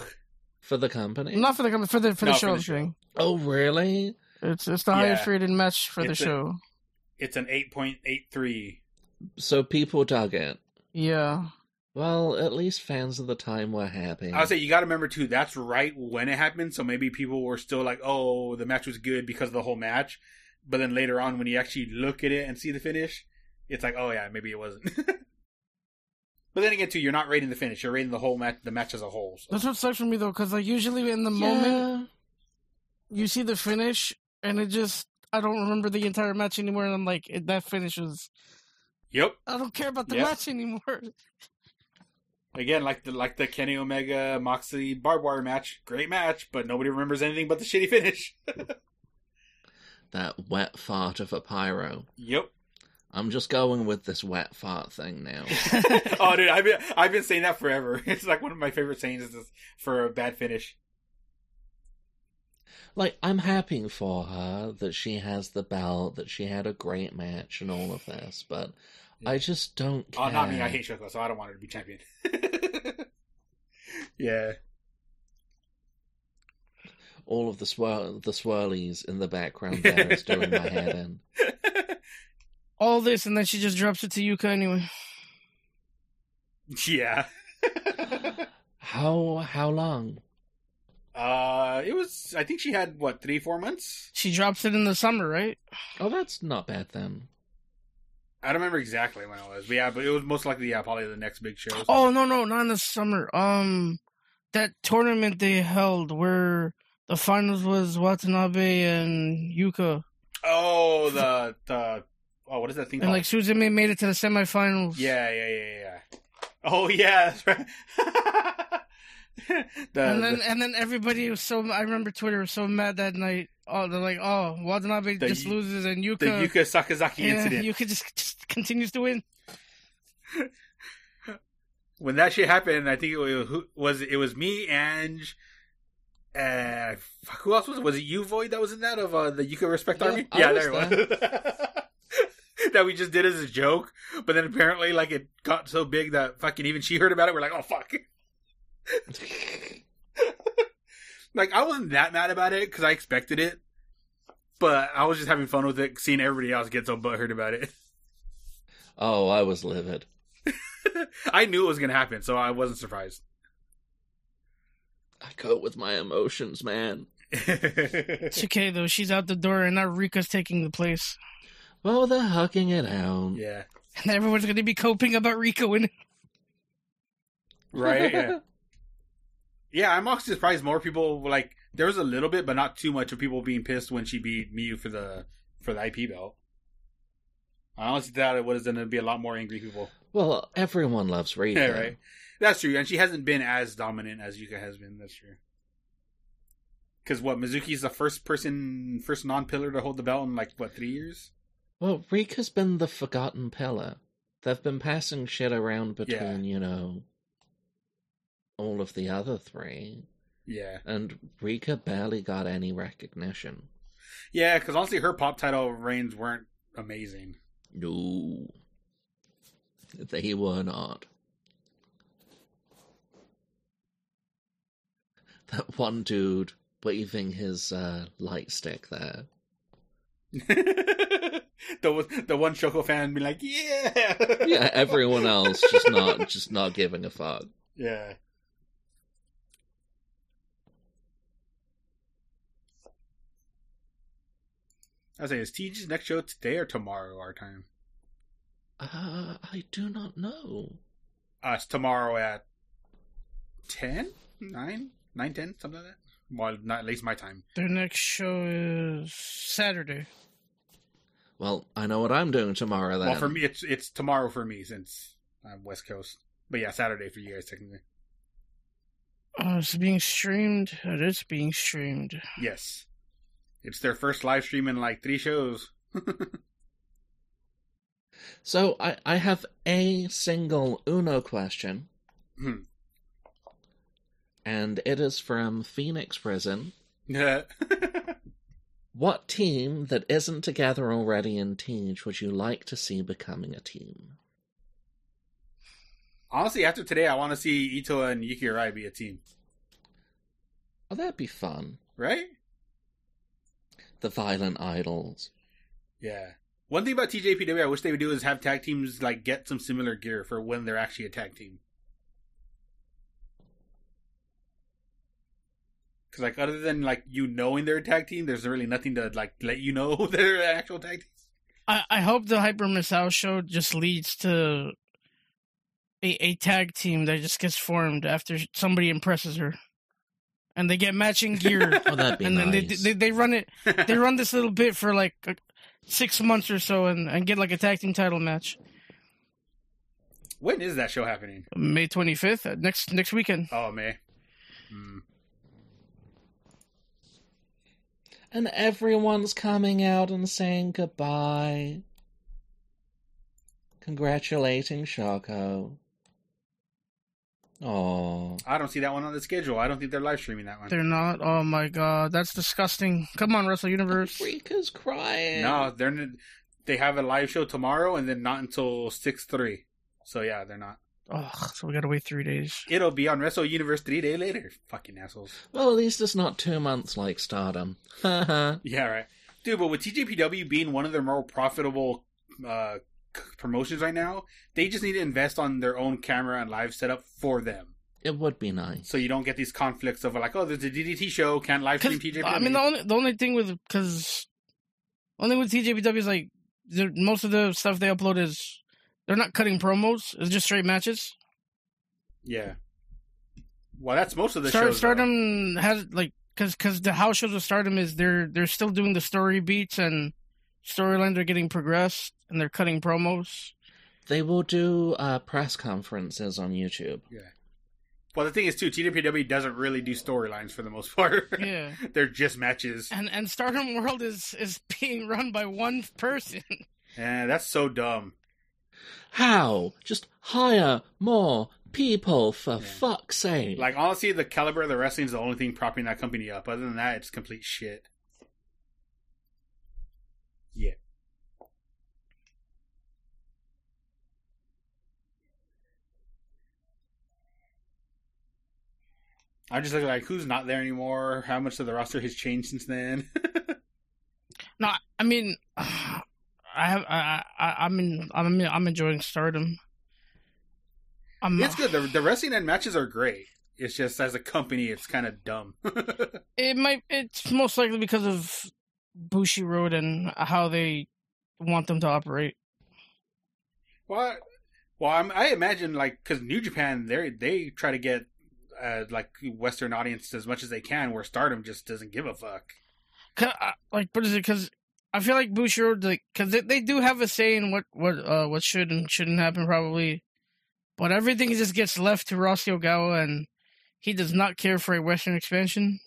Speaker 3: For the company?
Speaker 2: Not for the com- for the for the
Speaker 1: No,
Speaker 2: show. I'm saying.
Speaker 3: Oh, really?
Speaker 2: It's it's the
Speaker 1: Yeah.
Speaker 2: highest rated match for
Speaker 1: It's
Speaker 2: the
Speaker 1: a-
Speaker 2: show.
Speaker 1: It's an eight point eight three.
Speaker 3: So people dug it.
Speaker 2: Yeah.
Speaker 3: Well, at least fans of the time were happy.
Speaker 1: I would say you got to remember too. That's right when it happened, so maybe people were still like, "Oh, the match was good because of the whole match," but then later on, when you actually look at it and see the finish, it's like, "Oh yeah, maybe it wasn't." but then again, too, you're not rating the finish; you're rating the whole match, the match as a whole. So.
Speaker 2: That's what sucks for me though, because like usually in the
Speaker 3: Yeah.
Speaker 2: moment you see the finish, and it just I don't remember the entire match anymore, and I'm like it, that finish was
Speaker 1: Yep.
Speaker 2: I don't care about the
Speaker 1: Yeah.
Speaker 2: match anymore.
Speaker 1: Again, like the like the Kenny Omega Moxley barbed wire match, great match, but nobody remembers anything but the shitty finish.
Speaker 3: That wet fart of a pyro.
Speaker 1: yep.
Speaker 3: I'm just going with this wet fart thing now.
Speaker 1: oh, dude, I've been I've been saying that forever. It's like one of my favorite sayings is this, for a bad finish.
Speaker 3: like, I'm happy for her that she has the belt, that she had a great match, and all of this, but I just don't care.
Speaker 1: Oh, not me. I hate Shoko, so I don't want her to be champion. yeah.
Speaker 3: all of the swir- the swirlies in the background. There is doing my head in.
Speaker 2: All this, and then she just drops it to Yuka anyway.
Speaker 1: yeah.
Speaker 3: How how long?
Speaker 1: uh, it was. I think she had what three, four months.
Speaker 2: She drops it in the summer, right?
Speaker 3: Oh, that's not bad then.
Speaker 1: I don't remember exactly when it was, but yeah, but it was most likely yeah, probably the next big show.
Speaker 2: Oh no, no, not in the summer. Um, that tournament they held where the finals was Watanabe and Yuka,
Speaker 1: Oh, the the oh, what is that thing?
Speaker 2: and
Speaker 1: Called?
Speaker 2: like Susan May made it to the semifinals.
Speaker 1: yeah, yeah, yeah, yeah. Oh yeah, that's right. the,
Speaker 2: and then
Speaker 1: the-
Speaker 2: and then everybody was so I remember Twitter was so mad that night. Oh, they're like, oh, Watanabe
Speaker 1: The
Speaker 2: just
Speaker 1: Yu-
Speaker 2: loses and Yuka,
Speaker 1: the Yuka Sakazaki
Speaker 2: yeah,
Speaker 1: incident.
Speaker 2: Yuka just, just continues to win.
Speaker 1: when that shit happened, I think it was, who- was it was me, Ange, and fuck, who else was it? Was it you, Void, that was in that of uh, the Yuka Respect
Speaker 3: Yeah,
Speaker 1: Army?
Speaker 3: I
Speaker 1: yeah,
Speaker 3: was
Speaker 1: there it was. that we just did as a joke, but then apparently, like, it got so big that fucking even she heard about it. We're like, oh fuck. like, I wasn't that mad about it because I expected it, but I was just having fun with it, seeing everybody else get so butthurt about it.
Speaker 3: Oh, I was livid.
Speaker 1: I knew it was gonna happen, so I wasn't surprised.
Speaker 3: I go with my emotions, man.
Speaker 2: It's okay though. She's out the door, and now Rika's taking the place.
Speaker 3: Well, they're hugging it out.
Speaker 1: yeah.
Speaker 2: And everyone's gonna be coping about Rika winning.
Speaker 1: Right, yeah. Yeah, I'm also surprised more people like there was a little bit, but not too much of people being pissed when she beat Miyu for the for the IP belt. I honestly thought it was going to be a lot more angry people.
Speaker 3: well, everyone loves Rika.
Speaker 1: Yeah, right. That's true, and she hasn't been as dominant as Yuka has been. That's true. Because what Mizuki's the first person, first non-pillar to hold the belt in like what three years?
Speaker 3: Well, Rika's been the forgotten pillar. They've been passing shit around between, you know, all of the other three,
Speaker 1: Yeah,
Speaker 3: and Rika barely got any recognition.
Speaker 1: yeah. Because honestly, her pop title reigns weren't amazing.
Speaker 3: No, they were not. That one dude waving his uh, light stick there.
Speaker 1: the one- the one Shoko fan be like, yeah,
Speaker 3: Yeah, everyone else just not just not giving a fuck.
Speaker 1: yeah. I was saying, is TG's next show today or tomorrow our time?
Speaker 3: Uh, I do not know.
Speaker 1: Uh, it's tomorrow at 10? 9? 9, 10? Something like that? Well, not at least my time.
Speaker 2: Their next show is Saturday.
Speaker 3: Well, I know what I'm doing tomorrow then.
Speaker 1: Well, for me, it's it's tomorrow for me since I'm West Coast. But yeah, Saturday for you guys, technically.
Speaker 2: Oh, it's being streamed. It is being streamed.
Speaker 1: Yes. It's their first live stream in like three shows.
Speaker 3: So I, I have a single Uno question.
Speaker 1: Hmm.
Speaker 3: And it is from Phoenix Prison.
Speaker 1: Yeah.
Speaker 3: What team that isn't together already in Teach would you like to see becoming a team?
Speaker 1: Honestly, after today, I want to see Ito and Yukiurai be a team,
Speaker 3: Oh, that'd be fun.
Speaker 1: right?
Speaker 3: The Violent Idols.
Speaker 1: Yeah. One thing about TJPW I wish they would do is have tag teams like get some similar gear for when they're actually a tag team. Because like other than like you knowing they're a tag team, there's really nothing to like let you know they're an actual tag team.
Speaker 2: I, I hope the Hyper Missile show just leads to a, a tag team that just gets formed after somebody impresses her, and they get matching gear,
Speaker 3: Oh, that'd be
Speaker 2: and
Speaker 3: nice.
Speaker 2: then they, they they run it. They run this little bit for like uh, six months or so, and, and get like a tag team title match.
Speaker 1: When is that show happening?
Speaker 2: May 25th, uh, next next weekend.
Speaker 1: Oh, May. Mm.
Speaker 3: And everyone's coming out and saying goodbye. Congratulating Shako. Oh,
Speaker 1: I don't see that one on the schedule. I don't think they're live streaming that one.
Speaker 2: They're not. Oh my god, that's disgusting. Come on, Wrestle Universe.
Speaker 3: Rika's crying.
Speaker 1: no, they're n- they have a live show tomorrow and then not until six three. So yeah, they're not.
Speaker 2: Ugh, so we gotta wait three days.
Speaker 1: It'll be on Wrestle Universe three day later. Fucking assholes.
Speaker 3: Well, at least it's not two months like Stardom. Haha.
Speaker 1: Yeah, right. Dude, but with TJPW being one of their more profitable uh, c- promotions right now, they just need to invest on their own camera and live setup for them.
Speaker 3: it would be nice.
Speaker 1: So you don't get these conflicts of like, oh, there's a DDT show, can't live
Speaker 2: 'Cause,
Speaker 1: stream TJPW.
Speaker 2: I mean, the only the only thing with because only with TJPW is like they're- most of the stuff they upload is they're not cutting promos. It's just straight matches.
Speaker 1: yeah. Well, that's most of the
Speaker 2: Star,
Speaker 1: shows. though.
Speaker 2: Stardom has like because because the house shows of Stardom is they're they're still doing the story beats and storylines are getting progressed and they're cutting promos.
Speaker 3: They will do uh, press conferences on YouTube.
Speaker 1: Well, the thing is, too, TJPW doesn't really do storylines for the most part.
Speaker 2: Yeah.
Speaker 1: They're just matches.
Speaker 2: and and Stardom World is is being run by one person.
Speaker 1: Yeah, that's so dumb.
Speaker 3: How? Just hire more people for
Speaker 1: Yeah.
Speaker 3: fuck's sake.
Speaker 1: Like, honestly, the caliber of the wrestling is the only thing propping that company up. Other than that, it's complete shit. Yeah. I'm just looking like who's not there anymore. How much of the roster has changed since then?
Speaker 2: No, I mean, I have I I I'm in, I'm in, I'm enjoying Stardom. Um, I'm,
Speaker 1: it's good. The, the wrestling and matches are great. It's just as a company, it's kind of dumb.
Speaker 2: It might. It's most likely because of Bushi Road and how they want them to operate.
Speaker 1: Well, I- well, I'm, I imagine like because New Japan, they they try to get uh, like Western audience as much as they can, where Stardom just doesn't give a fuck.
Speaker 2: 'Cause, uh, like, what is it? Because I feel like Bushi Road, like, because they, they do have a say in what what uh what should and shouldn't happen, probably. But everything just gets left to Rossi Ogawa, and he does not care for a Western expansion.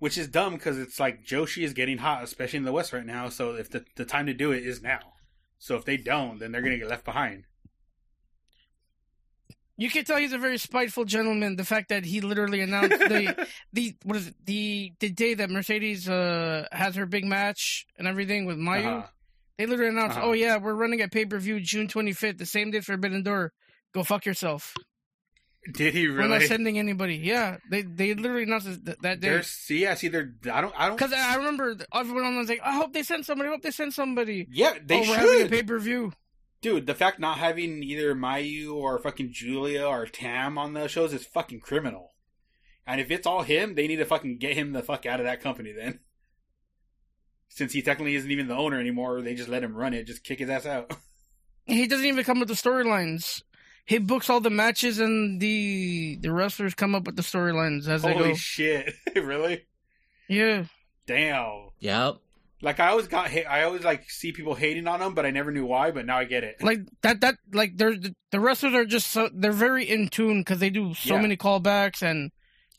Speaker 1: Which is dumb because it's like Joshi is getting hot, especially in the West right now. So if the the time to do it is now. So if they don't, then they're gonna get left behind.
Speaker 2: You can tell he's a very spiteful gentleman. The fact that he literally announced Um, the the what is it, the the day that Mercedes uh has her big match and everything with Mayu,
Speaker 1: Uh-huh.
Speaker 2: they literally announced,
Speaker 1: Uh-huh.
Speaker 2: "Oh yeah, we're running a pay per view June 25th, the same day as Forbidden Door. Go fuck yourself.
Speaker 1: Did he
Speaker 2: We're not
Speaker 1: really?
Speaker 2: sending anybody." Yeah, they they literally announced it th- that day
Speaker 1: There's see, I see. They're I don't I don't
Speaker 2: because I I remember th- everyone online was like, "I hope they send somebody. I hope they send somebody."
Speaker 1: Yeah, they
Speaker 2: oh, we're having a
Speaker 1: should.
Speaker 2: pay per view.
Speaker 1: Dude, the fact not having either Mayu or fucking Julia or Tam on those shows is fucking criminal. And if it's all him, they need to fucking get him the fuck out of that company then. Since he technically isn't even the owner anymore, they just let him run it, just kick his ass out.
Speaker 2: He doesn't even come with the storylines. He books all the matches, and the the wrestlers come up with the storylines as they
Speaker 1: Holy
Speaker 2: go.
Speaker 1: shit. really?
Speaker 2: yeah.
Speaker 1: Damn.
Speaker 3: yep.
Speaker 1: Like I always got hit I always like see people hating on him, but I never knew why, but now I get it.
Speaker 2: like that that like they're the wrestlers are just so they're very in tune because they do so
Speaker 1: Yeah.
Speaker 2: many callbacks and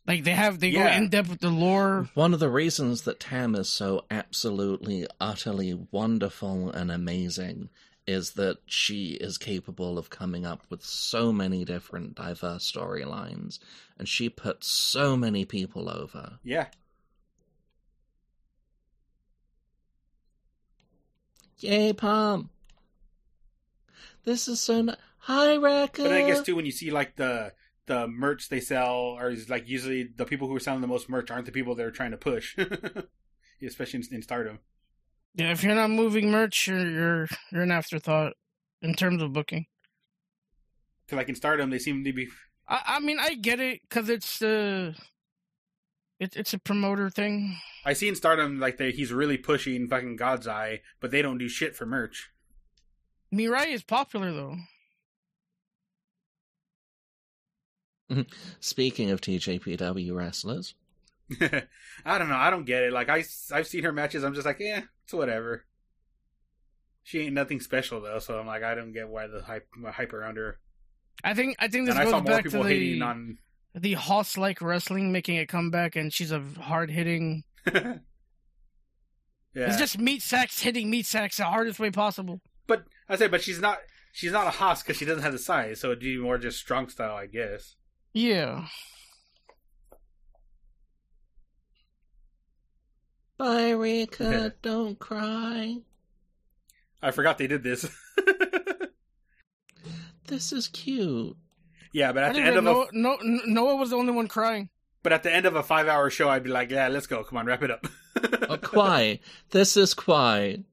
Speaker 2: like they have they
Speaker 1: Yeah.
Speaker 2: go in depth with the lore
Speaker 3: One of the reasons that Tam is so absolutely, utterly wonderful and amazing is that she is capable of coming up with so many different diverse storylines, and she puts so many people over.
Speaker 1: yeah.
Speaker 3: Yay, Pam! This is so. Ni- Hi, Rekka!
Speaker 1: But I
Speaker 2: Uh.
Speaker 1: guess too, when you see like the the merch they sell, or is like usually the people who are selling the most merch aren't the people they're trying to push, especially in, in Stardom.
Speaker 2: yeah if you're not moving merch you're you're, you're an afterthought in terms of booking
Speaker 1: Because like in Stardom, they seem to be
Speaker 2: i i mean i get it because it's the it, it's a promoter thing
Speaker 1: I see in Stardom like they, he's really pushing fucking God's Eye, but they don't do shit for merch.
Speaker 2: mirai is popular though
Speaker 3: Speaking of TJPW wrestlers,
Speaker 1: I don't know. I don't get it. Like I have seen her matches. I'm just like, yeah, it's whatever. "Eh, she ain't nothing special though. So I'm like, I don't get why the hype, hype around her.
Speaker 2: I think I think this
Speaker 1: And I
Speaker 2: goes
Speaker 1: saw more
Speaker 2: back to
Speaker 1: people hating
Speaker 2: the
Speaker 1: on.
Speaker 2: the Hoss like wrestling making a comeback, and she's a hard hitting.
Speaker 1: yeah,
Speaker 2: It's just meat sacks hitting meat sacks the hardest way possible.
Speaker 1: but I said, but she's not. She's not a Haas because she doesn't have the size, so it'd be more just strong style, I guess.
Speaker 2: Yeah,
Speaker 3: Bye, Rika. don't cry.
Speaker 1: I forgot they did this.
Speaker 3: This is cute.
Speaker 1: yeah, but
Speaker 2: I
Speaker 1: at the
Speaker 2: didn't
Speaker 1: end
Speaker 2: know
Speaker 1: of a
Speaker 2: Noah, no, no- Noah was the only one crying.
Speaker 1: but at the end of a five hour show, I'd be like, yeah, let's go, come on, wrap it up.
Speaker 3: Oh, Kwai. This is Kwai.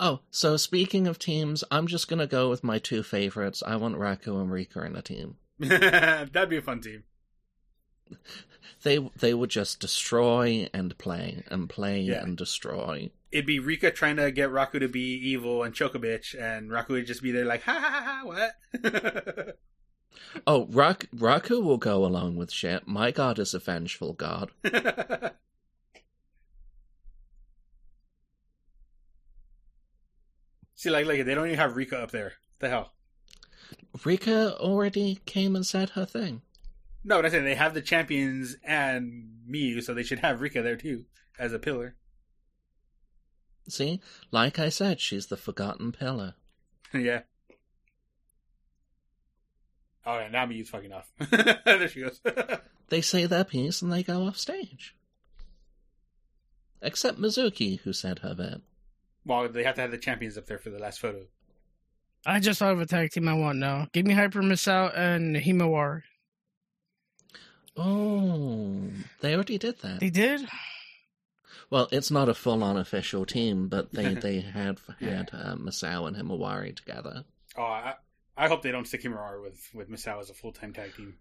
Speaker 3: Oh, so speaking of teams, I'm just gonna go with my two favorites. I want Raku and Rika in a team.
Speaker 1: That'd be a fun team.
Speaker 3: They they would just destroy and play and play
Speaker 1: Yeah.
Speaker 3: and destroy.
Speaker 1: It'd be Rika trying to get Raku to be evil and choke a bitch, and Raku would just be there like, ha ha ha, ha what?
Speaker 3: Oh, Rak- Raku will go along with shit. My god is a vengeful god.
Speaker 1: See, like, like they don't even have Rika up there. the hell?
Speaker 3: Rika already came and said her thing.
Speaker 1: No, but I said they have the champions and Miyu, so they should have Rika there too as a pillar.
Speaker 3: See, like I said, she's the forgotten pillar.
Speaker 1: yeah. Oh, yeah, now Miyu's fucking off. there she goes.
Speaker 3: They say their piece and they go off stage. Except Mizuki, who said her bit.
Speaker 1: well, they have to have the champions up there for the last photo.
Speaker 2: I just thought of a tag team I want now. Give me Hyper Miss Out and Himawar.
Speaker 3: Oh, they already did that.
Speaker 2: They did.
Speaker 3: Well, it's not a full-on official team, but they they had had uh, Masao and Himawari together.
Speaker 1: Oh, I, I hope they don't stick Himura with with Misao as a full time tag team.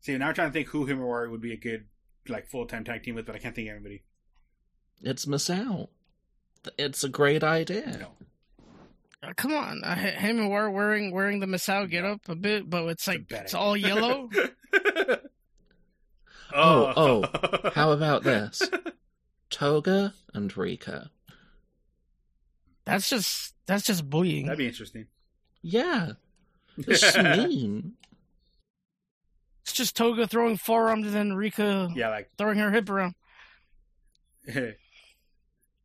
Speaker 1: See, now I'm trying to think who Himawari would be a good like full time tag team with, but I can't think of anybody.
Speaker 3: It's Masao. It's a great idea.
Speaker 1: No.
Speaker 2: Uh, Come on, uh, H- Himawar wearing wearing the Masao get up a bit, but it's like
Speaker 1: bad
Speaker 2: it's
Speaker 1: idea.
Speaker 2: all yellow.
Speaker 3: Oh, How about this? Toga and Rika.
Speaker 2: that's just that's just bullying.
Speaker 1: That'd be interesting.
Speaker 3: Yeah, this is mean.
Speaker 2: It's just Toga throwing forearms and then Rika
Speaker 1: yeah, like
Speaker 2: throwing her hip around.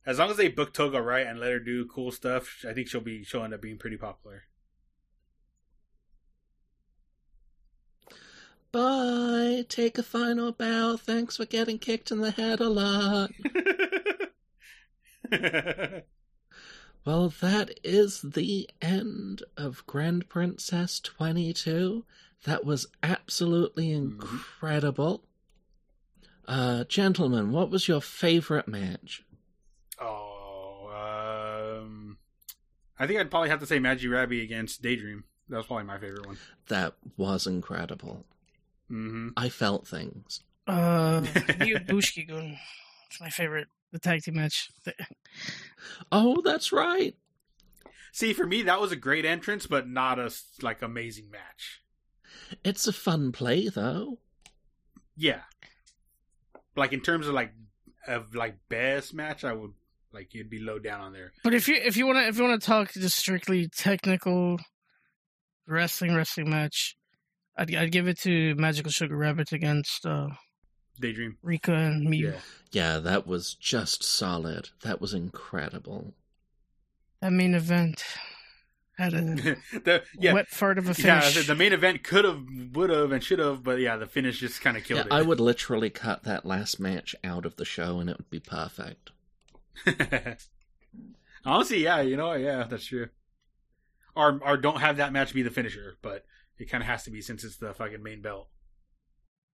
Speaker 1: as long as they book Toga right and let her do cool stuff, I think she'll be she'll end up being pretty popular.
Speaker 3: Bye. Take a final bow. Thanks for getting kicked in the head a lot. Well, that is the end of Grand Princess 22. That was absolutely incredible. Uh, gentlemen, what was your favorite match?
Speaker 1: Oh, um, I think I'd probably have to say Magi Rabby against Daydream. That was probably my favorite one.
Speaker 3: That was incredible.
Speaker 1: hmm
Speaker 3: I felt things.
Speaker 2: Uh, Ryu Bushkigun. It's my favorite. The tag team match. The-
Speaker 3: Oh, that's right.
Speaker 1: See, for me, that was a great entrance, but not a s- like amazing match.
Speaker 3: It's a fun play, though.
Speaker 1: Yeah, like in terms of like of like best match, I would like it'd be low down on there.
Speaker 2: But if you if you wanna if you wanna talk just strictly technical wrestling wrestling match, I'd I'd give it to Magical Sugar Rabbit against uh,
Speaker 1: Daydream.
Speaker 2: Rika and me.
Speaker 1: Yeah,
Speaker 3: Yeah, that was just solid. That was incredible.
Speaker 2: That main event had a
Speaker 1: the yeah.
Speaker 2: wet fart of a
Speaker 1: yeah,
Speaker 2: finish.
Speaker 1: the main event could have, would have, and should have, but yeah, the finish just kind of
Speaker 3: Yeah,
Speaker 1: killed
Speaker 3: I would literally cut that last match out of the show and it would be perfect.
Speaker 1: it. Honestly, yeah, you know, yeah, that's true. Or or don't have that match be the finisher, but it kind of has to be since it's the fucking main belt.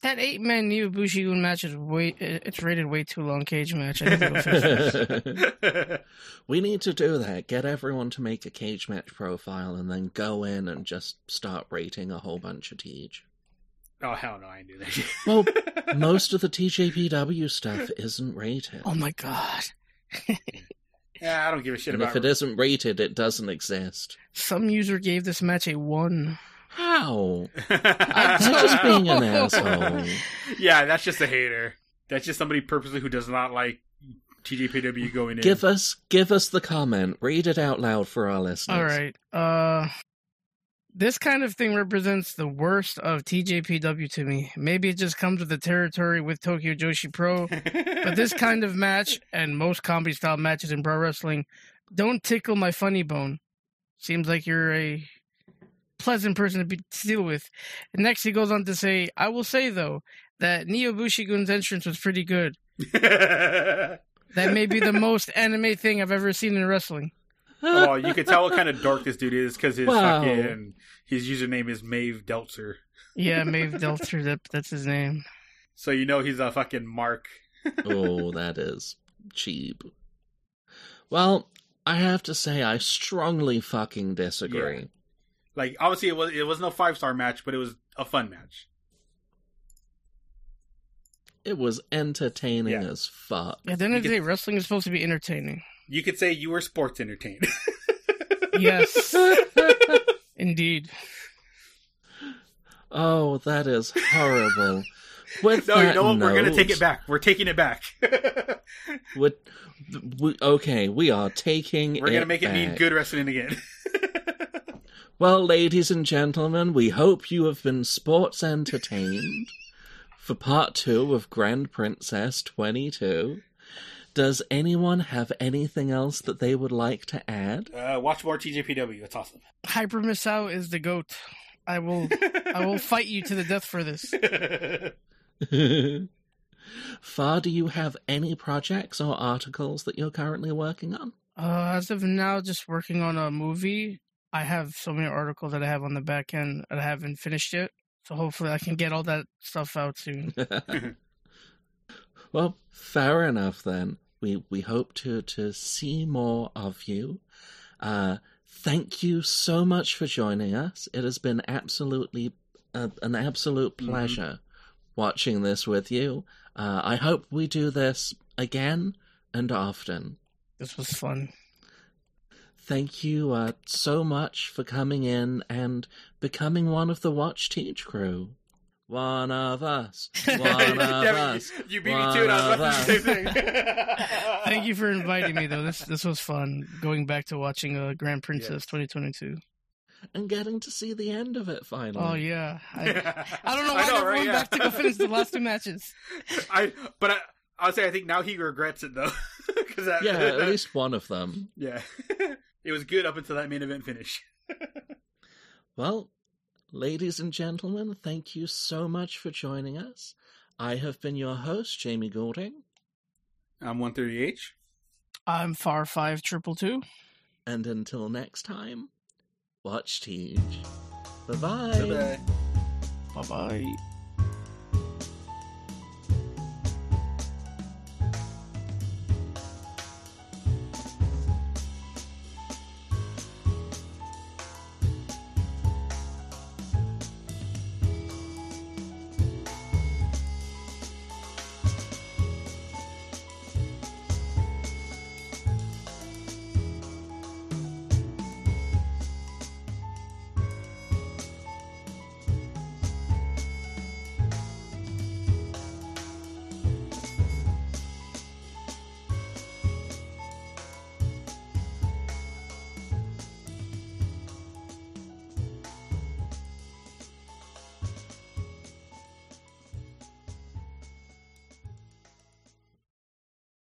Speaker 2: that eight man Ryu Bushkigun match is way it's rated way too long. Cage match. I need to go fix that.
Speaker 3: We need to do that. Get everyone to make a cage match profile and then go in and just start rating a whole bunch of Teej.
Speaker 1: oh hell no, I didn't do that.
Speaker 3: Well,
Speaker 1: shit.
Speaker 3: most of the TJPW stuff isn't rated.
Speaker 2: Oh my god.
Speaker 1: yeah, I don't give a shit
Speaker 3: and
Speaker 1: about
Speaker 3: if it isn't rated, it doesn't exist.
Speaker 2: Some user gave this match a one.
Speaker 3: How? I'm just
Speaker 1: yeah,
Speaker 3: being an asshole.
Speaker 1: that's just a hater. That's just somebody purposely who does not like TJPW going in.
Speaker 3: Give us, give us the comment. Read it out loud for our listeners.
Speaker 2: All right. Uh, this kind of thing represents the worst of TJPW to me. Maybe it just comes with the territory with Tokyo Joshi Pro, but this kind of match and most comedy style matches in pro wrestling don't tickle my funny bone. Seems like you're a pleasant person to be to deal with. And next, he goes on to say, "I will say though that Neo Bushigun's entrance was pretty good. That may be the most anime thing I've ever seen in wrestling."
Speaker 1: oh, you could tell what kind of dork this dude is because his
Speaker 3: Wow.
Speaker 1: fucking his username is Mave Deltzer,
Speaker 2: Yeah, Maeve Delter, that, that's his name.
Speaker 1: so you know he's a fucking mark.
Speaker 3: oh, that is cheap. Well, I have to say, I strongly fucking disagree.
Speaker 1: Like obviously it was it was no five star match, but it was a fun match.
Speaker 3: It was entertaining
Speaker 1: Yeah.
Speaker 3: as fuck.
Speaker 2: At the end
Speaker 1: You
Speaker 2: of the
Speaker 1: can-
Speaker 2: day, wrestling is supposed to be entertaining.
Speaker 1: You could say you were sports entertained.
Speaker 2: Yes, indeed.
Speaker 3: oh, that is horrible. With
Speaker 1: no, you
Speaker 3: that
Speaker 1: know what? We're gonna
Speaker 3: note,
Speaker 1: take it back. We're taking it back.
Speaker 3: With, we, okay, we are taking.
Speaker 1: we're gonna make it mean
Speaker 3: back.
Speaker 1: good wrestling again.
Speaker 3: Well, ladies and gentlemen, we hope you have been sports entertained for part two of Grand Princess 22. Does anyone have anything else that they would like to add?
Speaker 1: Uh, watch more TJPW. It's awesome.
Speaker 2: Hyper Misao is the goat. I will, I will fight you to the death for this.
Speaker 3: Far, do you have any projects or articles that you're currently working on?
Speaker 2: Uh, as of now, just working on a movie. I have so many articles that I have on the back end that I haven't finished yet. So hopefully, I can get all that stuff out soon.
Speaker 3: Well, fair enough then. We we hope to to see more of you. Uh, thank you so much for joining us. It has been absolutely uh, an absolute
Speaker 1: Mhm.
Speaker 3: pleasure watching this with you. Uh, I hope we do this again and often.
Speaker 2: This was fun.
Speaker 3: Thank you uh, so much for coming in and becoming one of the Watch Teach crew. One of us. One of
Speaker 1: Yeah,
Speaker 3: us.
Speaker 1: you, you beat me to it. I was
Speaker 3: One
Speaker 1: about
Speaker 3: of
Speaker 1: to do the same thing.
Speaker 2: Thank you for inviting me, though. This this was fun. Going back to watching uh, Grand Princess 2022.
Speaker 3: and getting to see the end of it finally.
Speaker 2: Oh yeah, I, I don't know why I
Speaker 1: Mm-hmm. know,
Speaker 2: never
Speaker 1: right?
Speaker 2: went
Speaker 1: Yeah.
Speaker 2: back to go finish the last two matches.
Speaker 1: I but I, I'll say I think now he regrets it though. 'Cause that,
Speaker 3: Yeah, at least one of them.
Speaker 1: yeah. it was good up until that main event finish.
Speaker 3: Well, ladies and gentlemen, thank you so much for joining us. I have been your host, Jamie Goulding,
Speaker 1: I'm 130H.
Speaker 2: I'm far five triple two.
Speaker 3: and until next time, watch Teach. Bye bye.
Speaker 2: Bye bye.